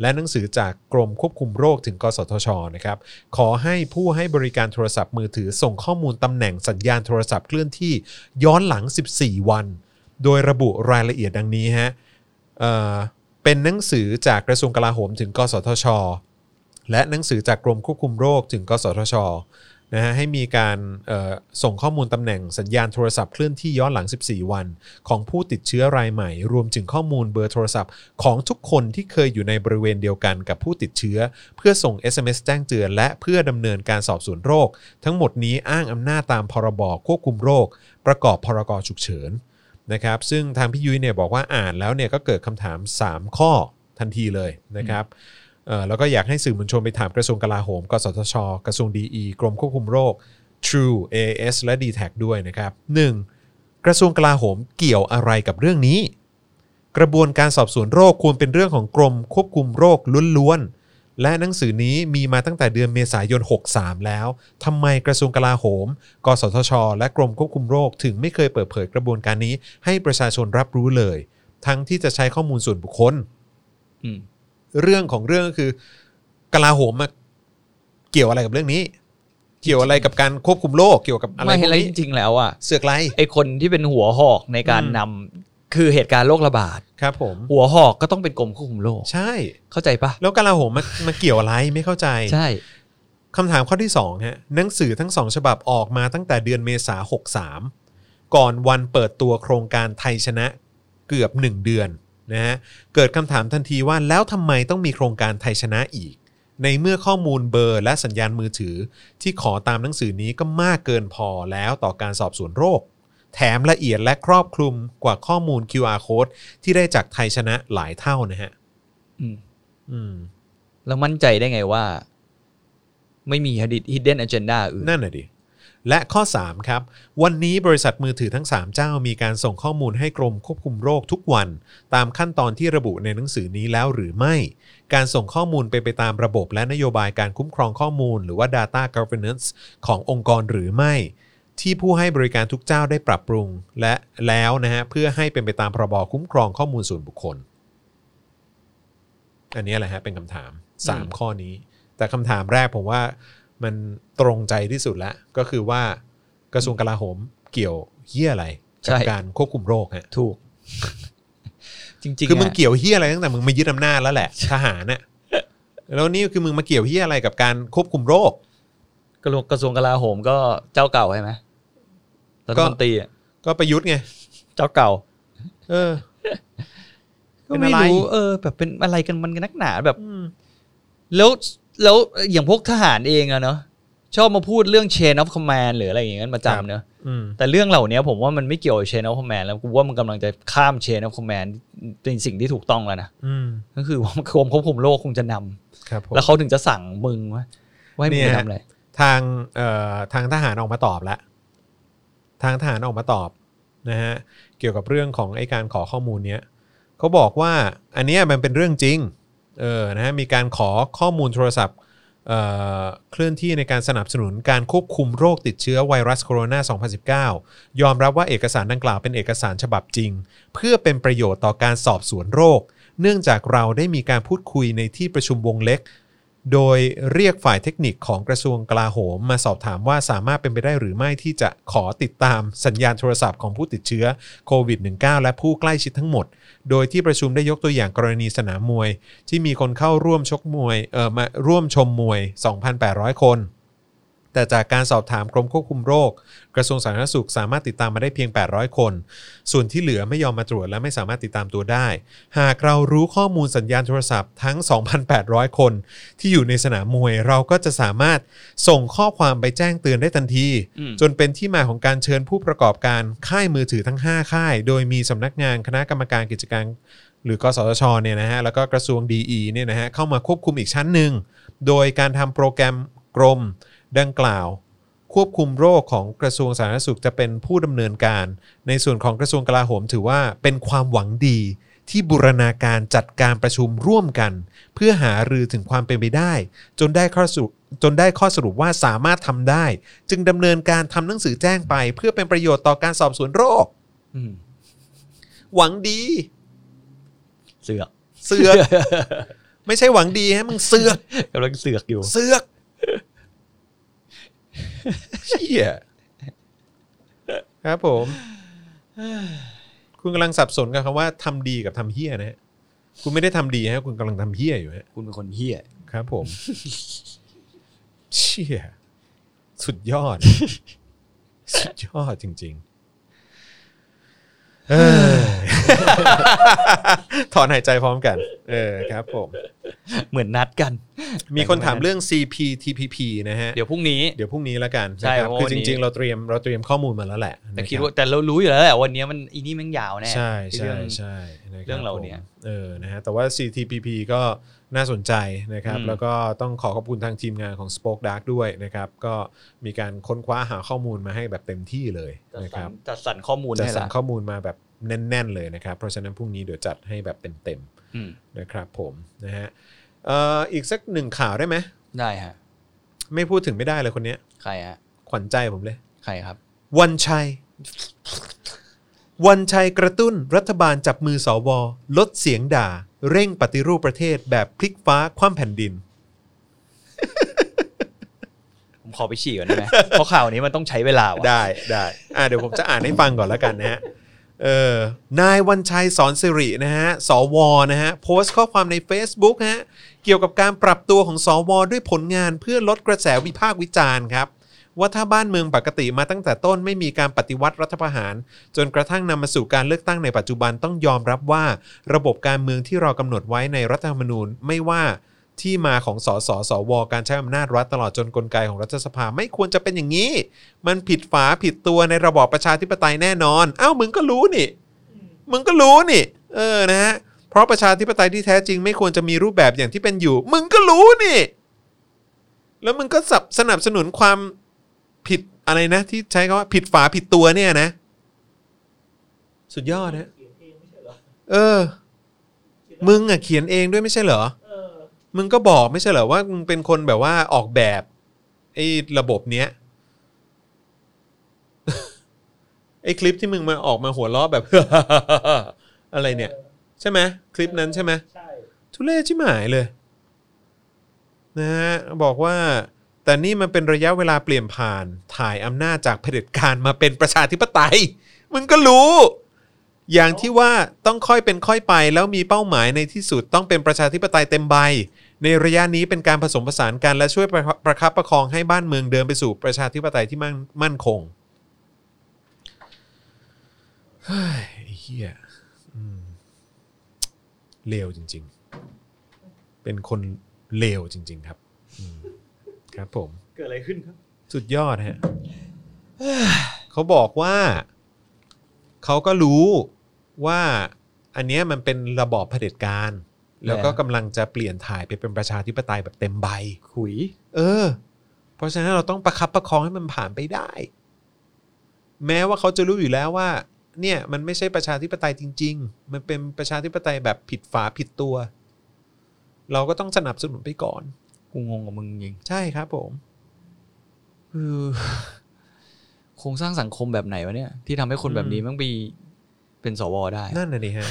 และหนังสือจากกรมควบคุมโรคถึงกสทชนะครับขอให้ผู้ให้บริการโทรศัพท์มือถือส่งข้อมูลตำแหน่งสัญญาณโทรศัพท์เคลื่อนที่ย้อนหลัง 14 วัน โดยระบุรายละเอียดดังนี้ฮะเอ่อเป็นหนังสือจากกระทรวงกลาโหมถึง กสทช และหนังสือจากกรมควบคุมโรคถึง กสทชนะฮะให้มีการเอ่อส่งข้อมูลตำแหน่งสัญญาณโทรศัพท์เคลื่อนที่ย้อนหลัง 14 วัน ของผู้ติดเชื้อรายใหม่ รวมถึงข้อมูลเบอร์โทรศัพท์ ของทุกคนที่เคยอยู่ในบริเวณเดียวกันกับผู้ติดเชื้อ เพื่อส่ง SMS แจ้งเตือนและเพื่อดำเนินการสอบสวนโรค ทั้งหมดนี้อ้างอำนาจตามพรบควบคุมโรค ประกอบพรกฉุกเฉิน นะครับซึ่งทางพี่ยุ้ยเนี่ยบอกว่าอ่านแล้วเนี่ยก็เกิดคำถาม 3 ข้อทันทีเลยนะครับเอ่อแล้วก็อยากให้สื่อมวลชนไปถามกระทรวงกลาโหม กสทช กระทรวงดีกรมควบคุมโรค True AS และ d t แทด้วยนะครับ 1. กระทรวงกลาโหมเกี่ยวอะไรกับเรื่องนี้ กระบวนการสอบสวนโรคควรเป็นเรื่องของกรมควบคุมโรคล้วนๆ และหนังสือนี้มีมาตั้งแต่เดือนเมษายน 63 แล้ว ทำไมกระทรวงกลาโหม กสทช และกรมควบคุมโรคถึงไม่เคยเปิดเผยกระบวนการนี้ ให้ประชาชนรับรู้เลย ทั้งที่จะใช้ข้อมูลส่วนบุคคล
อืม
เรื่องของเรื่องก็คือกลาโหมมาเกี่ยวอะไรกับเรื่องนี้ เกี่ยวอะไรกับการควบคุมโรคเกี่ยวกับอะไรพ
ไม่
ว
เห็
ก
นแล้ว
นี้
จริง ๆ แล้วอ่ะ
เสือกไร
ไอคนที่เป็นหัวหอกในการ
อืม
นำคือเหตุการณ์โรคระบาด
ครับผม
หัวหอกก็ต้องเป็นกรมควบคุมโรค
ใช่
เข้าใจปะ
แล้วกลาโหมมามาเกี่ยวอะไรไม่เข้าใจ
ใช่
คำถามข้อที่2ฮะหนังสือทั้งสองฉบับออกมาตั้งแต่เดือนเมษา63 ก่อนวันเปิดตัวโครงการไทยชนะเกือบ 1 เดือนนะฮะเกิดคำถามทันทีว่าแล้วทำไมต้องมีโครงการไทยชนะอีก ในเมื่อข้อมูลเบอร์และสัญญาณมือถือ ที่ขอตามหนังสือนี้ก็มากเกินพอแล้วต่อการสอบสวนโรค แถมละเอียดและครอบคลุมกว่าข้อมูล QR code ที่ได้จากไทยชนะหลายเท่านะฮะ
อืม
อืม
แล้วมั่นใจได้ไงว่า ไม่มี hidden- hidden agenda อื่น
นั่นน่ะดิ และข้อ 3 ครับ วันนี้บริษัทมือถือทั้ง 3 เจ้ามีการส่งข้อมูลให้กรมควบคุมโรคทุกวัน ตามขั้นตอนที่ระบุในหนังสือนี้แล้วหรือไม่ การส่งข้อมูลเป็นไปตามระบบและนโยบายการคุ้มครองข้อมูล หรือว่า data governance ขององค์กรหรือไม่ ที่ผู้ให้บริการทุกเจ้าได้ปรับปรุง และแล้วนะฮะเพื่อให้เป็นไปตามพรบคุ้มครองข้อมูลส่วนบุคคล อันนี้แหละฮะเป็นคำถามสาม
อืม
ข้อนี้ แต่คำถามแรกผมว่ามันตรงใจที่สุดละก็คือว่า กระทรวงกลาโหมเกี่ยวเฮี้ยอะไร
ใช่
กับการควบคุมโรคฮะ
ถูก จริงๆ
คือมึง
ะ
เกี่ยวเฮี้ยอะไรตั้งแต่มึงมายึดอำนาจแล้วแหละทหารน่ะแล้วนี่คือมึงมาเกี่ยวเฮี้ยอะไรกับการควบคุมโรค
กระทรวงกระทรวงกลาโหมก็เจ้าเก่าใช่ไหมรัฐมนตรีอะ
ก็ประยุทธ์ไง
เจ้าเก่า
เออ
ก็
เป็นอะ
ไม่
ไร
รู้เออ แบบเป็นอะไรกันมันกันนักหนาแบบ
อืม
แล้วแล้วอย่างพวกทหารเองอะเนาะชอบมาพูดเรื่อง chain of command หรืออะไรอย่างเงี้ยประจำเนอะ
อืม
แต่เรื่องเหล่านี้ผมว่ามันไม่เกี่ยวกับ chain of command แล้วกูว่ามันกำลังจะข้าม chain of command เป็นสิ่งที่ถูกต้องแล้วนะ
อืม
ก็คือ ว่ากรมควบคุมโรคคงจะนำ
ครับผม
แล้วเขาถึงจะสั่งมึงว่าว่าให้มึง
เนี่ย
ไปทำอะไร
ทางเอ่อทางทหารออกมาตอบแล้วทางทหารออกมาตอบนะฮะเกี่ยวกับเรื่องของไอการขอข้อมูลเนี้ยเขาบอกว่าอันเนี้ยมันเป็นเรื่องจริงเออนะฮะมีการขอข้อมูลโทรศัพท์ เอ่อเคลื่อนที่ในการสนับสนุนการควบคุมโรคติดเชื้อไวรัสโคโรนา 2019 ยอมรับว่าเอกสารดังกล่าวเป็นเอกสารฉบับจริง เพื่อเป็นประโยชน์ต่อการสอบสวนโรค เนื่องจากเราได้มีการพูดคุยในที่ประชุมวงเล็ก โดยเรียกฝ่ายเทคนิคของกระทรวงกลาโหม มาสอบถามว่าสามารถเป็นไปได้หรือไม่ที่จะขอติดตามสัญญาณโทรศัพท์ของผู้ติดเชื้อโควิด -19 และผู้ใกล้ชิดทั้งหมด โดยที่ประชุมได้ยกตัวอย่างกรณีสนามมวย ที่มีคนเข้าร่วมชกมวยเออมาร่วมชมมวย 2,800 คน แต่จากการสอบถามกรมควบคุมโรค กระทรวงสาธารณสุขสามารถติดตามมาได้เพียง 800 คน ส่วนที่เหลือไม่ยอมมาตรวจและไม่สามารถติดตามตัวได้ หากเรารู้ข้อมูลสัญญาณโทรศัพท์ทั้ง 2,800 คน ที่อยู่ในสนามมวยเราก็จะสามารถส่งข้อความไปแจ้งเตือนได้ทันที
อืม
จนเป็นที่มาของการเชิญผู้ประกอบการค่ายมือถือทั้ง 5 ค่าย โดยมีสำนักงานคณะกรรมการกิจการ หรือกสทชเนี่ยนะฮะแล้วก็กระทรวงดีเนี่ยนะฮะเข้ามาควบคุมอีกชั้นหนึ่ง โดยการทำโปรแกรมกรมดังกล่าว ควบคุมโรคของกระทรวงสาธารณสุขจะเป็นผู้ดำเนินการ ในส่วนของกระทรวงกลาโหมถือว่าเป็นความหวังดี ที่บูรณาการจัดการประชุมร่วมกัน เพื่อหารือถึงความเป็นไปได้ จนได้ข้อสรุปจนได้ข้อสรุปว่าสามารถทำได้ จึงดำเนินการทำหนังสือแจ้งไป เพื่อเป็นประโยชน์ต่อการสอบสวนโรค
อืม
หวังดี
เสือก
เสือก ไม่ใช่หวังดีฮะมึงเสือก
กำลังเสือกอยู่
เสือกเชี่ยครับผม คุณกำลังสับสนกับคำว่าทำดีกับทำเฮี้ยนะฮะคุณไม่ได้ทำดีฮะคุณกำลังทำเฮี้ยอยู่ฮะ
คุณเป็นคนเฮี้ย
ครับผม เชี่ยสุดยอด สุดยอดจริงๆเอ้ย ถอนหายใจพร้อมกัน เออครับผม
เหมือนนัดกัน
มีคนถามเรื่อง CPTPP นะฮะ
เดี๋ยวพรุ่งนี้
เดี๋ยวพรุ่งนี้แล้วกัน
ใช่
นะครั
เพราะ
คือ
วัน
จ
นี้
ริงๆ เราเตรียมเราเตรียมข้อมูลมาแล้วแหละ
แต่
นะ
คิด
รับ
ว่าแต่เรารู้อยู่แล้วแหละวันนี้มันอีนี่แมันยาวแน่
ใช่
เรื่
ใช่
อง
ใช่นะคบ
เรื่องเหล่าเนี้
ผ
ย
มเออนะฮะแต่ว่า CTPP ก็น่าสนใจนะครับ
อืม
แล้วก็ต้องขอขอบคุณทางทีมงานของ Spoke Dark ด้วยนะครับ ก็มีการค้นคว้าหาข้อมูลมาให้แบบเต็มที่เลย
จัด
นะค
สร
รั
ร
บ
จัดสรรข้อมูล
จะ
ให้
สั่
ละ
งข้อมูลมาแบบแน่น ๆ เลยนะครับ เพราะฉะนั้นพรุ่งนี้เดี๋ยวจัดให้แบบเต็ม
อืม
ๆนะครับผมนะฮะเอ่ออีกสักหนึ่งข่าวได้ไหม
ได้ฮะ
ไม่พูดถึงไม่ได้เลยคนเนี้ย
ใครฮะ
ขวัญใจผมเลย
ใครครับ
วันชัย วันชัยกระตุ้นรัฐบาลจับมือสว ลดเสียงด่า เร่งปฏิรูปประเทศแบบพลิกฟ้าคว่ำแผ่นดิน
ผมขอไปฉี่ก่อนได้ไหม เพราะข่าวนี้มันต้องใช้เวลาว่ะ
ได้ได้อ่ะเดี๋ยวผมจะอ่านให้ฟังก่อนแล้วกันนะฮะเออนายวันชัยสอนสิรินะฮะสวนะฮะโพสต์ข้อความใน Facebook ฮะเกี่ยวกับการปรับตัวของสวด้วยผลงานเพื่อลดกระแสวิพากษ์วิจารณ์ครับ ว่าถ้าบ้านเมืองปกติมาตั้งแต่ต้นไม่มีการปฏิวัติรัฐประหาร จนกระทั่งนำมาสู่การเลือกตั้งในปัจจุบันต้องยอมรับว่า ระบบการเมืองที่เรากำหนดไว้ในรัฐธรรมนูญไม่ว่าที่มาของสสสว การใช้อำนาจรัฐตลอดจนกลไกของรัฐสภาไม่ควรจะเป็นอย่างนี้ มันผิดฝาผิดตัวในระบอบประชาธิปไตยแน่นอน เอ้ามึงก็รู้นี่ มึงก็รู้นี่ เออนะฮะ เพราะประชาธิปไตยที่แท้จริงไม่ควรจะมีรูปแบบอย่างที่เป็นอยู่ มึงก็รู้นี่ แล้วมึงก็สับสนับสนุนความผิดอะไรนะ ที่ใช้คำว่าผิดฝาผิดตัวเนี่ยนะ สุดยอดนะ
เขียนเองไม่ใช่เหรอ
เออ มึงอะเขียนเองด้วยไม่ใช่เหรอ
เออ
มึงก็บอกไม่ใช่เหรอว่ามึงเป็นคนแบบว่าออกแบบไอ้ระบบเนี้ย ไอ้คลิปที่มึงมาออกมาหัวล้อแบบ อะไรเนี่ย ใช่ไหมคลิปนั้นใช่ไหม
ใช่
ทุเรศชิบหายเลยนะฮะบอกว่า แต่นี่มันเป็นระยะเวลาเปลี่ยนผ่านถ่ายอำนาจจากเผด็จการมาเป็นประชาธิปไตย มึงก็รู้ อย่างที่ว่าต้องค่อยเป็นค่อยไป แล้วมีเป้าหมายในที่สุดต้องเป็นประชาธิปไตยเต็มใบ ในระยะนี้เป็นการผสมผสานกันและช่วยประคับประคับประคองให้บ้านเมืองเดินไปสู่ประชาธิปไตยที่มั่นมั่นคงเฮ้ยไอ้เฮียอืมเลวจริง ๆ เป็นคนเลวจริง ๆ ครับอืมครับผม
เกิดอะไรขึ้นครับ
สุดยอดฮะ เขาบอกว่า เขาก็รู้ว่าอันเนี้ยมันเป็นระบอบเผด็จการ แล้วก็กำลังจะเปลี่ยนถ่ายไปเป็นประชาธิปไตยแบบเต็มใบ
ขุย
เออ เพราะฉะนั้นเราต้องประคับประคองให้มันผ่านไปได้ แม้ว่าเขาจะรู้อยู่แล้วว่า เนี่ย มันไม่ใช่ประชาธิปไตยจริง ๆ มันเป็นประชาธิปไตยแบบผิดฝาผิดตัว เราก็ต้องสนับสนุนไปก่อน
กู กูงงกับมึงจริง
ใช่ครับผม
คือโครงสร้างสังคมแบบไหนวะเนี่ย ที่ทำให้คนแบบนี้มันบีเป็นสวได้
นั่นน่ะดิฮะ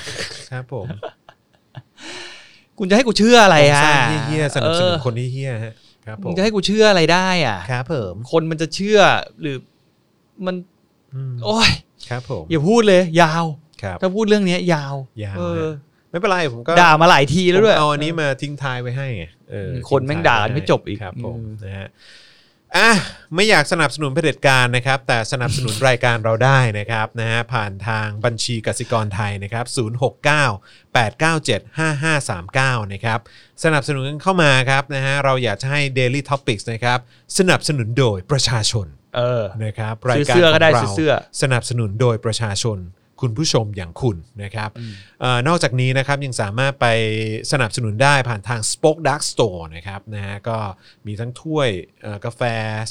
ครับผม
คุณจะให้กูเชื่ออะไร
โคงส
ฮะ
ร้างเฮี้ยๆสนับสนุน
เออ
คนที่เฮี้ยฮะครับผม
มึงจะให้กูเชื่ออะไรได้อ่ะ
ครับผม
คนมันจะเชื่อหรือมัน
อืม
โอ้ย
ครับผม
อย่าพูดเลย ยาว
ครับ
ถ้าพูดเรื่องเนี้ย ยาวย
าว
เออ
ฮะ ไม่เป็นไรผมก็
ด่ามาหลายทีแล้วด้วย
ผมเอาอันนี้มาทิ้งท้ายไว้ให้ไงเออ
คนแม่งด่ากันไม่จบอีก
ครับผม
อืม
นะฮะอ่ะไม่อยากสนับสนุนเผด็จการนะครับ แต่สนับสนุน รายการเราได้นะครับนะฮะผ่านทางบัญชีกสิกรไทยนะครับ069 897 5539นะครับสนับสนุนกันเข้ามาครับนะฮะเราอยากจะให้ Daily Topics นะครับสนับสนุนโดยประชาชน
เออ
นะครับ
ซื้
รายการ
อเสื้อก็ได้
ขง
ซื้
รา
อเสื้อ
สนับสนุนโดยประชาชนคุณผู้ชมอย่างคุณนะครับ
อืม
เออนอกจากนี้นะครับยังสามารถไปสนับสนุนได้ผ่านทาง Spoke Dark Store นะครับนะฮะก็มีทั้งถ้วยเอ่อกาแฟ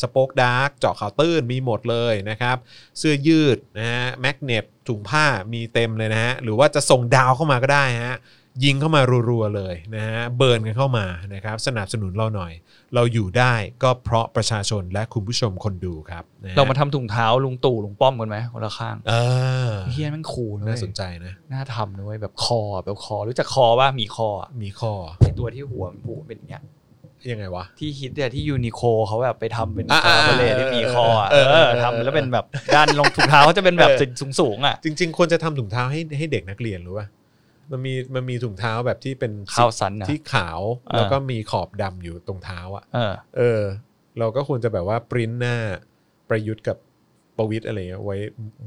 Spoke Dark เจาะข่าวตื้นมีหมดเลยนะครับเสื้อยืดนะฮะแมกเนตถุงผ้ามีเต็มเลยนะฮะหรือว่าจะส่งดาวเข้ามาก็ได้ฮะยิงเข้ามารัวๆเลยนะฮะเบิร์นกันเข้ามานะครับสนับสนุนเราหน่อย เราอยู่ได้ก็เพราะประชาชนและคุณผู้ชมคนดูครับนะฮะ
เรามาทำถุงเท้าลุงตู่ลุงป้อมกันไหมคนละข้าง
เออ
เฮียแมันคูลนะเว้
น่าย สนใจนะ
น่าทำนะเว้ยแบบคอแบบคอรู้จักคอว่ามีคออะ
มีคอ
ไอ้ตัวที่หัวมันผูกเป็นอย่างเงี้ย
ยังไงวะ
ที่ฮิตเนี่ยที่ยูนิโคเขาแบบไปทำเป็น
อ่า
คอเบเล
อ่า
ที่มีคออ่ะ
เอ
เอ
อ
อทำแล้วเป็นแบบด้านรองถุงเท้าเขาจะเป็นแบบ
เออ
สูงสูงๆอ่ะ
จริง ๆ ควรจะทำถุงเท้าให้ให้เด็กนักเรียนรู้ป่ะมันมีมันมีถุงเท้าแบบที่เป็น
ขาวสันนะ
ที่ขาว
อ่า
แล้วก็มีขอบดำอยู่ตรงเท้าอ่ะ
เออ
เออ เราก็ควรจะแบบว่าปริ้นหน้าประยุทธ์กับประวิทย์อะไรเงี้ยไว้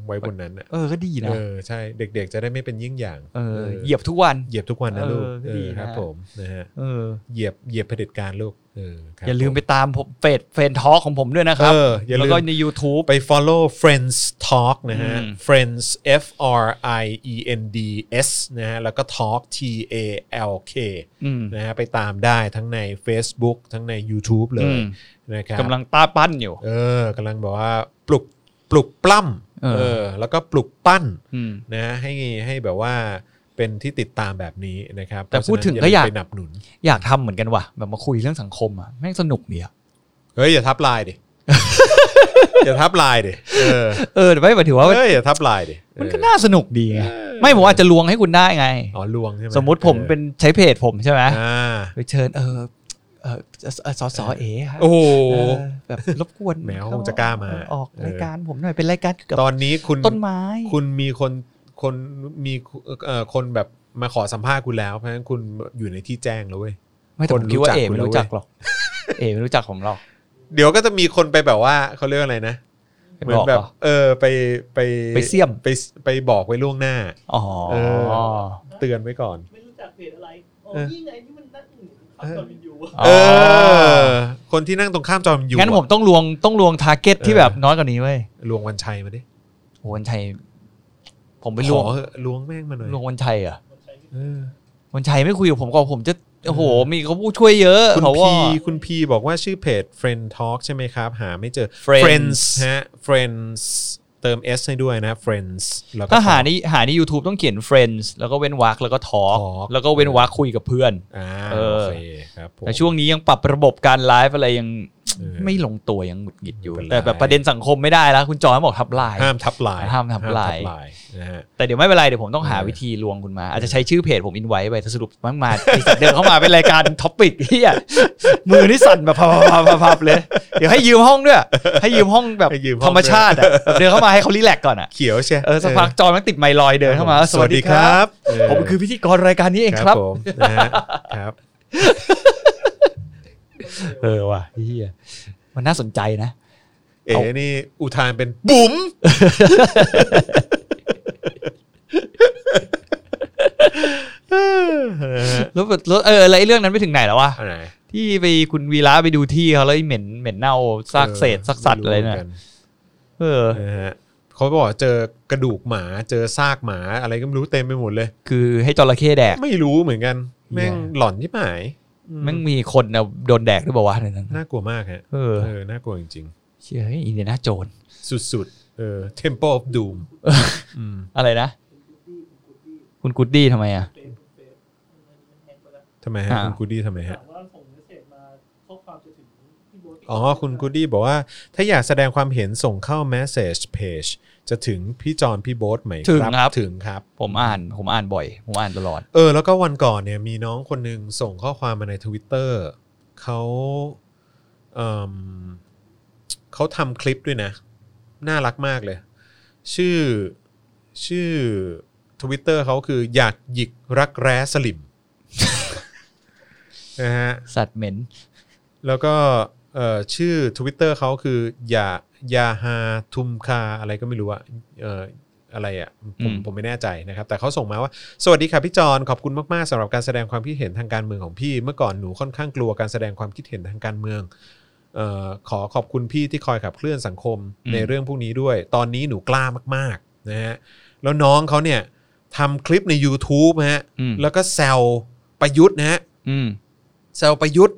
ไว้บนนั้นอ่ะ
เออก็ดีนะ
เออใช่เด็กๆ จะได้ไม่เป็นยิ่งอย่าง
เออ
ออ
เหยียบทุกวัน
เหยียบทุกวันนะลูก
เออก็
เอ
ดี
อ
นะ
ครับผมนะฮะ
เออ
เหยียบเหยียบเผด็จการลูกเออครับ
อย่าลืม
ผ
ไปตามผมเฟซเฟนทอของผมด้วยนะครับ
เอออย่า
แล้ว
ลืม
ก็ใน YouTube
ไป follow friends talk นะฮะ
อืม
friends f r i e n d s นะฮะแล้วก็ talk t a l k
อืม
นะฮะไปตามได้ทั้งใน Facebook ทั้งใน YouTube เล
อื
ย
ม
นะครับ
กำลังตาปั้นอยู่
เออกำลังบอกว่าปลุกปลุกปล้ำ
เออ
เออแล้วก็ปลุกปั้น
อืม
นะฮะให้ให้แบบว่าเป็นที่ติดตามแบบนี้นะครับ
แต่พูดถึง
เพ
ก็
ระฉะนั้น
อยาก
ไปหนับหนุน
อยากทำเหมือนกันว่ะแบบมาคุยเรื่องสังคมอ่ะแม่งสนุกดีอ่ะ
เฮ้ย อย่าทับลาย ดิ อย่าทับลายดิเออ
เออแต่ไม่หมายถึงว่ามัน
เฮ้ยอย่าทับลายดิเออ
มันก็น่าสนุกดีไง
เออ
ไม่ผมอาจจะลวงให้คุณได้ไง
อ๋อลวงใช่ไหม
สมมุติผมเป็นใช้เพจผมใช่ไหม
เอออ่า
ไปเชิญเออเออเอ่อสอสอเอครับ
โอ้โห
เออแบบรบกวน
แหมเขาคงจะกล้ามา
เออออก
เออ
รายการผมหน่อยเป็นรายการเกี่ยวกับ
ตอนนี้คุณ
ต้นไม้
คุณมีคนคนมีเอ่อคนแบบมาขอสัมภาษณ์คุณแล้ว เพราะฉะนั้นคุณอยู่ในที่แจ้งแล้วเว้ย
ไม่แต่
คน
ผมคิดว่า
รู้จัก
เอ
คุณ
ไม่
แล้วเว้ย
รู้จักหรอกเอไม่รู้จักผมหรอก
เดี๋ยวก็จะมีคนไปแบบว่าเขาเรียกอะไรนะ
ไป
เหมือบ น
อก
แบบ
เหรอ
เออไปไป
ไปเสี่ยม
ไปไปบอกไว้ล่วงหน้า
อ๋อ
เออ เตือนไว้ก่อน
ไม่รู้จักเพจอะไรอ๋อ
เออ
นี่ไงที่มันนั่งขับจอมินยู
อ๋อ
เออ คนที่นั่งตรงข้ามจอมอยู่
งั้นผมต้องลวงต้องลวงทาร์เก็ตที่แบบน้อยกว่านี้เว้ย
ลวงวันชัยมาดิ
โหวันชัยผมไปลวง
ขอเถอะลวงแม่งมาหน่อย
ลวงวันชัยเหรอะ
เออ
วันชัยไม่คุยกับผมก่อนผมจะโอ้โห มีเขาผู้ช่วยเยอะ
คุณ
เขา
พี
ว่า
คุณพีบอกว่าชื่อเพจ Friend Talk ใช่ไหมครับ หาไม่เจอ
Friends
ฮะ Friends เติม S ให้ด้วยนะ Friends แล้วก็
ถ้าหานี่หานี่ YouTube ต้องเขียน Friends แล้วก็เว้นวรรคแล้วก็ทอ
Talk
แล้วก็เว้นวรรคคุยกับเพื่อน
อ่า
เออ
โอเคครับผม
แต่ช่วงนี้ยังปรับระบบการไลฟ์อะไรยัง
เออ
ไม่ลงตัวยังหงุดหงิดอยู่
ไม่เป็นไร
แต่แบบประเด็นสังคมไม่ได้แล้ว คุณจอยบอกทับไลน์
ห้ามทับลาย
ห้ามทับลาย
ลายนะฮะ
แต่เดี๋ยวไม่เป็นไร เดี๋ยวผมต้องหา
เออ
วิธีลวงคุณมา อาจจะใช้ชื่อเพจผมอินไว้ไปแต่สรุปมัน มาไอ้สัตว์เดินเข้ามาเป็นรายการท็อปิกเฮียมือนี่สั่นแบบพับๆๆๆเลย เดี๋ยวให้ยืมห้องด้วย ให้ยืมห้องแบบ
ให้ยืมห้อง
ธรรมชาติ อะแบบเดินเข้ามาให้เขารีแลกซ์ก่อนอะ
เขียวใช่
เออสักพักจอยมันติดไมค์ลอยเดินเข้ามา
สวัสดีครับเ
ผมคือพิธีกรรายการนี้เอง
ค
ค
รั
รั
บบ ผมนะ ฮะครับ
เออว่ะเฮียมันน่าสนใจนะ
เอ๋นี่อุทานเป็นบุ๋ม
แล้วแบบแล้วเอออะไรเรื่องนั้นไปถึงไหนแล้ววะ
อันไหน
ที่ไปคุณวีระไปดูที่เขาแล้วไอ้เหม็นเหม็นเน่าซากเศษซากสัตว์อะไรเนี่ยเออ
นะฮะเขาบอกว่าเจอกระดูกหมาเจอซากหมาอะไรก็ไม่รู้เต็มไปหมดเลย
คือให้จระเข้แดก
ไม่รู้เหมือนกัน แม่ง
เหี้ย
หลอนที่หมาย
แมันมีคนเอาโดนแดกหรือเปล่าวะในนั้น
น่ากลัวมากฮะ
เออ
เออน่ากลัวจริง
เชื่อเฮ้ยอินเดียนาโจน
ๆ สุดๆเออ Temple of Doom อืม
อะไรนะ คุณกุดดี้ทำไมอ่ะ
ทำไมฮะ
อ่า
คุณกูดี้ทำไมฮะ
ถามว่าส่งเมสเซจมา ข้อความจะถึงพี่โบ๊ท
อ๋อ คุณกูดดี้บอกว่า ถ้าอยากแสดงความเห็นส่งเข้า Message Page จะถึงพี่จอนพี่โบ๊ทไหม
ถึงครับ
ถึงครับ
ผมอ่านผมอ่านบ่อย ผมอ่านตลอด
เออ แล้วก็วันก่อนเนี่ยมีน้องคนหนึ่งส่งข้อความมาใน Twitter เขาเอิ่มเขาทำคลิปด้วยนะ น่ารักมากเลย ชื่อชื่อ Twitter เขาคืออยากหยิกรักแร้สลิม นะฮะ
สัตว์เหม็น
แล้วก็เอ่อชื่อ Twitter เขาคือยายาฮาทุมคาอะไรก็ไม่รู้อะเอ่ออะไรอะผ
อื
ม
ม
ผมไม่แน่ใจนะครับ แต่เขาส่งมาว่า สวัสดีค่ะพี่จอนขอบคุณมาก ๆสำหรับการแสดงความคิดเห็นทางการเมืองของพี่ เมื่อก่อนหนูค่อนข้างกลัวการแสดงความคิดเห็นทางการเมืองเอ่อขอขอบคุณพี่ที่คอยขับเคลื่อนสังคม
อืม
ในเรื่องพวกนี้ด้วย ตอนนี้หนูกล้ามากๆนะฮะแล้วน้องเขาเนี่ยทำคลิปใน YouTube ฮะ
อืม
แล้วก็แซวประยุทธ์นะฮะ
อืม
แซวประยุทธ์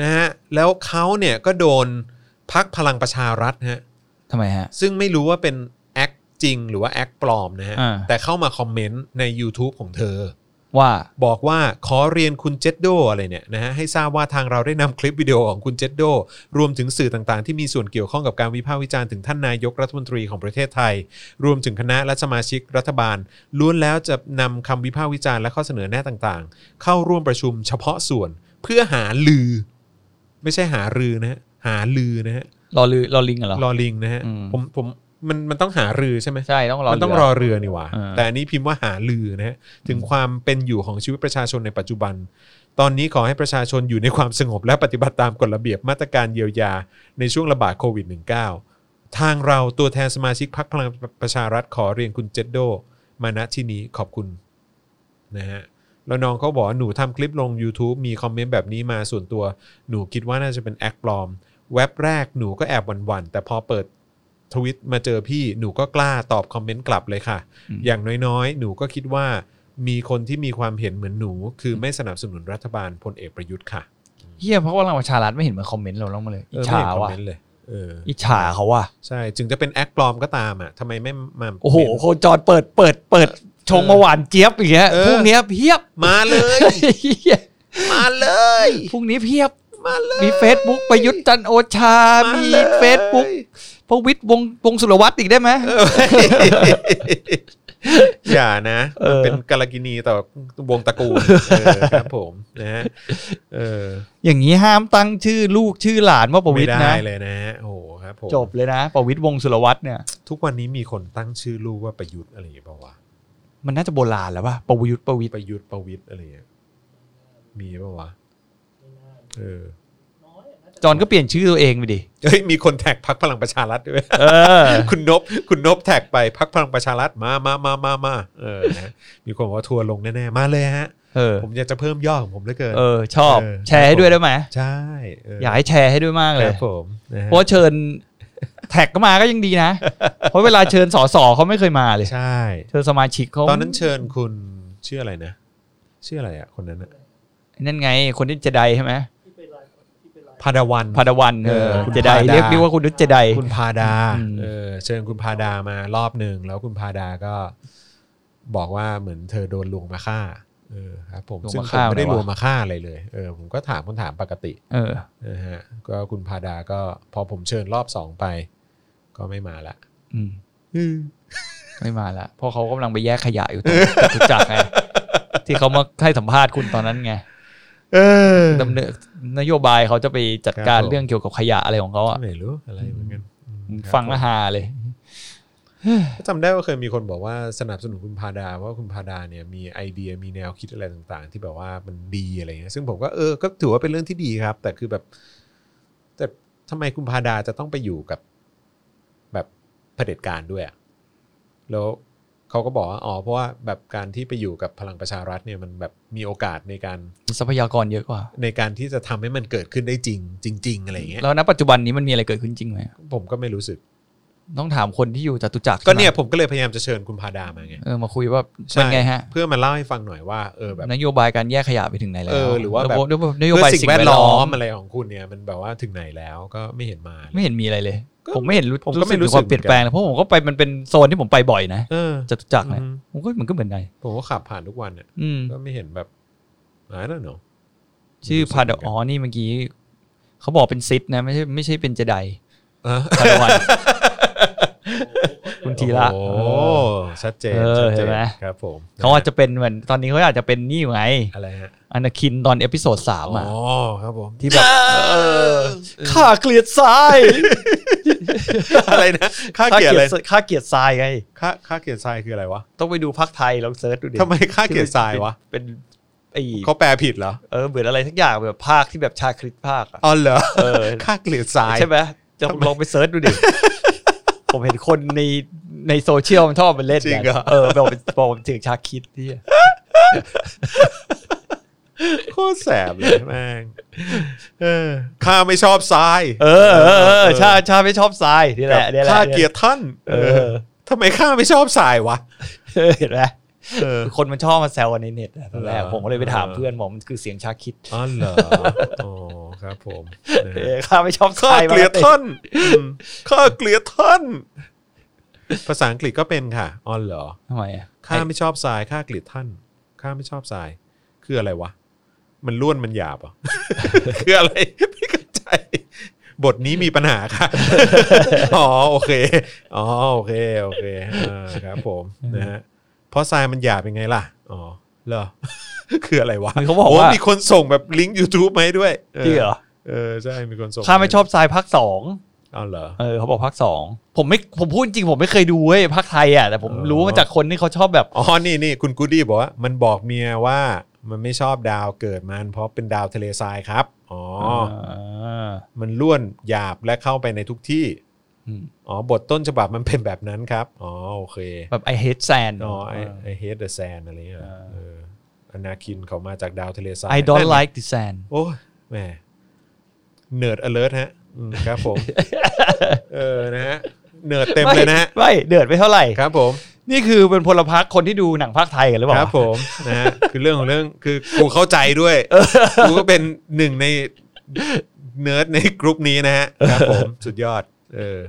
นะฮะแล้วเขาเนี่ยก็โดนพักพลังประชารัฐฮะ
ทำไมฮะ
ซึ่งไม่รู้ว่าเป็นแอคจริงหรือว่าแอคปลอมนะฮะ
อ่า
แต่เข้ามาคอมเมนต์ใน YouTube ของเธอ
ว่า
บอกว่าขอเรียนคุณเจษโดอะไรเนี่ยนะฮะให้ทราบว่าทางเราได้นำคลิปวิดีโอของคุณเจษโดรวมถึงสื่อต่างๆ ที่มีส่วนเกี่ยวข้องกับการวิพากษ์วิจารณ์ถึงท่านนายกรัฐมนตรีของประเทศไทย รวมถึงคณะและสมาชิกรัฐบาลล้วนแล้วจะนำคำวิพากษ์วิจารณ์และข้อเสนอแนะต่างๆ เข้าร่วมประชุมเฉพาะส่วนเพื่อหาลือ ไม่ใช่หารือนะฮะหาลือนะฮะ
รอลือรอลิงเหรอ
รอลิงนะฮะ
อืม
ผมผมมันมันต้องหารือใช่ไหม
ใช่ต้องรอ
มันต้องรอเรือนี่หว่า
เออ
แต่อันนี้พิมพ์ว่าหาลือนะฮะถึงความเป็นอยู่ของชีวิตประชาชนในปัจจุบัน ตอนนี้ขอให้ประชาชนอยู่ในความสงบและปฏิบัติตามกฎระเบียบมาตรการเยียวยาในช่วงระบาดโควิด -19 ทางเราตัวแทนสมาชิกพรรคพลังประชารัฐขอเรียนคุณเจษโด มาณที่นี้ขอบคุณนะฮะแล้วน้องเขาบอกว่าหนูทำคลิปลง YouTube มีคอมเมนต์แบบนี้มาส่วนตัว หนูคิดว่าน่าจะเป็นแอคปลอม เว็บแรกหนูก็แอบหวั่นๆ แต่พอเปิดทวิตมาเจอพี่หนูก็กล้าตอบคอมเมนต์กลับเลยค่ะ
อืม
อย่างน้อยๆ หนูก็คิดว่ามีคนที่มีความเห็นเหมือนหนู คือไม่สนับสนุนรัฐบาลพลเอกประยุทธ์ค่ะ
เฮียเพราะว่าเราประชารัฐไม่เห็นมาคอมเมนต์เราลงมาเลย
เอ
อิ
อ
จ
ไม่
ฉา
เห็นคอม
ว่ะ
เมนต์เลยเอออ
อิจฉาเขาว่ะ
ใช่ถึงจะเป็นแอคปลอมก็ตามอ่ะทำไมไม่มา
โอ้โห
เม้น
โคจรเปิดเปิดเปิดชงมาหวานเจี๊ยบอย่างเงี้ย
เออ
พวกเนี้ยเพียบ
มาเลย
เหี้ย
มาเลย
พวกนี้เพียบ
มาเลย
มีเฟซบุ๊กประยุทธ์จันทร์โอชา
มา
มี
เลย
เฟซบุ๊กประวิทย์วงศ์วงศ์สุรวัตรอีกได้ไหม
เอออย่านะ
เอ
มัน
อ
เป็นกาลกินีต่อวงตระกูลเออครับผมนะฮะเออ
อย่างนี้ห้ามตั้งชื่อลูกชื่อหลานว่าประวิทย์
ไม่
นะ
ได้เลยนะโอ้โหครับผม
จบเลยนะประวิทย์วงศ์สุรวัตรเนี่ย
ทุกวันนี้มีคนตั้งชื่อลูกว่าประยุทธ์อะไรอย่างเงี้ยเปล่าวะ
มันน่าจะโบราณแล้วป่ะประยุทธ์ประวิทย์
ประยุทธ์ประวิทย์อะไรอย่างเงี้ยมีเปล่าวะเออ
จอนก็เปลี่ยนชื่อตัวเองไปดิ
เฮ้ยมีคนแท็กพักพลังประชารัฐด้วย
เออ
คุณนบคุณนบแท็กไปพักพลังประชารัฐมามามามามาเออนะมีคนบอกว่าทัวร์ลงแน่ๆมาเลยฮะ
เออ
ผมอยากจะเพิ่มยอดของผมเหลือเกิน
เออ ชอบ
เออ
แชร์ให้ด้วยได้ไหม
ใช่เ
อยากให้แชร์ให้ด้วยมาก
ค
เลย
รับผมนะฮะ
เพราะเชิญแท็กก็มาก็ยังดีนะ เพราะเวลาเชิญสอสอเขาไม่เคยมาเลย
ใช่
เชิญสมาชิกเขา
ตอนนั้นเชิญคุณชื่ออะไรนะชื่ออะไรอ่ะคนนั้นอะ
นั่นไง คนที่เจไดใช่ไหม
พาดาวัน
พาดาวันเออ
เออ
เจได
คุณพาดา
เรียกเรียกว่าคุณนุชเจได
คุณพาดา
อืม
เออเชิญคุณพาดามารอบหนึ่งแล้วคุณพาดาก็บอกว่าเหมือนเธอโดนลวงมาฆ่าเออครับผม
ลวง
ซึ่ง
มา
ผม
ฆ่า
ไม่ได้
เลยวะ
ลวงมาฆ่าอะไรเลยเออผมก็ถามคำถามปกติ
เออ
นะฮะก็คุณพาดาก็พอผมเชิญรอบสองไป ก็ไม่มาละ
อืมไม่มาละเพราะเขากำลังไปแยกขยะอยู่ตรงจตุจักรไงที่เขามาให้สัมภาษณ์คุณตอนนั้นไง
เออ
ดำเนินนโยบายเขาจะไปจัดกา
ค
ร
รับผม
เรื่องเกี่ยวกับขยะอะไรของเขาอ่ะ
ไม่รู้อะไรเหมือนกันอืมครับ
ฟัง
ผม
ละฮาเลย
จำได้ว่าเคยมีคนบอกว่าสนับสนุนคุณพาดาว่าคุณพาดาเนี่ยมีไอเดียมีแนวคิดอะไรต่างๆ ที่แบบว่ามันดีอะไรเงี้ยซึ่งผมก็เออก็ถือว่าเป็นเรื่องที่ดีครับ แต่คือแบบ แต่ทำไมคุณพาดาจะต้องไปอยู่กับแบบเผด็จการด้วยอะแล้วเขาก็บอกว่าอ๋อเพราะว่าแบบการที่ไปอยู่กับพลังประชารัฐเนี่ยมันแบบมีโอกาสในการ
มีทรัพยากรเยอะกว่า
ในการที่จะทำให้มันเกิดขึ้นได้จริง จริง ๆ อะไรเงี้ย
แล้วณปัจจุบันนี้มันมีอะไรเกิดขึ้นจริงไหม
ผมก็ไม่รู้สึก
ต้องถามคนที่อยู่จตุจักร
ก็เนี่ย
ใช่ไหม
ผมก็เลยพยายามจะเชิญคุณพาดามาไง
เออมาคุยว่า
ใช่
เป็นไงฮะ
เพื่อมาเล่าให้ฟังหน่อยว่าเออแบบ
นโยบายการแยกขยะไปถึงไหนแล้ว
เออหรือว่าแบบ
ะบบนโยบาย
เพื่อ
สิ่งแวดล้อม
อะไรของคุณเนี่ยมันแบบว่าถึงไหนแล้วก็ไม่เห็นมาเล
ไม่
ย
เห็นมีอะไรเลย
ก็
ผมไม่เห็นรู้
ผมก็ไม่รู้
ถึ
สึก
งความเปลี่ยนแปลงเลยเพราะผมก็ไปมันเป็นโซนที่ผมไปบ่อยนะ
เออ
จตุจักรเนี่ย
อืม
ผมก็มันก็เหมือนไง
ผมก็ขับผ่านทุกวันเนี่ย
อืม
ก็ไม่เห็นแบบ I don't know
ชื่อพาด
ไม่รู้สึกเหมือนกัน
อ๋อนี่เมื่อกี้ เขาบอกเป็นซิดนะ ไม่ใช่ไม่ใช่เป็นเจได
เออ
คาร วัน คุณทีละ
โอ้ชัดเจน
เออ
ชัดเจ
เห็น
น
ไหม
ครับผม
เขาอาจจะเป็นเหมือนตอนนี้เขาอาจจะเป็นนี่อยู่ไง
อะไรฮะ
อนาคินตอนเอพิโซดสาม
อ๋อ
อ่ะ
ครับผม
ที่แบบข้าเกลียดทราย
อะไรนะค่าเกียรติอะไร
ข้าเกลียดทรายไง
ค่าค่าเกียรติทรายคืออะไรวะ
ต้องไปดูพักไทยลองเซิร์ชดูดิ
ทำไมค่าเกียรติทรายวะ
เป็นไอ
เขาแปลผิดเหรอ
เออเหมือนอะไรทักอย่างแบบภาคที่แบบชาคริตภาคอะ
อ๋อเหรอ
เออ
ค่าเกียรติทราย
ใช่ไหมจะ
ทำไม
ลองไปเซิร์ชดูดิ ผมเห็นคนในในโซเชียลมันชอบมันเล่น
จริงเหรอ
กันเออบอกเป็นบอกเป็นถึงชาคิดที่
โคตรแสบเลยแม่งเออข้าไม่ชอบทราย
เออเออเออชาชาไม่ชอบทรายนี่แหละนี่แหละ
ข้าเกลียรติท่าน
เออ
เออทำไมข้าไม่ชอบสายวะ
เออเห็นไหม
เออ
คนมันชอบมาแซวกันในเน็ตอะตอนแรก
เหรอ
ผมก็เลยไปถามเพื่อนบอกมันคือเสียงชาคิด
อ๋อเหรออ๋อครับผม
เออข้าไม่ชอบ
ข้าร
ทาย
เกลียดท่านอืมข้าเกลียดท่าน ภาษาอังกฤษก็เป็นค่ะอ๋อเหรอ
ทำไมอะ
ข้าไม่ชอบทรายข้าเกลียดท่านข้าไม่ชอบทราย คืออะไรวะ มันล้วนมันหยาบ เหรอ่ะ คืออะไรไม่เข้าใจ บทนี้มีปัญหา ค่ะ อ๋อโอเคอ๋อโอเคโอเคอ่าครับผมนะฮะเพราะทรายมันหยาบยังไงล่ะอ๋อเห รอ คืออะไรวะ
มันเขาบอก
โ
ว่า
คนส่งแบบลิงก์ YouTube มาให้ด้วย
จริงเหรอ
เออใช่มีคนส่ง
ข้าไม่ชอบทรายภาคสอง
อ้าวเหรอ
เออเขาบอกภาคสองผมไม่ผมพูดจริงผมไม่เคยดูเว้ยภาคไทยอ่ะแต่ผม
อ๋อ
รู้มาจากคนที่เขาชอบแบบ
อ๋อนี่นี่คุณกูดี้บอกว่ามันบอกเมียว่ามันไม่ชอบดาวเกิดมันเพราะเป็นดาวทะเลทรายครับอ๋อ
อา
มันล้วนหยาบและเข้าไปในทุกที่
อืม
อ๋อบทต้นฉบับมันเป็นแบบนั้นครับอ๋อโอเค
แบบ I hate sand
อ๋อไอ
เอ
ไอ
อ
เฮดเดอะแซนอะไรเงี้ยเหรอ
อ่า
เอออนาคินเขามาจากดาวทะเลทราย
I don't
นั่น
like the sand
โอ้ยแหมเนิร์ดอเลิร์ฮะอืมครับ ผม เออนะฮะเนิร์ดเต็มเลยนะฮะ
ไม่ไม่เดือดไปเท่าไหร่
ครับผม
นี่คือเป็นพลพรรคคนที่ดูหนังภาคไทยกันหรือเป
ค
ล่า
รับผมนะฮะคือเรื่องของเรื่องคือกูเข้าใจด้วยกูก็เป็นหนึ่งในเนิร์ดในกรุ๊ปนี้นะฮะครับผมสุดยอดเออ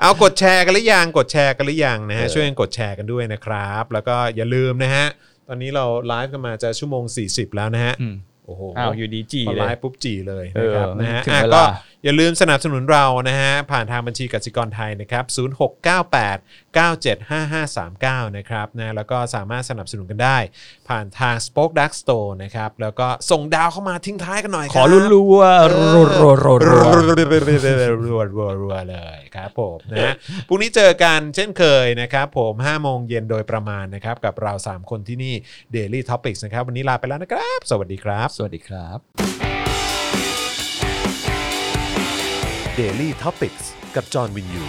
เอากดแชร์กันหรือยังกดแชร์กันหรือยังนะฮะช่วยกันกดแชร์กันด้วยนะครับ แล้วก็อย่าลืมนะฮะตอนนี้เราไลฟ์กันมาจะชั่วโมง 40 แล้วนะฮะ
อืม
โอ้โห
อ้าวอยู่ดีจี
พอ
เล
ไล
ย
ฟ์ปุ๊บจีเลยนะครับ
เออ
นะฮะ
ถึง
อ่ะ
เวลา
ก็อย่าลืมสนับสนุนเรานะฮะ ผ่านทางบัญชีกสิกรไทยนะครับ 0698 975539 นะครับนะแล้วก็สามารถสนับสนุนกันได้ ผ่านทาง Spoke Dark Store นะครับ แล้วก็ส่งดาวเข้ามาทิ้งท้ายกันหน่อย
ขอรู้
ๆ
รัวรัวรัวรัวรัว
รัวรัวรัวเลยครับผมนะฮะพรุ่งนี้เจอกันเช่นเคยนะครับผม5โมงเย็นโดยประมาณนะครับ กับเรา 3 คนที่นี่ Daily Topics นะครับ วันนี้ลาไปแล้วนะครับ สวัสดีครับ
สวัสดีครับ
Daily Topics กับจอห์นวินยู